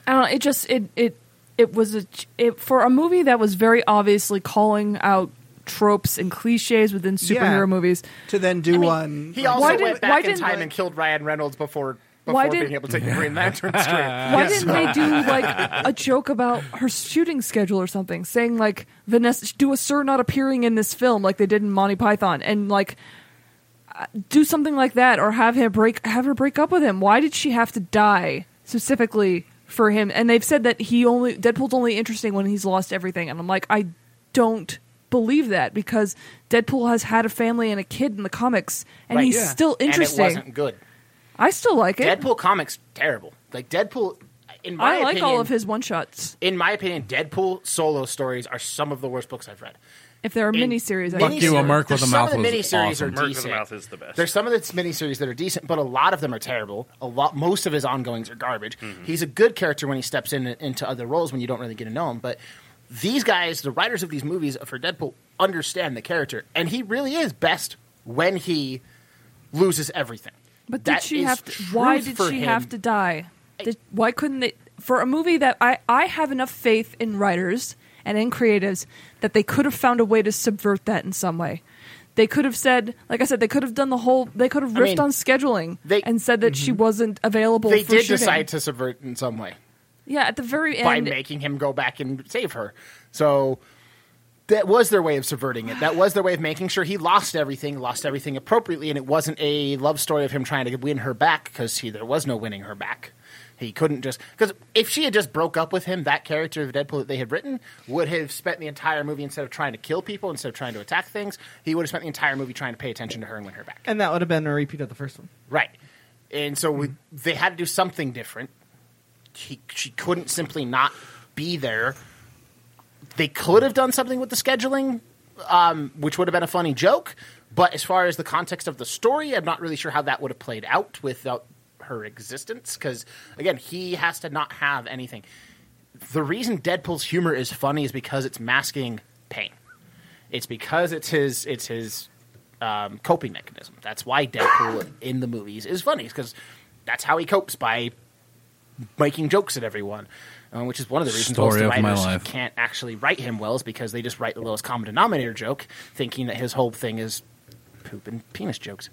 [SPEAKER 7] I don't know. It just it it it was a ch- it for a movie that was very obviously calling out tropes and cliches within superhero
[SPEAKER 10] Yeah.
[SPEAKER 7] movies.
[SPEAKER 10] To then do one.
[SPEAKER 6] He also
[SPEAKER 7] Why
[SPEAKER 6] went
[SPEAKER 7] didn't- why
[SPEAKER 6] back in
[SPEAKER 7] didn't-
[SPEAKER 6] time and killed Ryan Reynolds before
[SPEAKER 7] Why
[SPEAKER 6] before being
[SPEAKER 7] didn't-
[SPEAKER 6] able to take the Green Lantern straight.
[SPEAKER 7] Why didn't they do like a joke about her shooting schedule or something, saying like Vanessa do a Sir not appearing in this film like they did in Monty Python, and like uh, do something like that, or have him break have her break up with him? Why did she have to die specifically for him? And they've said that he only Deadpool's only interesting when he's lost everything, and I'm like I don't believe that because Deadpool has had a family and a kid in the comics, and
[SPEAKER 6] Right.
[SPEAKER 7] he's
[SPEAKER 6] Yeah.
[SPEAKER 7] still interesting.
[SPEAKER 6] And it wasn't good.
[SPEAKER 7] I still like it.
[SPEAKER 6] Deadpool comics terrible. Like Deadpool, in my
[SPEAKER 7] I like
[SPEAKER 6] opinion,
[SPEAKER 7] all of his one shots.
[SPEAKER 6] In my opinion, Deadpool solo stories are some of the worst books I've read.
[SPEAKER 7] If there are
[SPEAKER 6] In-
[SPEAKER 7] miniseries, I
[SPEAKER 3] Fuck
[SPEAKER 7] think.
[SPEAKER 3] you, A Merc with
[SPEAKER 6] There's
[SPEAKER 3] a
[SPEAKER 6] some
[SPEAKER 3] Mouth
[SPEAKER 6] of the
[SPEAKER 3] was
[SPEAKER 6] miniseries
[SPEAKER 3] awesome.
[SPEAKER 6] are
[SPEAKER 9] Merc with a
[SPEAKER 6] decent.
[SPEAKER 9] Mouth is the best.
[SPEAKER 6] There's some of the miniseries that are decent, but a lot of them are terrible. A lot, most of his ongoings are garbage.
[SPEAKER 9] Mm-hmm.
[SPEAKER 6] He's a good character when he steps in into other roles when you don't really get to know him. But these guys, the writers of these movies for Deadpool, understand the character, and he really is best when he loses everything.
[SPEAKER 7] But did
[SPEAKER 6] That
[SPEAKER 7] she
[SPEAKER 6] is
[SPEAKER 7] have to?
[SPEAKER 6] truth
[SPEAKER 7] Why did
[SPEAKER 6] for
[SPEAKER 7] she
[SPEAKER 6] him.
[SPEAKER 7] have to die? Did, why couldn't they? For a movie that I I have enough faith in writers and in creatives that they could have found a way to subvert that in some way. They could have said, like I said, they could have done the whole. They could have riffed
[SPEAKER 6] I mean,
[SPEAKER 7] on scheduling
[SPEAKER 6] they-
[SPEAKER 7] and said that
[SPEAKER 3] Mm-hmm.
[SPEAKER 7] she wasn't available.
[SPEAKER 6] They
[SPEAKER 7] for
[SPEAKER 6] did
[SPEAKER 7] shooting.
[SPEAKER 6] decide to subvert in some way.
[SPEAKER 7] Yeah, at the very
[SPEAKER 6] by
[SPEAKER 7] end,
[SPEAKER 6] making him go back and save her. So that was their way of subverting it. That was their way of making sure he lost everything, lost everything appropriately, and it wasn't a love story of him trying to win her back because there was no winning her back. He couldn't just because if she had just broke up with him, that character of Deadpool that they had written would have spent the entire movie instead of trying to kill people, instead of trying to attack things, he would have spent the entire movie trying to pay attention to her and win her back.
[SPEAKER 5] And that would have been a repeat of the first one.
[SPEAKER 6] Right. And so we, they had to do something different. She, she couldn't simply not be there. They could have done something with the scheduling, um, which would have been a funny joke. But as far as the context of the story, I'm not really sure how that would have played out without her existence. Because, again, he has to not have anything. The reason Deadpool's humor is funny is because it's masking pain. It's because it's his it's his um, coping mechanism. That's why Deadpool in the movies is funny, because that's how he copes by making jokes at everyone. Uh, which is one of the reasons
[SPEAKER 3] Story
[SPEAKER 6] most
[SPEAKER 3] of my
[SPEAKER 6] writers
[SPEAKER 3] life.
[SPEAKER 6] can't actually write him well, is because they just write the lowest common denominator joke, thinking that his whole thing is poop and penis jokes.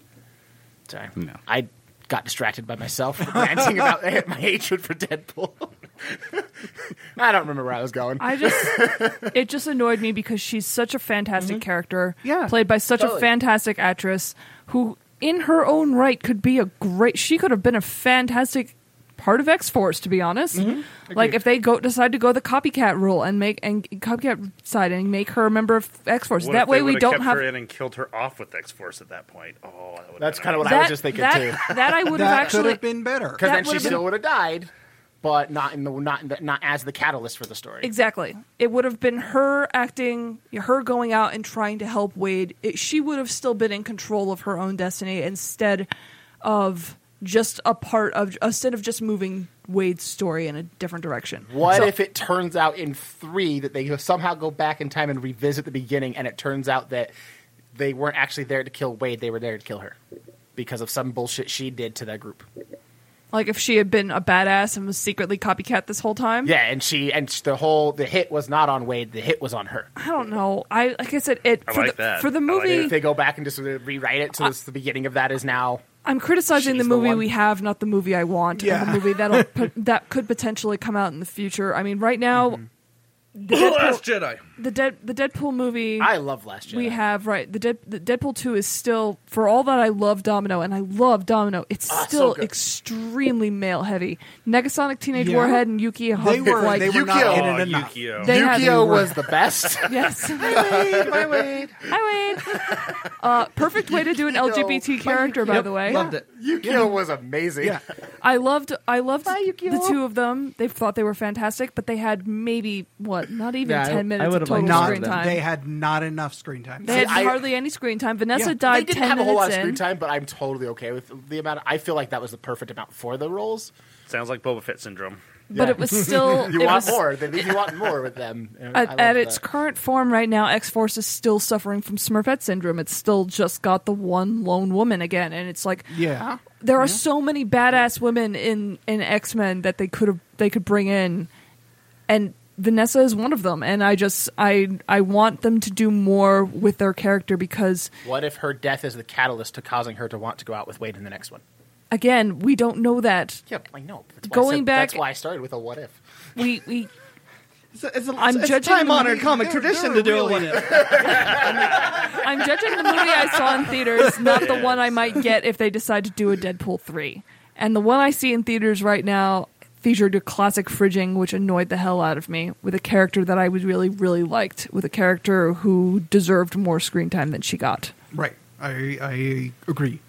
[SPEAKER 6] Sorry,
[SPEAKER 3] No.
[SPEAKER 6] I got distracted by myself ranting about my hatred for Deadpool. I don't remember where I was going.
[SPEAKER 7] I just it just annoyed me because she's such a
[SPEAKER 9] Mm-hmm.
[SPEAKER 7] fantastic character,
[SPEAKER 5] Yeah,
[SPEAKER 7] played by such a
[SPEAKER 6] totally.
[SPEAKER 7] fantastic actress who, in her own right, could be a great. She could have been a fantastic part of X Force, to be honest.
[SPEAKER 9] Mm-hmm.
[SPEAKER 7] Like if they go decide to go the copycat rule and make and copycat side and make her a member of X Force,
[SPEAKER 9] What if
[SPEAKER 7] that
[SPEAKER 9] they
[SPEAKER 7] way we
[SPEAKER 9] would've
[SPEAKER 7] don't
[SPEAKER 9] kept
[SPEAKER 7] have
[SPEAKER 9] her in and killed her off with X Force at that point. Oh, that would've
[SPEAKER 6] That's
[SPEAKER 9] been
[SPEAKER 6] kind of
[SPEAKER 9] amazing.
[SPEAKER 6] what I was
[SPEAKER 7] that.
[SPEAKER 6] just thinking too.
[SPEAKER 7] that, that I would have
[SPEAKER 10] That could
[SPEAKER 7] actually.
[SPEAKER 10] have been better.
[SPEAKER 6] because
[SPEAKER 7] That
[SPEAKER 6] then she
[SPEAKER 7] would've been-
[SPEAKER 6] still would have died, but not in the not in the, not as the catalyst for the story.
[SPEAKER 7] Exactly. It would have been her acting, her going out and trying to help Wade. It, she would have still been in control of her own destiny instead of just a part of, instead of just moving Wade's story in a different direction.
[SPEAKER 6] What
[SPEAKER 7] So-
[SPEAKER 6] if it turns out in three that they somehow go back in time and revisit the beginning, and it turns out that they weren't actually there to kill Wade; they were there to kill her because of some bullshit she did to that group.
[SPEAKER 7] Like if she had been a badass and was secretly copycat this whole time?
[SPEAKER 6] Yeah, and she and the whole the hit was not on Wade; the hit was on her.
[SPEAKER 7] I don't know. I like I said it
[SPEAKER 9] I
[SPEAKER 7] for,
[SPEAKER 9] like
[SPEAKER 7] the,
[SPEAKER 9] that.
[SPEAKER 7] for the
[SPEAKER 9] I like
[SPEAKER 7] movie.
[SPEAKER 9] it.
[SPEAKER 6] If they go back and just sort of rewrite it, so this, the beginning of that is now
[SPEAKER 7] I'm criticizing
[SPEAKER 6] She's
[SPEAKER 7] the
[SPEAKER 6] the
[SPEAKER 7] movie
[SPEAKER 6] one.
[SPEAKER 7] we have, not the movie I want, and the
[SPEAKER 10] Yeah.
[SPEAKER 7] movie that'll put, that could potentially come out in the future. I mean, right now,
[SPEAKER 6] Mm-hmm.
[SPEAKER 7] the,
[SPEAKER 3] The
[SPEAKER 7] Deadpool,
[SPEAKER 3] Last Jedi.
[SPEAKER 7] the, dead, the Deadpool movie
[SPEAKER 6] I love Last Jedi.
[SPEAKER 7] we have right the, Dead, the Deadpool two is still for all that I love Domino and I love Domino. It's
[SPEAKER 6] Ah, so
[SPEAKER 7] still
[SPEAKER 6] good.
[SPEAKER 7] extremely male heavy. Negasonic Teenage
[SPEAKER 10] Yeah.
[SPEAKER 7] Warhead and Yuki
[SPEAKER 10] They
[SPEAKER 7] Hunt,
[SPEAKER 10] were
[SPEAKER 7] like
[SPEAKER 10] they were
[SPEAKER 6] Yukio.
[SPEAKER 10] not in
[SPEAKER 9] Oh,
[SPEAKER 10] it enough.
[SPEAKER 9] Yukio.
[SPEAKER 7] They have-
[SPEAKER 6] Yu-Gi-Oh was the best.
[SPEAKER 7] yes.
[SPEAKER 10] My way.
[SPEAKER 7] Hi Wade. Uh, perfect way to do an LGBT character, by the way.
[SPEAKER 5] Loved it.
[SPEAKER 6] Yu-Gi-Oh was amazing.
[SPEAKER 10] Yeah.
[SPEAKER 7] I loved I loved the two of them. They thought they were fantastic, but they had maybe what not even
[SPEAKER 5] Yeah, I- I
[SPEAKER 7] ten minutes of
[SPEAKER 5] would've
[SPEAKER 7] total
[SPEAKER 5] liked
[SPEAKER 10] Not,
[SPEAKER 7] screen time.
[SPEAKER 10] they had not enough screen time.
[SPEAKER 7] They had
[SPEAKER 6] I-
[SPEAKER 7] hardly any screen time. Vanessa
[SPEAKER 10] Yeah.
[SPEAKER 7] died
[SPEAKER 6] they didn't
[SPEAKER 7] ten
[SPEAKER 6] have a
[SPEAKER 7] minutes
[SPEAKER 6] whole lot of
[SPEAKER 7] in.
[SPEAKER 6] screen time, but I'm totally okay with the amount. I feel like that was the perfect amount for the roles.
[SPEAKER 9] Sounds like Boba Fett syndrome.
[SPEAKER 7] but it was still
[SPEAKER 6] you
[SPEAKER 7] it
[SPEAKER 6] want
[SPEAKER 7] was-
[SPEAKER 6] more. They leave you want more with them. I
[SPEAKER 7] At,
[SPEAKER 6] love
[SPEAKER 7] at its
[SPEAKER 6] that.
[SPEAKER 7] current form right now, X Force is still suffering from Smurfette syndrome. It's still just got the one lone woman again, and it's like
[SPEAKER 10] Yeah.
[SPEAKER 7] there are so many badass women in in X Men that they could have they could bring in, and Vanessa is one of them. And I just I I want them to do more with their character because
[SPEAKER 6] What if her death is the catalyst to causing her to want to go out with Wade in the next one?
[SPEAKER 7] again we don't know that
[SPEAKER 6] Yeah, I know. That's why I
[SPEAKER 7] Going
[SPEAKER 6] said-
[SPEAKER 7] back-
[SPEAKER 6] that's why I started with a what if.
[SPEAKER 7] we we
[SPEAKER 5] It's a, it's a,
[SPEAKER 7] I'm
[SPEAKER 5] it's a
[SPEAKER 7] judging the
[SPEAKER 5] time-honored
[SPEAKER 7] movie.
[SPEAKER 5] comic tradition to do it with it.
[SPEAKER 7] I'm judging the movie I saw in theaters, not the one I might get if they decide to do a Deadpool 3. And the one I see in theaters right now featured a classic fridging, which annoyed the hell out of me, with a character that I was really, really liked, with a character who deserved more screen time than she got.
[SPEAKER 10] Right. I I agree.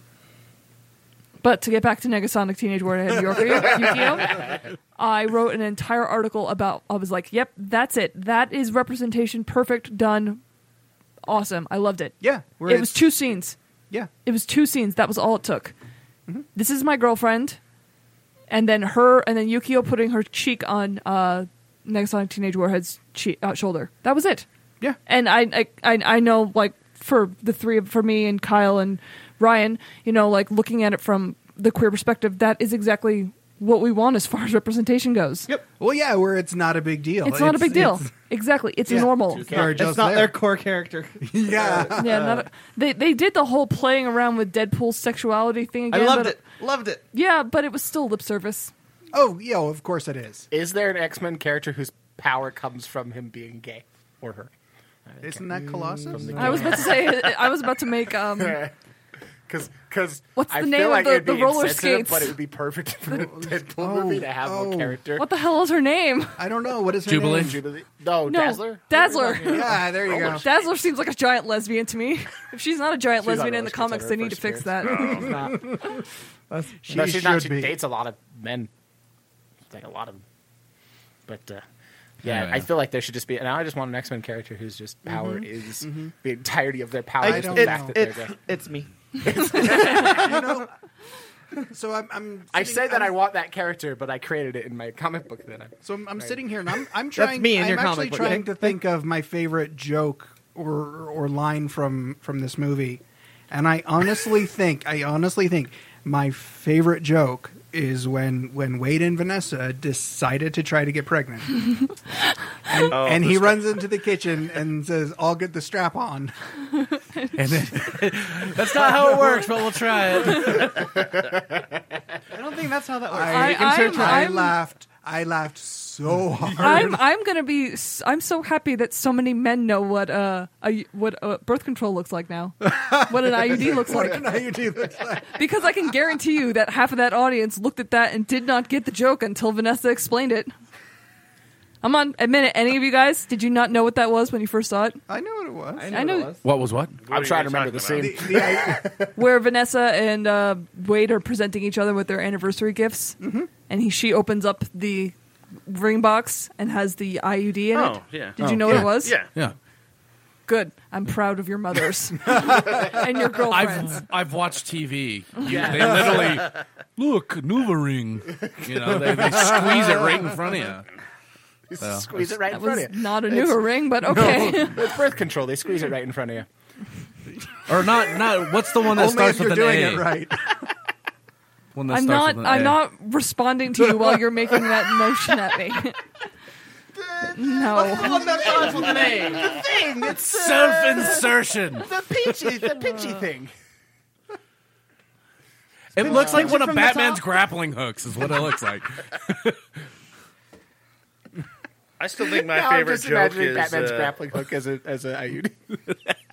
[SPEAKER 7] But to get back to Negasonic Teenage Warhead Yorker Yukio, I wrote an entire article about. I was like, "Yep, that's it. That is representation. Perfect. Done. Awesome. I loved it.
[SPEAKER 10] Yeah, where
[SPEAKER 7] it was
[SPEAKER 10] it's-
[SPEAKER 7] two scenes.
[SPEAKER 10] Yeah. Mm-hmm.
[SPEAKER 7] It was two scenes. That was all it took. This is my girlfriend, and then her, and then Yukio putting her cheek on uh, Negasonic Teenage Warhead's cheek, uh, shoulder. That was it.
[SPEAKER 10] Yeah.
[SPEAKER 7] And I, I, I, I know, like for the three, of for me and Kyle and Ryan, you know, like looking at it from the queer perspective, that is exactly what we want as far as representation goes.
[SPEAKER 10] Yep. Well, yeah, where it's not a big deal.
[SPEAKER 7] It's, not a big deal.
[SPEAKER 10] it's-
[SPEAKER 7] Exactly. It's
[SPEAKER 10] Yeah.
[SPEAKER 7] normal.
[SPEAKER 10] They're just
[SPEAKER 5] It's not
[SPEAKER 10] there.
[SPEAKER 5] their core character.
[SPEAKER 10] yeah.
[SPEAKER 7] Yeah, not a, they they did the whole playing around with Deadpool's sexuality thing
[SPEAKER 5] I
[SPEAKER 7] again.
[SPEAKER 5] loved
[SPEAKER 7] but-
[SPEAKER 5] it. Loved it.
[SPEAKER 7] Yeah, but it was still lip service.
[SPEAKER 10] Oh, yeah, well, of course it is.
[SPEAKER 6] Is there an X Men character whose power comes from him being gay or her?
[SPEAKER 10] Isn't that Colossus?
[SPEAKER 7] I was about to say. I was about to make um,
[SPEAKER 6] Because because
[SPEAKER 7] What's
[SPEAKER 6] I
[SPEAKER 7] the
[SPEAKER 6] feel
[SPEAKER 7] name of
[SPEAKER 6] like
[SPEAKER 7] the-
[SPEAKER 6] it'd
[SPEAKER 7] the
[SPEAKER 6] be
[SPEAKER 7] roller
[SPEAKER 6] insensitive, but
[SPEAKER 7] skates?
[SPEAKER 6] it would be perfect for a Deadpool movie to have
[SPEAKER 10] oh.
[SPEAKER 6] a character.
[SPEAKER 7] what the hell is her name?
[SPEAKER 10] I don't know. What is her
[SPEAKER 3] Jubilee?
[SPEAKER 10] name?
[SPEAKER 6] Jubilee? No,
[SPEAKER 7] No,
[SPEAKER 6] Dazzler.
[SPEAKER 7] Dazzler.
[SPEAKER 10] Yeah, there you go.
[SPEAKER 7] Dazzler seems like a giant lesbian to me. If she's not a giant
[SPEAKER 6] She's not
[SPEAKER 7] lesbian
[SPEAKER 6] a
[SPEAKER 7] in the
[SPEAKER 6] lesbian,
[SPEAKER 7] comics,
[SPEAKER 6] it's
[SPEAKER 7] they
[SPEAKER 6] her
[SPEAKER 7] need to
[SPEAKER 6] first
[SPEAKER 7] fix that.
[SPEAKER 6] no, she's not.
[SPEAKER 10] should
[SPEAKER 6] She
[SPEAKER 10] be.
[SPEAKER 6] dates a lot of men. Like a lot of, but uh, yeah,
[SPEAKER 3] Anyway.
[SPEAKER 6] I feel like there should just be. And I just want an X Men character whose just power is the entirety of their power.
[SPEAKER 10] I
[SPEAKER 6] is
[SPEAKER 10] don't
[SPEAKER 6] the
[SPEAKER 10] know.
[SPEAKER 6] fact that
[SPEAKER 5] It's,
[SPEAKER 6] they're gay.
[SPEAKER 5] it's me.
[SPEAKER 10] You know, so I'm. I'm
[SPEAKER 6] I
[SPEAKER 10] sitting-
[SPEAKER 6] say that
[SPEAKER 10] I'm-
[SPEAKER 6] I want that character, but I created it in my comic book. Then I'm
[SPEAKER 10] So I'm, I'm sitting here and I'm, I'm trying.
[SPEAKER 5] me in
[SPEAKER 10] I'm
[SPEAKER 5] your comic
[SPEAKER 10] actually
[SPEAKER 5] book,
[SPEAKER 10] trying
[SPEAKER 3] eh?
[SPEAKER 5] right?
[SPEAKER 10] to think of my favorite joke or or line from from this movie, and I honestly think I honestly think my favorite joke is when when Wade and Vanessa decided to try to get pregnant, and,
[SPEAKER 9] Oh,
[SPEAKER 10] and he
[SPEAKER 9] this guy.
[SPEAKER 10] runs into the kitchen and says, "I'll get the strap on."
[SPEAKER 3] And then, that's not how it works, but we'll try it.
[SPEAKER 5] I don't think that's how that works.
[SPEAKER 10] I,
[SPEAKER 7] I- I'm-
[SPEAKER 10] I
[SPEAKER 7] I'm-
[SPEAKER 10] laughed. I laughed so hard.
[SPEAKER 7] I'm I'm gonna be. s- I'm so happy that so many men know what uh a, what uh, birth control looks like now, what an IUD looks
[SPEAKER 10] What
[SPEAKER 7] like.
[SPEAKER 10] an IUD looks
[SPEAKER 7] Mm-hmm.
[SPEAKER 10] like.
[SPEAKER 7] Because I can guarantee you that half of that audience looked at that and did not get the joke until Vanessa explained it. I'm on. Admit it. Any of you guys? Did you not know what that was when you first saw it?
[SPEAKER 10] I know what it was.
[SPEAKER 5] I
[SPEAKER 7] I
[SPEAKER 5] what it
[SPEAKER 7] know-
[SPEAKER 5] was.
[SPEAKER 3] What was what?
[SPEAKER 9] What
[SPEAKER 6] I'm
[SPEAKER 9] are
[SPEAKER 6] trying
[SPEAKER 9] you
[SPEAKER 6] to remember the
[SPEAKER 9] talking about?
[SPEAKER 6] scene.
[SPEAKER 7] Where Vanessa and uh, Wade are presenting each other with their anniversary gifts,
[SPEAKER 10] Mm-hmm.
[SPEAKER 7] and he she opens up the ring box and has the IUD in it.
[SPEAKER 9] Oh, yeah.
[SPEAKER 7] Did you know what it was?
[SPEAKER 9] Yeah.
[SPEAKER 3] Yeah.
[SPEAKER 7] Good. I'm proud of your mothers and your girlfriends.
[SPEAKER 3] I've I've watched TV. They literally look Nuva ring. You know, they, they squeeze it right in front of you.
[SPEAKER 6] squeeze it right in
[SPEAKER 7] that
[SPEAKER 6] front
[SPEAKER 7] was
[SPEAKER 6] of you.
[SPEAKER 7] not a newer ring, but okay.
[SPEAKER 6] With birth control, they squeeze it right in front of you.
[SPEAKER 3] Or not not what's the one that
[SPEAKER 10] Only
[SPEAKER 3] starts
[SPEAKER 10] if you're
[SPEAKER 3] with an
[SPEAKER 10] doing
[SPEAKER 3] A?
[SPEAKER 10] it right.
[SPEAKER 3] One that
[SPEAKER 7] I'm
[SPEAKER 3] starts
[SPEAKER 7] not.
[SPEAKER 3] with an
[SPEAKER 7] I'm
[SPEAKER 3] A.
[SPEAKER 7] not responding to you while you're making that motion at me. no.
[SPEAKER 6] The thing, it's uh,
[SPEAKER 3] Self insertion.
[SPEAKER 6] the peachy, the pinchy thing.
[SPEAKER 3] It looks like one of
[SPEAKER 6] from the top.
[SPEAKER 3] Batman's grappling hooks is what it looks like.
[SPEAKER 9] I still think my
[SPEAKER 6] Now I'm
[SPEAKER 9] favorite
[SPEAKER 6] just
[SPEAKER 9] joke
[SPEAKER 6] imagining
[SPEAKER 9] is,
[SPEAKER 6] Batman's
[SPEAKER 9] uh,
[SPEAKER 6] grappling hook as a as a IUD.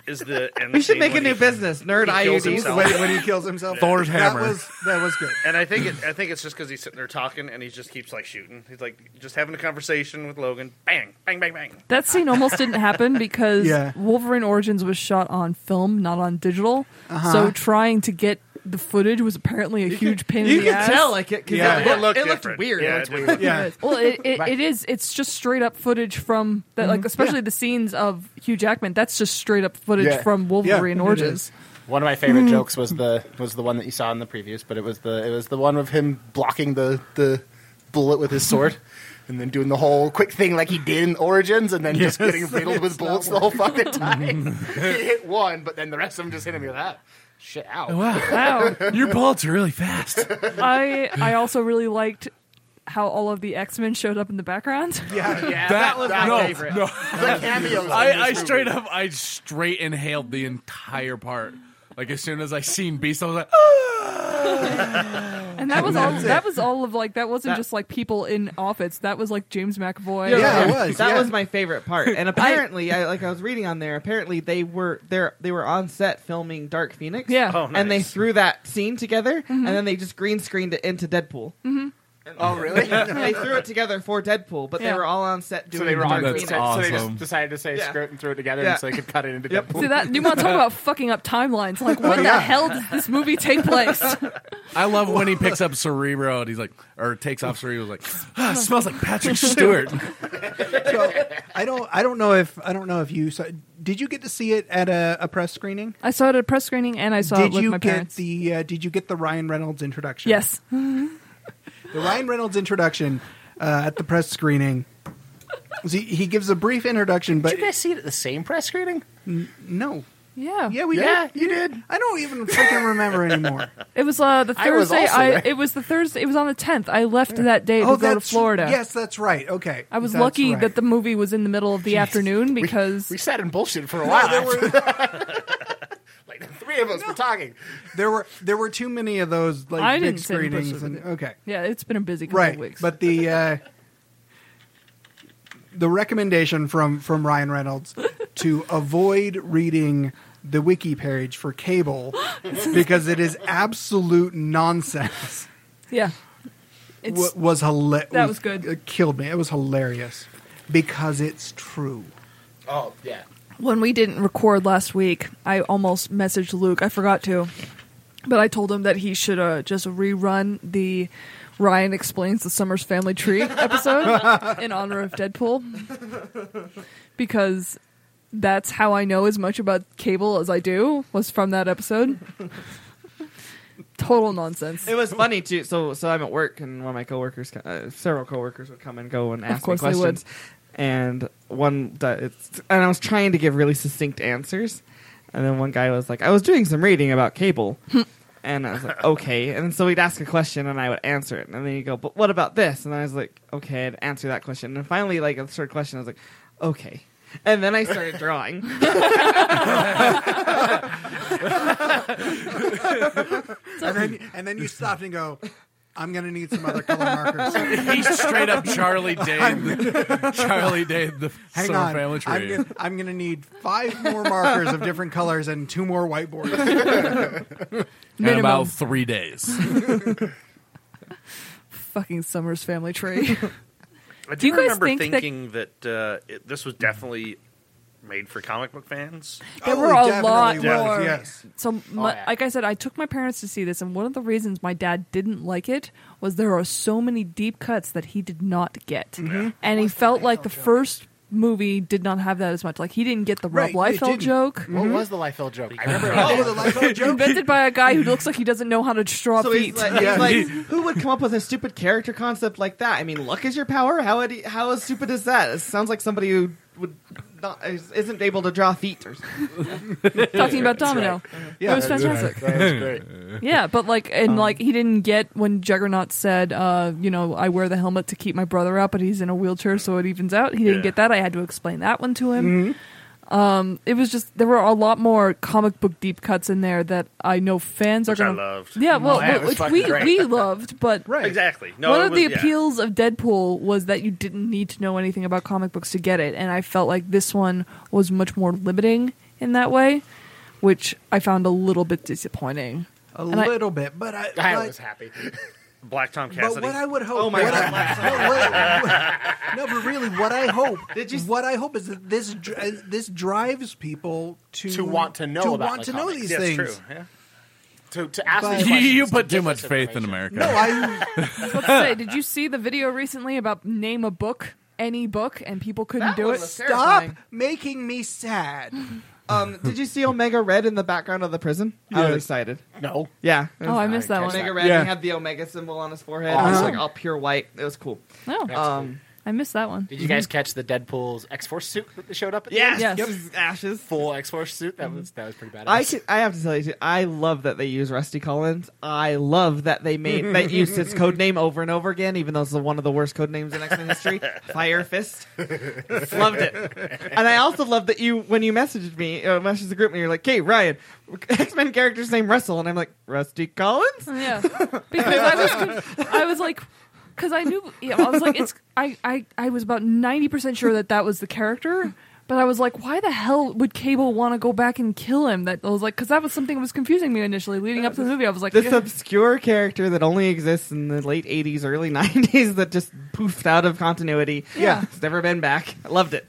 [SPEAKER 9] is the. end
[SPEAKER 5] We should
[SPEAKER 9] scene
[SPEAKER 5] make a
[SPEAKER 9] when
[SPEAKER 5] new
[SPEAKER 9] he-
[SPEAKER 5] business, nerd
[SPEAKER 9] he kills
[SPEAKER 6] E
[SPEAKER 9] himself.
[SPEAKER 5] IUDs.
[SPEAKER 10] when, when he kills himself.
[SPEAKER 3] Thor's
[SPEAKER 10] that
[SPEAKER 3] hammer.
[SPEAKER 10] Was, that was good.
[SPEAKER 9] And I think it, I think it's just because he's sitting there talking and he just keeps like shooting. He's like just having a conversation with Logan. Bang, bang, bang, bang.
[SPEAKER 7] That scene almost didn't happen because
[SPEAKER 10] Yeah.
[SPEAKER 7] Wolverine Origins was shot on film, not on digital. So trying to get the footage was apparently a huge pain in
[SPEAKER 5] You
[SPEAKER 7] the
[SPEAKER 5] can
[SPEAKER 7] ass.
[SPEAKER 5] tell, like it, 'cause
[SPEAKER 10] Yeah.
[SPEAKER 5] it,
[SPEAKER 10] It
[SPEAKER 5] looked,
[SPEAKER 9] looked
[SPEAKER 5] it looked
[SPEAKER 9] different.
[SPEAKER 5] weird.
[SPEAKER 9] Yeah,
[SPEAKER 5] It looked
[SPEAKER 9] it did
[SPEAKER 5] weird.
[SPEAKER 10] Yeah.
[SPEAKER 7] Well, it, it, it is. It's just straight up footage from that, like especially the scenes of Hugh Jackman. That's just straight up footage
[SPEAKER 6] Yeah.
[SPEAKER 7] from Wolverine
[SPEAKER 10] it
[SPEAKER 7] Origins. Hmm.
[SPEAKER 6] One of my favorite jokes was the was the one that you saw in the previews, but it was the it was the one of him blocking the the bullet with his sword. And then doing the whole quick thing like he did in Origins, and then just
[SPEAKER 9] Yes.
[SPEAKER 6] getting riddled with
[SPEAKER 9] It's not
[SPEAKER 6] bullets the whole fucking time. he hit one, but then the rest of them just hit him with that. "Ah, Shit,
[SPEAKER 3] Oh,
[SPEAKER 6] ow.
[SPEAKER 7] Wow.
[SPEAKER 3] Your bullets are really fast.
[SPEAKER 7] I I also really liked how all of the X Men showed up in the background.
[SPEAKER 6] Yeah, yeah,
[SPEAKER 3] that
[SPEAKER 6] was
[SPEAKER 3] no, No. I, I straight up, I straight inhaled the entire part. Like as soon as I seen Beast, I was like,
[SPEAKER 7] And that was all.
[SPEAKER 3] That's it.
[SPEAKER 7] That was all of like that wasn't
[SPEAKER 3] That-
[SPEAKER 7] just like people in outfits. That was like James McAvoy.
[SPEAKER 5] That was my favorite part. And apparently, I, like I was reading on there, apparently they were there. They were on set filming Dark Phoenix.
[SPEAKER 7] Yeah. Mm-hmm.
[SPEAKER 9] Oh,
[SPEAKER 5] And they
[SPEAKER 9] nice.
[SPEAKER 5] threw that scene together, and then they just green screened it into Deadpool.
[SPEAKER 7] Mhm.
[SPEAKER 6] Oh, really?
[SPEAKER 5] they threw it together for Deadpool, but
[SPEAKER 6] Yeah.
[SPEAKER 5] they were all on set doing.
[SPEAKER 6] So they were
[SPEAKER 5] the
[SPEAKER 6] all
[SPEAKER 5] Dark Phoenix.
[SPEAKER 6] that's So they just decided to say screw it and throw it together
[SPEAKER 5] Yeah.
[SPEAKER 6] and so they could cut it into
[SPEAKER 5] Yep.
[SPEAKER 6] Deadpool.
[SPEAKER 7] See that you want to talk about fucking up timelines? Like, when the hell does this movie take place?
[SPEAKER 3] I love when he picks up Cerebro and he's like, or takes off Cerebro, he's like, ah, it smells like Patrick Stewart.
[SPEAKER 10] I don't. I don't know if. I don't know if you saw. Did you get to see it at a, a press screening?
[SPEAKER 7] I saw it at a press screening, and I saw it
[SPEAKER 10] did
[SPEAKER 7] with
[SPEAKER 10] you
[SPEAKER 7] my
[SPEAKER 10] get
[SPEAKER 7] parents.
[SPEAKER 10] the? Uh, did you get the Ryan Reynolds introduction?
[SPEAKER 7] Yes.
[SPEAKER 10] the Ryan Reynolds introduction uh, at the press screening. So he, he gives a brief introduction, but
[SPEAKER 6] Did you guys see it at the same press screening?
[SPEAKER 10] N- no.
[SPEAKER 7] Yeah.
[SPEAKER 10] Yeah, we
[SPEAKER 6] Yeah,
[SPEAKER 10] did. You did. I don't even freaking remember anymore.
[SPEAKER 7] It was uh, the
[SPEAKER 10] I was
[SPEAKER 7] Thursday.
[SPEAKER 10] also
[SPEAKER 7] I,
[SPEAKER 10] there.
[SPEAKER 7] it was the Thursday. It was on the tenth. I left that day to go to
[SPEAKER 10] Oh, that's-
[SPEAKER 7] Florida.
[SPEAKER 10] Yes, that's right. Okay.
[SPEAKER 7] I was
[SPEAKER 10] That's
[SPEAKER 7] lucky
[SPEAKER 10] right.
[SPEAKER 7] that the movie was in the middle of the afternoon because
[SPEAKER 6] we, sat in bullshit for a
[SPEAKER 10] while. there
[SPEAKER 6] like the three of us were talking.
[SPEAKER 10] there were there were too many of those like
[SPEAKER 7] I
[SPEAKER 10] big
[SPEAKER 7] didn't sit in
[SPEAKER 10] screenings
[SPEAKER 7] person
[SPEAKER 10] and
[SPEAKER 7] with it.
[SPEAKER 10] okay.
[SPEAKER 7] Yeah, it's been a busy couple
[SPEAKER 10] right.
[SPEAKER 7] of weeks.
[SPEAKER 10] But the uh, the recommendation from from Ryan Reynolds to avoid reading the wiki page for cable because it is absolute nonsense
[SPEAKER 7] yeah,
[SPEAKER 10] wa-
[SPEAKER 7] it's
[SPEAKER 10] was hilarious.
[SPEAKER 7] that was good.
[SPEAKER 10] It killed me. It was hilarious because it's true.
[SPEAKER 6] Oh, yeah.
[SPEAKER 7] when we didn't record last week, I almost messaged Luke. I forgot to, but I told him that he should uh, just rerun the Ryan explains the Summers Family Tree episode in honor of Deadpool because that's how I know as much about cable as I do was from that episode. Total nonsense.
[SPEAKER 5] It was funny too. So, so I'm at work, and one of my coworkers, uh, several coworkers, would come and go and
[SPEAKER 7] Of
[SPEAKER 5] ask me
[SPEAKER 7] course they would.
[SPEAKER 5] questions. And one, di- it's, and I was trying to give really succinct answers, and then one guy was like, "I was doing some reading about cable," and I was like, "Okay." And so he'd ask a question, and I would answer it, and then he'd go, "But what about this?" And I was like, "Okay," I'd answer that question, and finally, like a third question, I was like, "Okay." And then I started drawing.
[SPEAKER 10] and then and then you stopped and go. I'm gonna need some other color markers.
[SPEAKER 3] He's straight up Charlie Day. Charlie Day, the
[SPEAKER 10] Hang
[SPEAKER 3] Summer
[SPEAKER 10] on.
[SPEAKER 3] Family Tree.
[SPEAKER 10] I'm gonna, I'm gonna need five more markers of different colors and two more whiteboards.
[SPEAKER 3] in about three days.
[SPEAKER 7] Fucking Summers Family Tree. Do
[SPEAKER 9] I do
[SPEAKER 7] you guys
[SPEAKER 9] remember
[SPEAKER 7] think that-
[SPEAKER 9] thinking that, uh, it, this was definitely made for comic book fans.
[SPEAKER 7] There
[SPEAKER 10] Oh,
[SPEAKER 7] were a lot
[SPEAKER 9] was,
[SPEAKER 7] more.
[SPEAKER 9] Oh, yes.
[SPEAKER 7] So, my,
[SPEAKER 9] yeah.
[SPEAKER 7] like I said, I took my parents to see this, and one of the reasons my dad didn't like it was there are so many deep cuts that he did not get,
[SPEAKER 2] Mhm.
[SPEAKER 7] and he felt like the first movie did not have that as much. Like he didn't get the Rob
[SPEAKER 6] Right, it
[SPEAKER 7] Liefeld
[SPEAKER 6] didn't.
[SPEAKER 7] joke. Mm-hmm.
[SPEAKER 6] What was the Liefeld joke? I remember it.
[SPEAKER 7] Invented by a guy who looks like he doesn't know how to draw
[SPEAKER 5] So
[SPEAKER 7] feet.
[SPEAKER 5] he's like, he's like, who would come up with a stupid character concept like that? I mean, luck is your power. How would he, how stupid is that? It sounds like somebody who would not is- isn't able to draw feet. Or
[SPEAKER 7] talking about Domino.
[SPEAKER 5] Yeah,
[SPEAKER 7] it was
[SPEAKER 5] that's
[SPEAKER 7] fantastic.
[SPEAKER 5] right. That was great.
[SPEAKER 7] yeah, but like,
[SPEAKER 9] Um,
[SPEAKER 7] and like, he didn't get when Juggernaut said, uh, "You know, I wear the helmet to keep my brother out, but he's in a wheelchair, so it evens out." He didn't
[SPEAKER 2] Yeah.
[SPEAKER 7] get that. I had to explain that one to
[SPEAKER 9] Mm-hmm.
[SPEAKER 7] him. Um, it was just there were a lot more comic book deep cuts in there that I know fans
[SPEAKER 9] Which
[SPEAKER 7] are
[SPEAKER 9] I
[SPEAKER 7] going.
[SPEAKER 9] loved.
[SPEAKER 7] Yeah, well,
[SPEAKER 9] Oh, yeah, it was
[SPEAKER 7] which
[SPEAKER 9] fucking
[SPEAKER 7] we
[SPEAKER 9] great.
[SPEAKER 7] we loved, but
[SPEAKER 9] Right. Exactly. No,
[SPEAKER 7] one
[SPEAKER 9] it
[SPEAKER 7] of
[SPEAKER 9] was-
[SPEAKER 7] the
[SPEAKER 9] yeah.
[SPEAKER 7] appeals of Deadpool was that you didn't need to know anything about comic books to get it, and I felt like this one was much more limiting in that way, which I found a little bit disappointing.
[SPEAKER 10] A
[SPEAKER 7] And I-
[SPEAKER 10] little bit, but I,
[SPEAKER 6] I
[SPEAKER 10] but-
[SPEAKER 6] was happy.
[SPEAKER 9] Black Tom
[SPEAKER 10] But
[SPEAKER 9] Cassidy.
[SPEAKER 10] what I would hope,
[SPEAKER 9] Oh my
[SPEAKER 10] what
[SPEAKER 9] God.
[SPEAKER 10] I- no, what- no, but really, what I hope, what I hope is that this dr- uh, this drives people to
[SPEAKER 6] To want to know
[SPEAKER 10] to
[SPEAKER 6] about
[SPEAKER 10] want
[SPEAKER 6] the
[SPEAKER 10] to know
[SPEAKER 6] comics.
[SPEAKER 10] these
[SPEAKER 6] That's
[SPEAKER 10] things.
[SPEAKER 6] true, yeah. To, to ask
[SPEAKER 10] But-
[SPEAKER 6] these
[SPEAKER 3] you,
[SPEAKER 6] questions
[SPEAKER 3] you
[SPEAKER 6] to
[SPEAKER 3] put
[SPEAKER 6] get
[SPEAKER 3] too much
[SPEAKER 6] this
[SPEAKER 3] faith in
[SPEAKER 6] information.
[SPEAKER 3] America.
[SPEAKER 10] No, I
[SPEAKER 7] Let's say, did you see the video recently about name a book, any book, and people couldn't
[SPEAKER 5] That
[SPEAKER 7] do
[SPEAKER 5] one
[SPEAKER 7] it?
[SPEAKER 5] was
[SPEAKER 10] stop making me sad.
[SPEAKER 5] Um, did you see Omega Red in the background of the prison? I was
[SPEAKER 10] Yes.
[SPEAKER 5] excited.
[SPEAKER 6] No.
[SPEAKER 5] Yeah.
[SPEAKER 7] Oh, I missed that one.
[SPEAKER 5] Omega Red.
[SPEAKER 10] Yeah. Uh-huh.
[SPEAKER 5] He had the Omega symbol on his forehead. It was
[SPEAKER 10] Awesome.
[SPEAKER 5] like all pure white. It was cool.
[SPEAKER 7] No,
[SPEAKER 5] Um,
[SPEAKER 7] I missed that one.
[SPEAKER 6] Did you guys catch the Deadpool's X Force suit that showed up? At the
[SPEAKER 5] yes.
[SPEAKER 6] end?
[SPEAKER 7] Yes.
[SPEAKER 5] Yep. Ashes.
[SPEAKER 6] Full X Force suit. That was that was pretty badass.
[SPEAKER 5] I can, I have to tell you, too, I love that they use Rusty Collins. I love that they made that used his code name over and over again, even though it's one of the worst code names in X Men history. Fire Fist. loved it, and I also love that you when you messaged me, uh, messaged the group, and you're like, "Hey, Ryan, X Men characters named Russell," and I'm like, "Rusty Collins."
[SPEAKER 7] Oh, Yeah, because I was, con- I was like, because I knew, yeah, I was like, it's, I, I, I was about ninety percent sure that that was the character, but I was like, why the hell would Cable want to go back and kill him? That I was like, because that was something that was confusing me initially leading up to the movie. I was like,
[SPEAKER 5] This
[SPEAKER 7] yeah.
[SPEAKER 5] obscure character that only exists in the late '80s, early '90s, that just poofed out of continuity.
[SPEAKER 7] Yeah.
[SPEAKER 5] it's never been back. I loved it.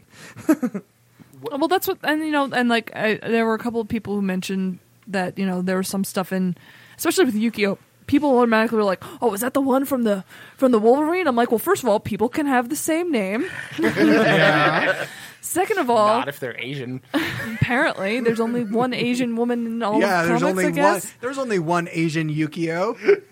[SPEAKER 7] well, that's what, and you know, and like, I, there were a couple of people who mentioned that you know there was some stuff in, especially with Yukio. People automatically were like, "Oh, is that the one from the from the Wolverine?" I'm like, "Well, first of all, people can have the same name. Second of all,
[SPEAKER 6] Not if they're Asian.
[SPEAKER 7] Apparently, there's only one Asian woman in all
[SPEAKER 10] yeah,
[SPEAKER 7] of
[SPEAKER 10] there's
[SPEAKER 7] comics, I
[SPEAKER 10] only one.
[SPEAKER 7] guess.
[SPEAKER 10] There's only one Asian Yukio.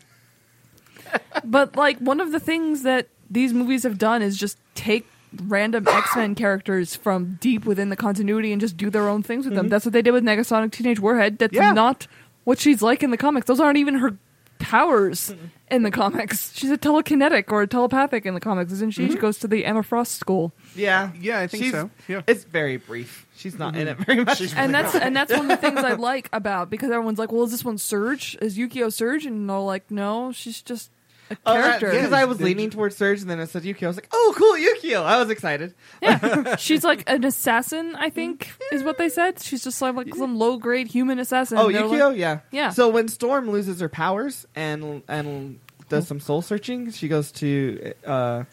[SPEAKER 7] But like one of the things that these movies have done is just take random X-Men characters from deep within the continuity and just do their own things with them. That's what they did with Negasonic Teenage Warhead. That's
[SPEAKER 10] Yeah.
[SPEAKER 7] not what she's like in the comics. Those aren't even her powers in the comics. She's a telekinetic or a telepathic in the comics, isn't she? She goes to the Emma Frost school.
[SPEAKER 5] Yeah,
[SPEAKER 10] Yeah, I think
[SPEAKER 5] She's-
[SPEAKER 10] so. Yeah.
[SPEAKER 5] It's very brief. She's not in it very much.
[SPEAKER 7] and that's and that's one of the things I like about because everyone's like, well, is this one Surge? Is Yukio Surge? And they're like, no, she's just a
[SPEAKER 5] Oh,
[SPEAKER 7] character.
[SPEAKER 5] Because I was leaning towards Surge, and then I said Yukio. I was like, "Oh, cool, Yukio!" I was excited.
[SPEAKER 7] Yeah, she's like an assassin. I think is what they said. She's just like, like some low grade human assassin.
[SPEAKER 5] oh,
[SPEAKER 7] They're
[SPEAKER 5] Yukio,
[SPEAKER 7] like-
[SPEAKER 5] yeah,
[SPEAKER 7] Yeah.
[SPEAKER 5] So when Storm loses her powers and and does some soul searching, she goes to uh,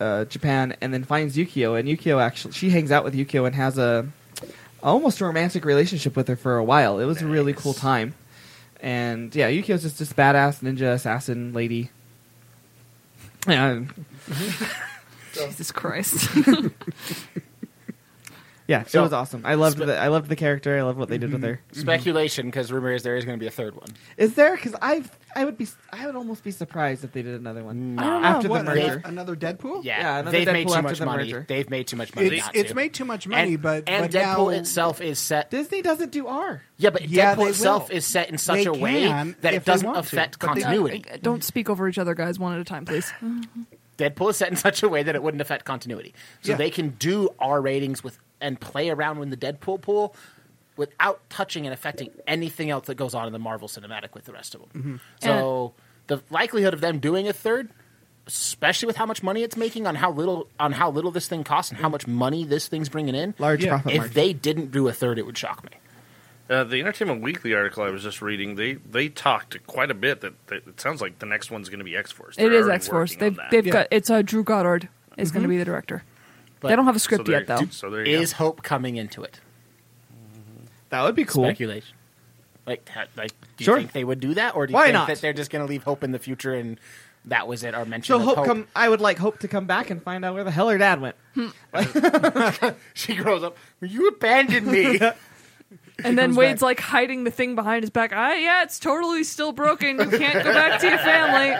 [SPEAKER 5] uh, Japan and then finds Yukio, and Yukio actually she hangs out with Yukio and has a almost a romantic relationship with her for a while. It was a really cool time. And yeah, Yukio's just this badass ninja assassin lady. Yeah,
[SPEAKER 7] Jesus Christ.
[SPEAKER 5] Yeah,
[SPEAKER 6] So- Mm-hmm.
[SPEAKER 5] it was awesome. I loved the I loved the character. I loved what they did with her. Mm-hmm.
[SPEAKER 6] Speculation, because rumor is there is going to be a third one.
[SPEAKER 5] Is there? Because I I would be I would almost be surprised if they did another one
[SPEAKER 7] I don't know.
[SPEAKER 5] after the
[SPEAKER 10] What,
[SPEAKER 5] merger.
[SPEAKER 10] another, another Deadpool?
[SPEAKER 6] Yeah,
[SPEAKER 5] Yeah, another
[SPEAKER 6] they've made
[SPEAKER 5] Deadpool
[SPEAKER 6] too
[SPEAKER 5] after
[SPEAKER 6] much
[SPEAKER 5] the
[SPEAKER 6] money.
[SPEAKER 5] merger.
[SPEAKER 6] They've made too much money.
[SPEAKER 10] It's
[SPEAKER 6] not
[SPEAKER 10] it's
[SPEAKER 6] to.
[SPEAKER 10] made too much money,
[SPEAKER 6] and,
[SPEAKER 10] but
[SPEAKER 6] and
[SPEAKER 10] but
[SPEAKER 6] Deadpool
[SPEAKER 10] now,
[SPEAKER 6] itself is set.
[SPEAKER 5] Disney doesn't do R.
[SPEAKER 6] Yeah, but
[SPEAKER 10] Yeah,
[SPEAKER 6] Deadpool
[SPEAKER 10] they
[SPEAKER 6] itself
[SPEAKER 10] will.
[SPEAKER 6] is set in such
[SPEAKER 10] They
[SPEAKER 6] a way
[SPEAKER 10] can
[SPEAKER 6] that
[SPEAKER 10] if
[SPEAKER 6] it
[SPEAKER 10] they
[SPEAKER 6] doesn't
[SPEAKER 10] want to,
[SPEAKER 6] affect
[SPEAKER 10] but they-
[SPEAKER 6] continuity.
[SPEAKER 7] Uh, Don't speak over each other, guys. One at a time, please.
[SPEAKER 6] Deadpool is set in such a way that it wouldn't affect continuity. So
[SPEAKER 10] Yeah.
[SPEAKER 6] they can do R ratings with and play around with the Deadpool pool without touching and affecting anything else that goes on in the Marvel cinematic with the rest of them.
[SPEAKER 10] Mm-hmm.
[SPEAKER 6] So the likelihood of them doing a third, especially with how much money it's making on how little on how little this thing costs and
[SPEAKER 5] Mm-hmm.
[SPEAKER 6] how much money this thing's bringing in,
[SPEAKER 5] Large
[SPEAKER 10] Yeah.
[SPEAKER 5] profit
[SPEAKER 6] if
[SPEAKER 5] margin.
[SPEAKER 6] they didn't do a third, it would shock me.
[SPEAKER 9] Uh, the Entertainment Weekly article I was just reading, they they talked quite a bit that, that it sounds like the next one's going to be X Force.
[SPEAKER 7] it is X Force. They've they've got it's uh, Drew Goddard is going to be the director. they
[SPEAKER 6] But-
[SPEAKER 7] don't have a script yet though.
[SPEAKER 9] So there you
[SPEAKER 6] Is hope coming into it?
[SPEAKER 5] Mm-hmm. that would be cool.
[SPEAKER 6] Speculation. Like, ha- like, do you
[SPEAKER 5] Sure.
[SPEAKER 6] think they would do that, or do you
[SPEAKER 5] Why
[SPEAKER 6] think
[SPEAKER 5] not?
[SPEAKER 6] that they're just going to leave hope in the future and that was it? Our mention
[SPEAKER 5] So
[SPEAKER 6] of
[SPEAKER 5] hope,
[SPEAKER 6] hope.
[SPEAKER 5] come. I would like Hope to come back and find out where the hell her dad went.
[SPEAKER 6] she grows up. You abandoned me.
[SPEAKER 7] And then Wade's like hiding the thing behind his back. I yeah, it's totally still broken. You can't go back to your family.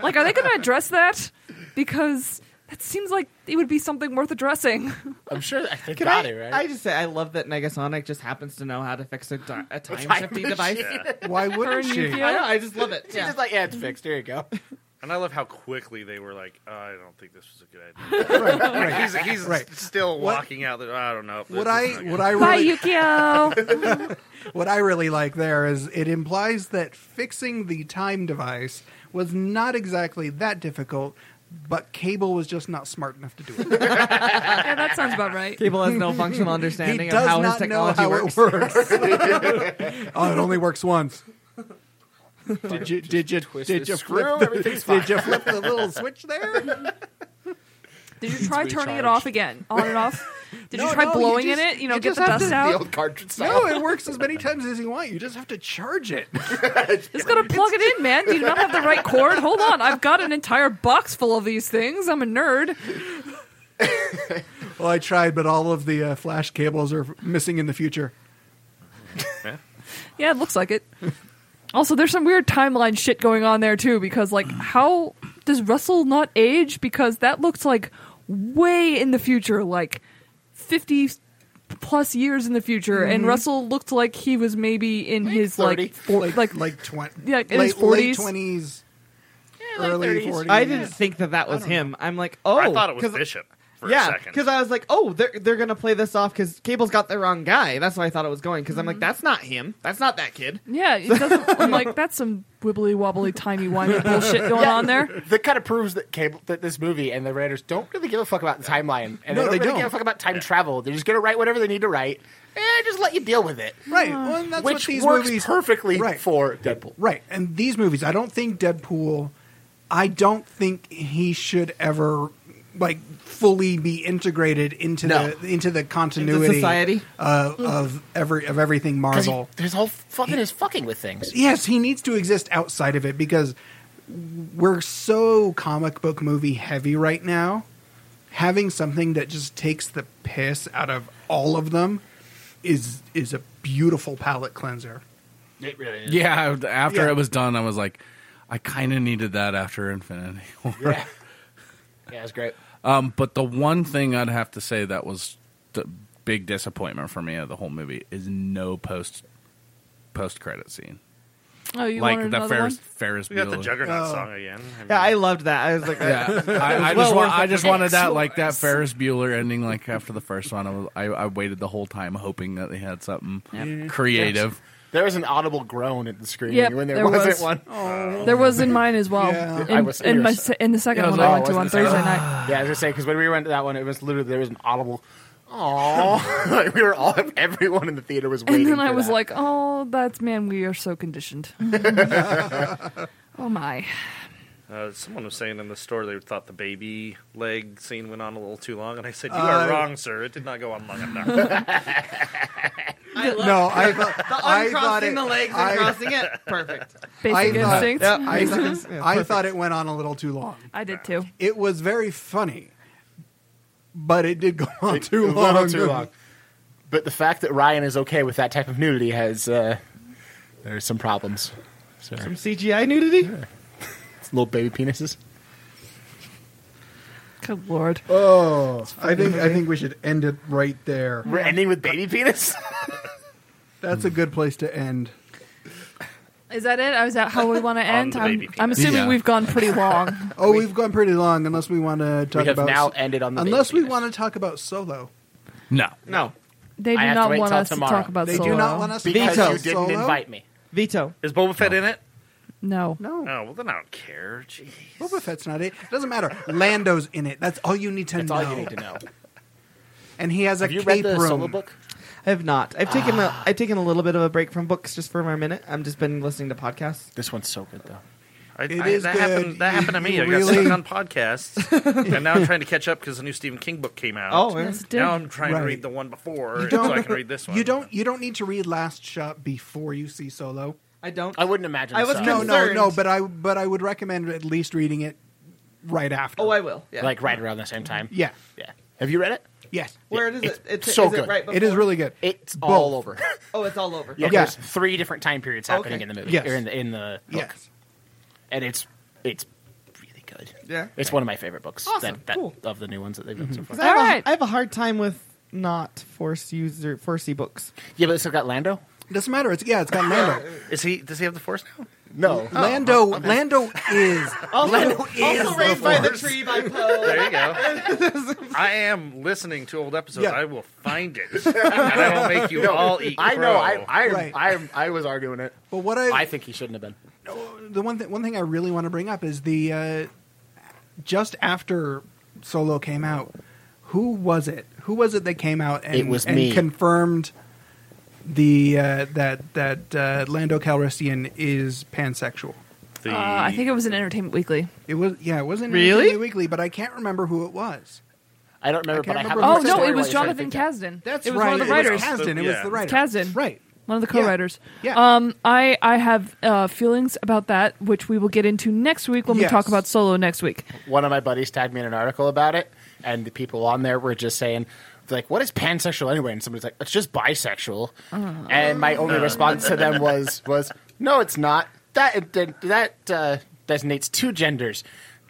[SPEAKER 7] Like, are they going to address that? Because that seems like it would be something worth addressing.
[SPEAKER 6] I'm sure that they
[SPEAKER 5] Can
[SPEAKER 6] got
[SPEAKER 5] I,
[SPEAKER 6] it right.
[SPEAKER 5] I just say I love that Negasonic just happens to know how to fix a, di- a time
[SPEAKER 6] time
[SPEAKER 5] shifting device.
[SPEAKER 6] machine.
[SPEAKER 10] Why
[SPEAKER 7] Her
[SPEAKER 10] wouldn't
[SPEAKER 7] and
[SPEAKER 10] she?
[SPEAKER 7] Yukio.
[SPEAKER 5] I know. I just love it.
[SPEAKER 6] She's
[SPEAKER 5] Yeah.
[SPEAKER 6] just like, yeah, it's fixed. There you go.
[SPEAKER 9] And I love how quickly they were like, oh, I don't think this was a good idea.
[SPEAKER 10] Right, right.
[SPEAKER 9] he's he's
[SPEAKER 10] Right.
[SPEAKER 9] still
[SPEAKER 10] What-
[SPEAKER 9] walking out. There. I don't know.
[SPEAKER 10] What
[SPEAKER 9] This
[SPEAKER 10] I
[SPEAKER 9] is not good."
[SPEAKER 10] what I
[SPEAKER 7] Bye,
[SPEAKER 10] really
[SPEAKER 7] Yukio.
[SPEAKER 10] what I really like there is it implies that fixing the time device was not exactly that difficult, but Cable was just not smart enough to do it.
[SPEAKER 7] yeah, that sounds about right.
[SPEAKER 5] Cable has no functional
[SPEAKER 10] he
[SPEAKER 5] understanding of
[SPEAKER 10] does
[SPEAKER 5] how his
[SPEAKER 10] not know
[SPEAKER 5] technology
[SPEAKER 10] how
[SPEAKER 5] works.
[SPEAKER 10] it works. oh, it only works once. Did you did you
[SPEAKER 6] twist
[SPEAKER 10] did
[SPEAKER 6] this
[SPEAKER 10] you
[SPEAKER 6] screw,
[SPEAKER 10] flip the,
[SPEAKER 6] everything's
[SPEAKER 10] did you flip the little switch there?
[SPEAKER 7] Did you try turning it
[SPEAKER 6] recharged.
[SPEAKER 7] off again, on and off? Did
[SPEAKER 10] No,
[SPEAKER 7] you try
[SPEAKER 10] no, you
[SPEAKER 7] blowing in
[SPEAKER 10] just-
[SPEAKER 7] it? You know,
[SPEAKER 10] you
[SPEAKER 7] get
[SPEAKER 10] just
[SPEAKER 7] the
[SPEAKER 10] have
[SPEAKER 7] dust
[SPEAKER 10] to-
[SPEAKER 7] out.
[SPEAKER 6] The old cartridge
[SPEAKER 10] No,
[SPEAKER 6] style.
[SPEAKER 10] it works as many times as you want. You just have to charge it.
[SPEAKER 7] Just gotta plug it in, man. Do you not have the right cord? Hold on, I've got an entire box full of these things. I'm a nerd.
[SPEAKER 10] Well, I tried, but all of the uh, flash cables are missing in the future.
[SPEAKER 7] Yeah, it looks like it. Also, there's some weird timeline shit going on there too, because like, how does Russell not age? Because that looks like way in the future, like fifty plus years in the future, and Russell looked like he was maybe in his
[SPEAKER 6] 30.
[SPEAKER 7] like, four,
[SPEAKER 10] Like
[SPEAKER 7] like,
[SPEAKER 10] like, twenty,
[SPEAKER 7] yeah, in his
[SPEAKER 10] late,
[SPEAKER 7] 40s.
[SPEAKER 10] late twenties, early
[SPEAKER 6] 30s.
[SPEAKER 10] forties.
[SPEAKER 5] I didn't think that that was him. I'm like, oh,
[SPEAKER 9] I thought it was
[SPEAKER 5] 'cause-
[SPEAKER 9] Bishop for a
[SPEAKER 5] yeah,
[SPEAKER 9] second.
[SPEAKER 5] because I was like, oh, they're they're gonna play this off because Cable's got the wrong guy. That's where I thought it was going. Because I'm like, that's not him. That's not that kid.
[SPEAKER 7] yeah, it doesn't. I'm like, that's some wibbly wobbly timey wimey bullshit going on there.
[SPEAKER 6] That kind of proves that cable that this movie and the writers don't really give a fuck about the timeline, and
[SPEAKER 10] No,
[SPEAKER 6] they
[SPEAKER 10] they
[SPEAKER 6] don't really
[SPEAKER 10] don't.
[SPEAKER 6] give a fuck about time travel. They're just gonna write whatever they need to write, and just let you deal with it.
[SPEAKER 10] Right. Well, and that's what
[SPEAKER 6] Which
[SPEAKER 10] these
[SPEAKER 6] works
[SPEAKER 10] movies
[SPEAKER 6] perfectly
[SPEAKER 10] Right.
[SPEAKER 6] for Deadpool.
[SPEAKER 10] Right. And these movies, I don't think Deadpool, I don't think he should ever like fully be integrated into
[SPEAKER 6] No.
[SPEAKER 10] the into the continuity
[SPEAKER 5] society?
[SPEAKER 10] uh, of every of everything
[SPEAKER 6] 'Cause
[SPEAKER 10] Marvel.
[SPEAKER 6] he- There's whole fucking is fucking with things.
[SPEAKER 10] yes, he needs to exist outside of it because we're so comic book movie heavy right now. Having something that just takes the piss out of all of them is is a beautiful palate cleanser.
[SPEAKER 6] It really is.
[SPEAKER 3] Yeah, I- after
[SPEAKER 10] Yeah.
[SPEAKER 3] it was done, I was like, I kind of needed that after Infinity War.
[SPEAKER 6] Yeah. Yeah, it's great.
[SPEAKER 3] Um, but the one thing I'd have to say that was the big disappointment for me of the whole movie is no post post credit scene.
[SPEAKER 7] Oh, you
[SPEAKER 3] like
[SPEAKER 7] wanted
[SPEAKER 3] the
[SPEAKER 7] another
[SPEAKER 3] Ferris
[SPEAKER 7] one?
[SPEAKER 3] Ferris
[SPEAKER 9] we got the
[SPEAKER 3] Bueller.
[SPEAKER 9] Juggernaut
[SPEAKER 10] Oh.
[SPEAKER 9] song again. I mean,
[SPEAKER 5] Yeah, I loved that. I was like,
[SPEAKER 3] Yeah, I, I
[SPEAKER 5] well
[SPEAKER 3] just want,
[SPEAKER 5] worth
[SPEAKER 3] I
[SPEAKER 5] it.
[SPEAKER 3] just wanted that like that Ferris Bueller ending like after the first one. I, was, I, I waited the whole time hoping that they had something
[SPEAKER 6] Mm-hmm.
[SPEAKER 3] creative.
[SPEAKER 6] There was an audible groan at the screen
[SPEAKER 7] Yep,
[SPEAKER 6] when
[SPEAKER 7] there
[SPEAKER 6] wasn't
[SPEAKER 7] was. Oh.
[SPEAKER 6] one.
[SPEAKER 7] There was in mine as well.
[SPEAKER 10] Yeah.
[SPEAKER 7] In,
[SPEAKER 6] I was-
[SPEAKER 7] in my
[SPEAKER 6] yours.
[SPEAKER 7] se- in the second
[SPEAKER 3] Yeah, I was ah.
[SPEAKER 7] one I
[SPEAKER 3] like, oh,
[SPEAKER 7] went to
[SPEAKER 6] wasn't
[SPEAKER 7] on
[SPEAKER 6] the second
[SPEAKER 7] Thursday
[SPEAKER 6] one.
[SPEAKER 7] night.
[SPEAKER 6] Yeah, I was gonna say because when we went to that one, it was literally there was an audible. Oh, like we were all everyone in the theater was waiting.
[SPEAKER 7] And then
[SPEAKER 6] for
[SPEAKER 7] I was
[SPEAKER 6] that.
[SPEAKER 7] like, oh, that's man, we are so conditioned. oh my.
[SPEAKER 9] Uh, someone was saying in the store they thought the baby leg scene went on a little too long, and I said, "You
[SPEAKER 5] Uh,
[SPEAKER 9] are wrong, sir. It did not go on long enough."
[SPEAKER 10] No, I thought, I thought
[SPEAKER 5] uncrossing
[SPEAKER 10] it-
[SPEAKER 5] the legs and
[SPEAKER 10] I-
[SPEAKER 5] crossing it. Perfect.
[SPEAKER 7] Basic
[SPEAKER 10] I thought-
[SPEAKER 7] instinct.
[SPEAKER 5] Yeah, I,
[SPEAKER 10] I thought it went on a little too long.
[SPEAKER 7] I did too.
[SPEAKER 10] It was very funny, but it did go on too
[SPEAKER 6] It was a
[SPEAKER 10] long.
[SPEAKER 6] little too long. But the fact that Ryan is okay with that type of nudity has uh, there's some problems. So,
[SPEAKER 5] some CGI nudity.
[SPEAKER 6] little baby penises.
[SPEAKER 7] Good lord.
[SPEAKER 10] Oh, I think I think we should end it right there.
[SPEAKER 6] We're ending with baby penis.
[SPEAKER 10] That's a good place to end.
[SPEAKER 7] Is that it? Is that how we want to end?
[SPEAKER 9] the
[SPEAKER 7] I'm,
[SPEAKER 9] baby
[SPEAKER 7] I'm assuming
[SPEAKER 3] Yeah.
[SPEAKER 7] we've gone pretty long.
[SPEAKER 10] Oh, we, have gone pretty long. Unless we want to talk
[SPEAKER 6] we have
[SPEAKER 10] about
[SPEAKER 6] now ended on the
[SPEAKER 10] unless we
[SPEAKER 6] baby penis.
[SPEAKER 10] want to talk about Solo.
[SPEAKER 3] No,
[SPEAKER 6] No,
[SPEAKER 7] They
[SPEAKER 6] I
[SPEAKER 7] do
[SPEAKER 6] have to
[SPEAKER 7] not
[SPEAKER 6] wait
[SPEAKER 7] want
[SPEAKER 6] till
[SPEAKER 7] us
[SPEAKER 6] tomorrow.
[SPEAKER 7] to talk about
[SPEAKER 10] They
[SPEAKER 7] Solo.
[SPEAKER 10] do not want us to talk
[SPEAKER 6] because you
[SPEAKER 10] about
[SPEAKER 6] didn't
[SPEAKER 10] Solo?
[SPEAKER 6] invite me.
[SPEAKER 5] Veto.
[SPEAKER 9] Is Boba Fett in it?
[SPEAKER 7] No.
[SPEAKER 10] No,
[SPEAKER 9] Oh well, then I don't care. Jeez.
[SPEAKER 10] Boba Fett's not it. It doesn't matter. Lando's in it. That's all you need to
[SPEAKER 6] That's
[SPEAKER 10] know.
[SPEAKER 6] all you need to know.
[SPEAKER 10] And he has a
[SPEAKER 6] Have you
[SPEAKER 10] cape
[SPEAKER 6] read the
[SPEAKER 10] room.
[SPEAKER 6] solo book?
[SPEAKER 5] I have not. I've taken a I've taken a little bit of a break from books just for a minute. I've just been listening to podcasts.
[SPEAKER 6] This one's so good though.
[SPEAKER 9] I,
[SPEAKER 10] It
[SPEAKER 9] I,
[SPEAKER 10] is
[SPEAKER 9] that
[SPEAKER 10] good.
[SPEAKER 9] happened. That happened to me. I got
[SPEAKER 10] Really?
[SPEAKER 9] stuck on podcasts, and now I'm trying to catch up because the new Stephen King book came out.
[SPEAKER 5] Oh,
[SPEAKER 7] Yes, it did.
[SPEAKER 9] now I'm trying
[SPEAKER 10] Right.
[SPEAKER 9] to read the one before, so
[SPEAKER 10] don't-
[SPEAKER 9] I can read this one.
[SPEAKER 10] You don't. You don't need to read Last Shot before you see Solo.
[SPEAKER 5] I don't.
[SPEAKER 6] I wouldn't imagine.
[SPEAKER 5] I was
[SPEAKER 6] so.
[SPEAKER 10] No, no,
[SPEAKER 5] Concerned.
[SPEAKER 10] no. But I. But I would recommend at least reading it right after.
[SPEAKER 5] oh, I will. Yeah.
[SPEAKER 6] like right around the same time.
[SPEAKER 10] Yeah.
[SPEAKER 6] yeah. Have you read it?
[SPEAKER 10] Yes.
[SPEAKER 5] where does
[SPEAKER 6] it's
[SPEAKER 5] it? It's
[SPEAKER 6] so
[SPEAKER 5] is
[SPEAKER 6] good.
[SPEAKER 5] It, right
[SPEAKER 10] It is
[SPEAKER 5] before?
[SPEAKER 10] really good.
[SPEAKER 6] It's
[SPEAKER 10] Both.
[SPEAKER 6] all over.
[SPEAKER 5] Oh, it's all over.
[SPEAKER 6] Yeah,
[SPEAKER 10] Okay.
[SPEAKER 6] there's three different time periods happening
[SPEAKER 5] Okay.
[SPEAKER 6] in the movie
[SPEAKER 10] Yes.
[SPEAKER 6] or in the, in the book,
[SPEAKER 10] Yes.
[SPEAKER 6] and it's it's really good.
[SPEAKER 5] Yeah.
[SPEAKER 6] It's one of my favorite books.
[SPEAKER 5] Awesome.
[SPEAKER 6] That, that,
[SPEAKER 5] Cool.
[SPEAKER 6] Of the new ones that they've done so
[SPEAKER 10] Mm-hmm.
[SPEAKER 6] far.
[SPEAKER 5] 'Cause I have,
[SPEAKER 7] All
[SPEAKER 5] a-
[SPEAKER 7] right.
[SPEAKER 5] I have a hard time with not force user force e books.
[SPEAKER 6] Yeah, but it's still got Lando.
[SPEAKER 10] Doesn't matter. It's yeah. It's got Lando.
[SPEAKER 9] Is he? Does he have the force now?
[SPEAKER 6] No,
[SPEAKER 10] Lando. Lando is. Lando is.
[SPEAKER 5] Oh, Also raised by the tree by Poe.
[SPEAKER 9] There you go. I am listening to old episodes.
[SPEAKER 10] Yeah.
[SPEAKER 9] I will find it, and I will make you all eat.
[SPEAKER 6] I know. I
[SPEAKER 9] crow.
[SPEAKER 6] I,
[SPEAKER 10] Right.
[SPEAKER 6] I I was arguing it.
[SPEAKER 10] But what
[SPEAKER 6] I
[SPEAKER 10] I,
[SPEAKER 6] think he shouldn't have been.
[SPEAKER 10] the one thing one thing I really want to bring up is the uh, just after Solo came out. Who was it? Who was it that came out and,
[SPEAKER 6] It was
[SPEAKER 10] and
[SPEAKER 6] me.
[SPEAKER 10] confirmed the uh, that that uh, Lando Calrissian is pansexual?
[SPEAKER 9] The-
[SPEAKER 7] Uh, I think it was in Entertainment Weekly.
[SPEAKER 10] It was yeah, it wasn't
[SPEAKER 5] Really?
[SPEAKER 10] Weekly, but I can't remember who it was.
[SPEAKER 6] I don't remember,
[SPEAKER 10] I
[SPEAKER 6] but I
[SPEAKER 10] can't
[SPEAKER 6] have.
[SPEAKER 10] remember
[SPEAKER 7] Oh
[SPEAKER 10] who
[SPEAKER 6] a
[SPEAKER 7] no,
[SPEAKER 6] story
[SPEAKER 7] it was
[SPEAKER 6] while you're trying to
[SPEAKER 7] Jonathan
[SPEAKER 6] think
[SPEAKER 7] Kasdan.
[SPEAKER 6] that.
[SPEAKER 10] That's
[SPEAKER 7] it was
[SPEAKER 10] right.
[SPEAKER 7] one of
[SPEAKER 10] it
[SPEAKER 7] the writers.
[SPEAKER 10] Was Kasdan. It
[SPEAKER 9] Yeah.
[SPEAKER 10] was the writer.
[SPEAKER 7] Kasdan.
[SPEAKER 10] Right.
[SPEAKER 7] One of the co-writers.
[SPEAKER 10] Yeah.
[SPEAKER 7] Um, I I have uh, feelings about that, which we will get into next week when
[SPEAKER 10] Yes.
[SPEAKER 7] we talk about solo next week.
[SPEAKER 6] One of my buddies tagged me in an article about it, and and the people on there were just saying, like, what is pansexual anyway? And somebody's like, it's just bisexual. and my only response to them was, was no, it's not. That that, that uh, designates two genders.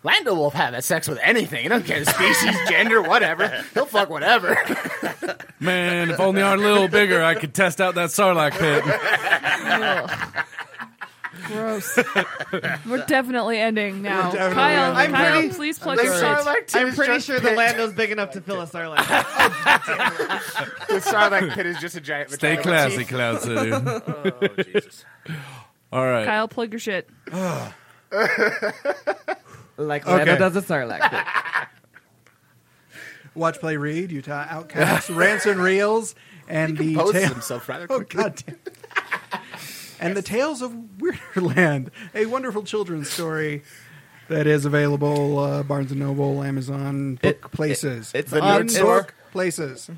[SPEAKER 6] Lando will have had sex with anything. He doesn't care species, gender, whatever. He'll fuck whatever.
[SPEAKER 3] Man, if only I were a little bigger, I could test out that Sarlacc pit.
[SPEAKER 7] Ugh. Gross. We're definitely ending now.
[SPEAKER 10] definitely
[SPEAKER 7] Kyle,
[SPEAKER 10] ending.
[SPEAKER 7] Kyle,
[SPEAKER 5] I'm pretty-
[SPEAKER 7] please plug your
[SPEAKER 6] Sorry,
[SPEAKER 7] shit.
[SPEAKER 6] like,
[SPEAKER 5] I'm
[SPEAKER 6] it's
[SPEAKER 5] pretty
[SPEAKER 6] just
[SPEAKER 5] sure the
[SPEAKER 6] pit.
[SPEAKER 5] Lando's big enough to fill a Sarlacc.
[SPEAKER 6] The Sarlacc pit is just a giant.
[SPEAKER 3] Stay
[SPEAKER 6] vagina.
[SPEAKER 3] classy, Cloud City. All
[SPEAKER 9] Oh, Jesus.
[SPEAKER 3] right.
[SPEAKER 7] Kyle, plug your shit.
[SPEAKER 5] like
[SPEAKER 10] Lando
[SPEAKER 5] Lando
[SPEAKER 10] Okay.
[SPEAKER 5] does
[SPEAKER 10] does
[SPEAKER 5] a Sarlacc.
[SPEAKER 10] Watch, play, read. Utah Outcasts, Rants and Reels, and the
[SPEAKER 6] Poses
[SPEAKER 10] tale-
[SPEAKER 6] himself rather
[SPEAKER 10] Oh
[SPEAKER 6] quick.
[SPEAKER 10] God! Damn. and the Tales of Weirderland, a wonderful children's story that is available uh, Barnes and Noble, Amazon, book places.
[SPEAKER 5] Um, it's
[SPEAKER 6] The
[SPEAKER 5] on-
[SPEAKER 6] nerd store?
[SPEAKER 10] book places,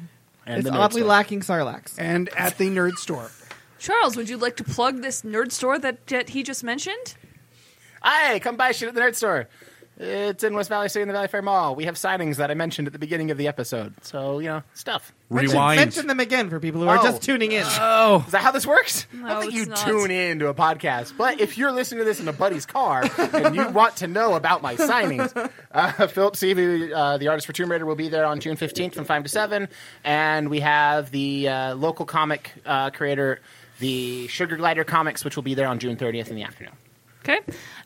[SPEAKER 6] And
[SPEAKER 5] It's
[SPEAKER 6] the nerd
[SPEAKER 5] oddly
[SPEAKER 6] stuff.
[SPEAKER 5] lacking Sarlaccs.
[SPEAKER 10] and at the nerd store.
[SPEAKER 7] Charles, would you like to plug this nerd store that, that he just mentioned?
[SPEAKER 6] Hey, come buy shit at the nerd store. It's in West Valley City in the Valley Fair Mall. We have signings that I mentioned at the beginning of the episode. So, you know, stuff.
[SPEAKER 3] Rewind.
[SPEAKER 5] Mention them again for people who are
[SPEAKER 6] Oh.
[SPEAKER 5] just tuning in.
[SPEAKER 3] Oh,
[SPEAKER 6] Is that how this works? I
[SPEAKER 7] No,
[SPEAKER 6] don't think
[SPEAKER 7] it's
[SPEAKER 6] you
[SPEAKER 7] not.
[SPEAKER 6] tune in to a podcast. But if you're listening to this in a buddy's car and you want to know about my signings, uh, Philip Seavey, uh, the artist for Tomb Raider, will be there on June 15th from 5 to 7. And we have the uh, local comic uh, creator, the Sugar Glider Comics, which will be there on June 30th in the afternoon.
[SPEAKER 7] Okay.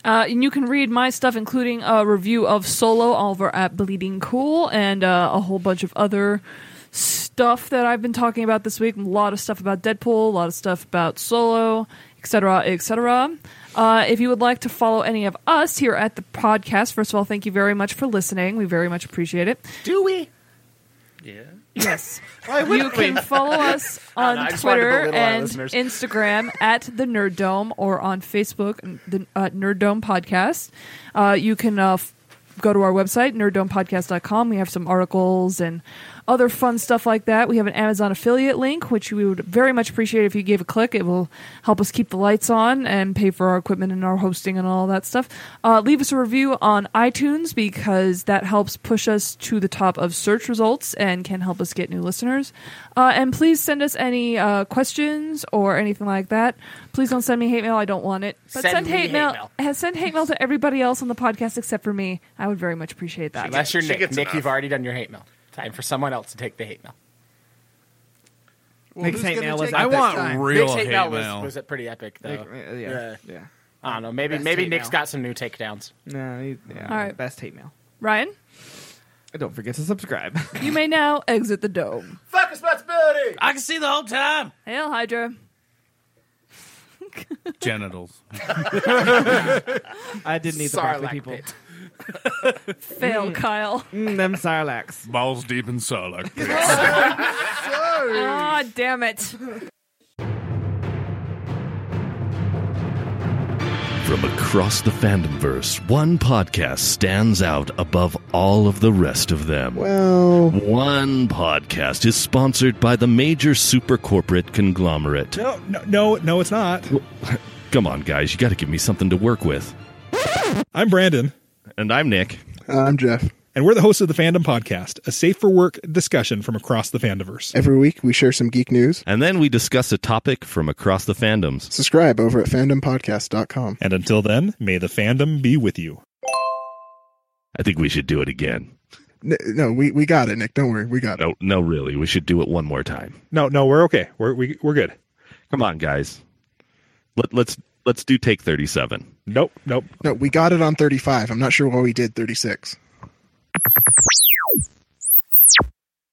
[SPEAKER 7] Uh, and you can read my stuff, including a review of Solo over at Bleeding Cool and uh, a whole bunch of other stuff that I've been talking about this week. A lot of stuff about Deadpool, a lot of stuff about Solo, etc., etc. Uh, if you would like to follow any of us here at the podcast, first of all, thank you very much for listening. We very much appreciate it.
[SPEAKER 6] Do we?
[SPEAKER 7] Yes. you can follow us on
[SPEAKER 6] know, I just wanted to
[SPEAKER 7] Uh, Twitter
[SPEAKER 6] belittle our
[SPEAKER 7] and
[SPEAKER 6] listeners.
[SPEAKER 7] Instagram at the Nerd Dome or on Facebook, the uh, Nerd Dome Podcast. Uh, you can uh, f- go to our website, nerddomepodcast.com. We have some articles and other fun stuff like that. We have an Amazon affiliate link, which we would very much appreciate if you gave a click. It will help us keep the lights on and pay for our equipment and our hosting and all that stuff. Uh, leave us a review on iTunes because that helps push us to the top of search results and can help us get new listeners. Uh, and please send us any uh, questions or anything like that. Please don't send me hate mail. I don't want it. But
[SPEAKER 6] Send
[SPEAKER 7] send,
[SPEAKER 6] me
[SPEAKER 7] hate,
[SPEAKER 6] hate
[SPEAKER 7] mail.
[SPEAKER 6] mail.
[SPEAKER 7] uh, Send hate mail to everybody else on the podcast except for me. I would very much appreciate that.
[SPEAKER 6] Unless you're
[SPEAKER 9] she
[SPEAKER 6] Nick.
[SPEAKER 9] gets
[SPEAKER 6] Nick,
[SPEAKER 9] enough.
[SPEAKER 6] you've already done your hate mail. Time for someone else to take the hate mail.
[SPEAKER 10] Well,
[SPEAKER 5] Nick's
[SPEAKER 10] who's
[SPEAKER 5] hate
[SPEAKER 10] gonna
[SPEAKER 5] mail was
[SPEAKER 10] take
[SPEAKER 5] out
[SPEAKER 3] I
[SPEAKER 10] it
[SPEAKER 5] this
[SPEAKER 3] want
[SPEAKER 10] time?
[SPEAKER 3] real
[SPEAKER 6] Nick's
[SPEAKER 3] hate
[SPEAKER 6] hate
[SPEAKER 3] mail.
[SPEAKER 6] Was, was it pretty epic though?
[SPEAKER 5] Yeah, yeah. yeah.
[SPEAKER 6] I don't know. Maybe
[SPEAKER 5] Best
[SPEAKER 6] maybe
[SPEAKER 5] hate
[SPEAKER 6] Nick's
[SPEAKER 5] mail.
[SPEAKER 6] got some new takedowns.
[SPEAKER 5] No, he- yeah.
[SPEAKER 7] All right.
[SPEAKER 5] Best hate mail.
[SPEAKER 7] Ryan,
[SPEAKER 5] And Don't forget to subscribe.
[SPEAKER 7] you may now exit the dome.
[SPEAKER 6] Fuck responsibility.
[SPEAKER 3] I can see the whole time.
[SPEAKER 7] Hail Hydra.
[SPEAKER 3] Genitals.
[SPEAKER 5] I did need the broccoli people.
[SPEAKER 7] Fail, Kyle.
[SPEAKER 5] Mm, them Sarlaccs.
[SPEAKER 3] Balls deep in Sarlacc pit.
[SPEAKER 7] Ah, damn it.
[SPEAKER 11] From across the fandomverse, one podcast stands out above all of the rest of them. Well, one podcast is sponsored by the major super corporate conglomerate.
[SPEAKER 12] No, no, no, no, it's not.
[SPEAKER 11] Come on, guys, you got to give me something to work with.
[SPEAKER 12] I'm Brandon,
[SPEAKER 11] And I'm Nick.
[SPEAKER 10] Uh.
[SPEAKER 12] I'm Jeff. And we're the hosts of the Fandom Podcast, a safe for work discussion from across the fandomverse.
[SPEAKER 13] Every week, we share some geek news.
[SPEAKER 11] And then we discuss a topic from across the fandoms.
[SPEAKER 13] Subscribe over at fandompodcast.com.
[SPEAKER 12] And until then, may the fandom be with you.
[SPEAKER 11] I think we should do it again.
[SPEAKER 13] N- No, we, we got it, Nick. Don't worry. We got it.
[SPEAKER 11] No, no, really, we should do it one more time.
[SPEAKER 12] No, no, we're okay. We're we, we're good.
[SPEAKER 11] Come on, guys. Let, let's let's do take thirty-seven.
[SPEAKER 12] Nope, nope.
[SPEAKER 13] No, we got it on 35. I'm not sure why we did 36.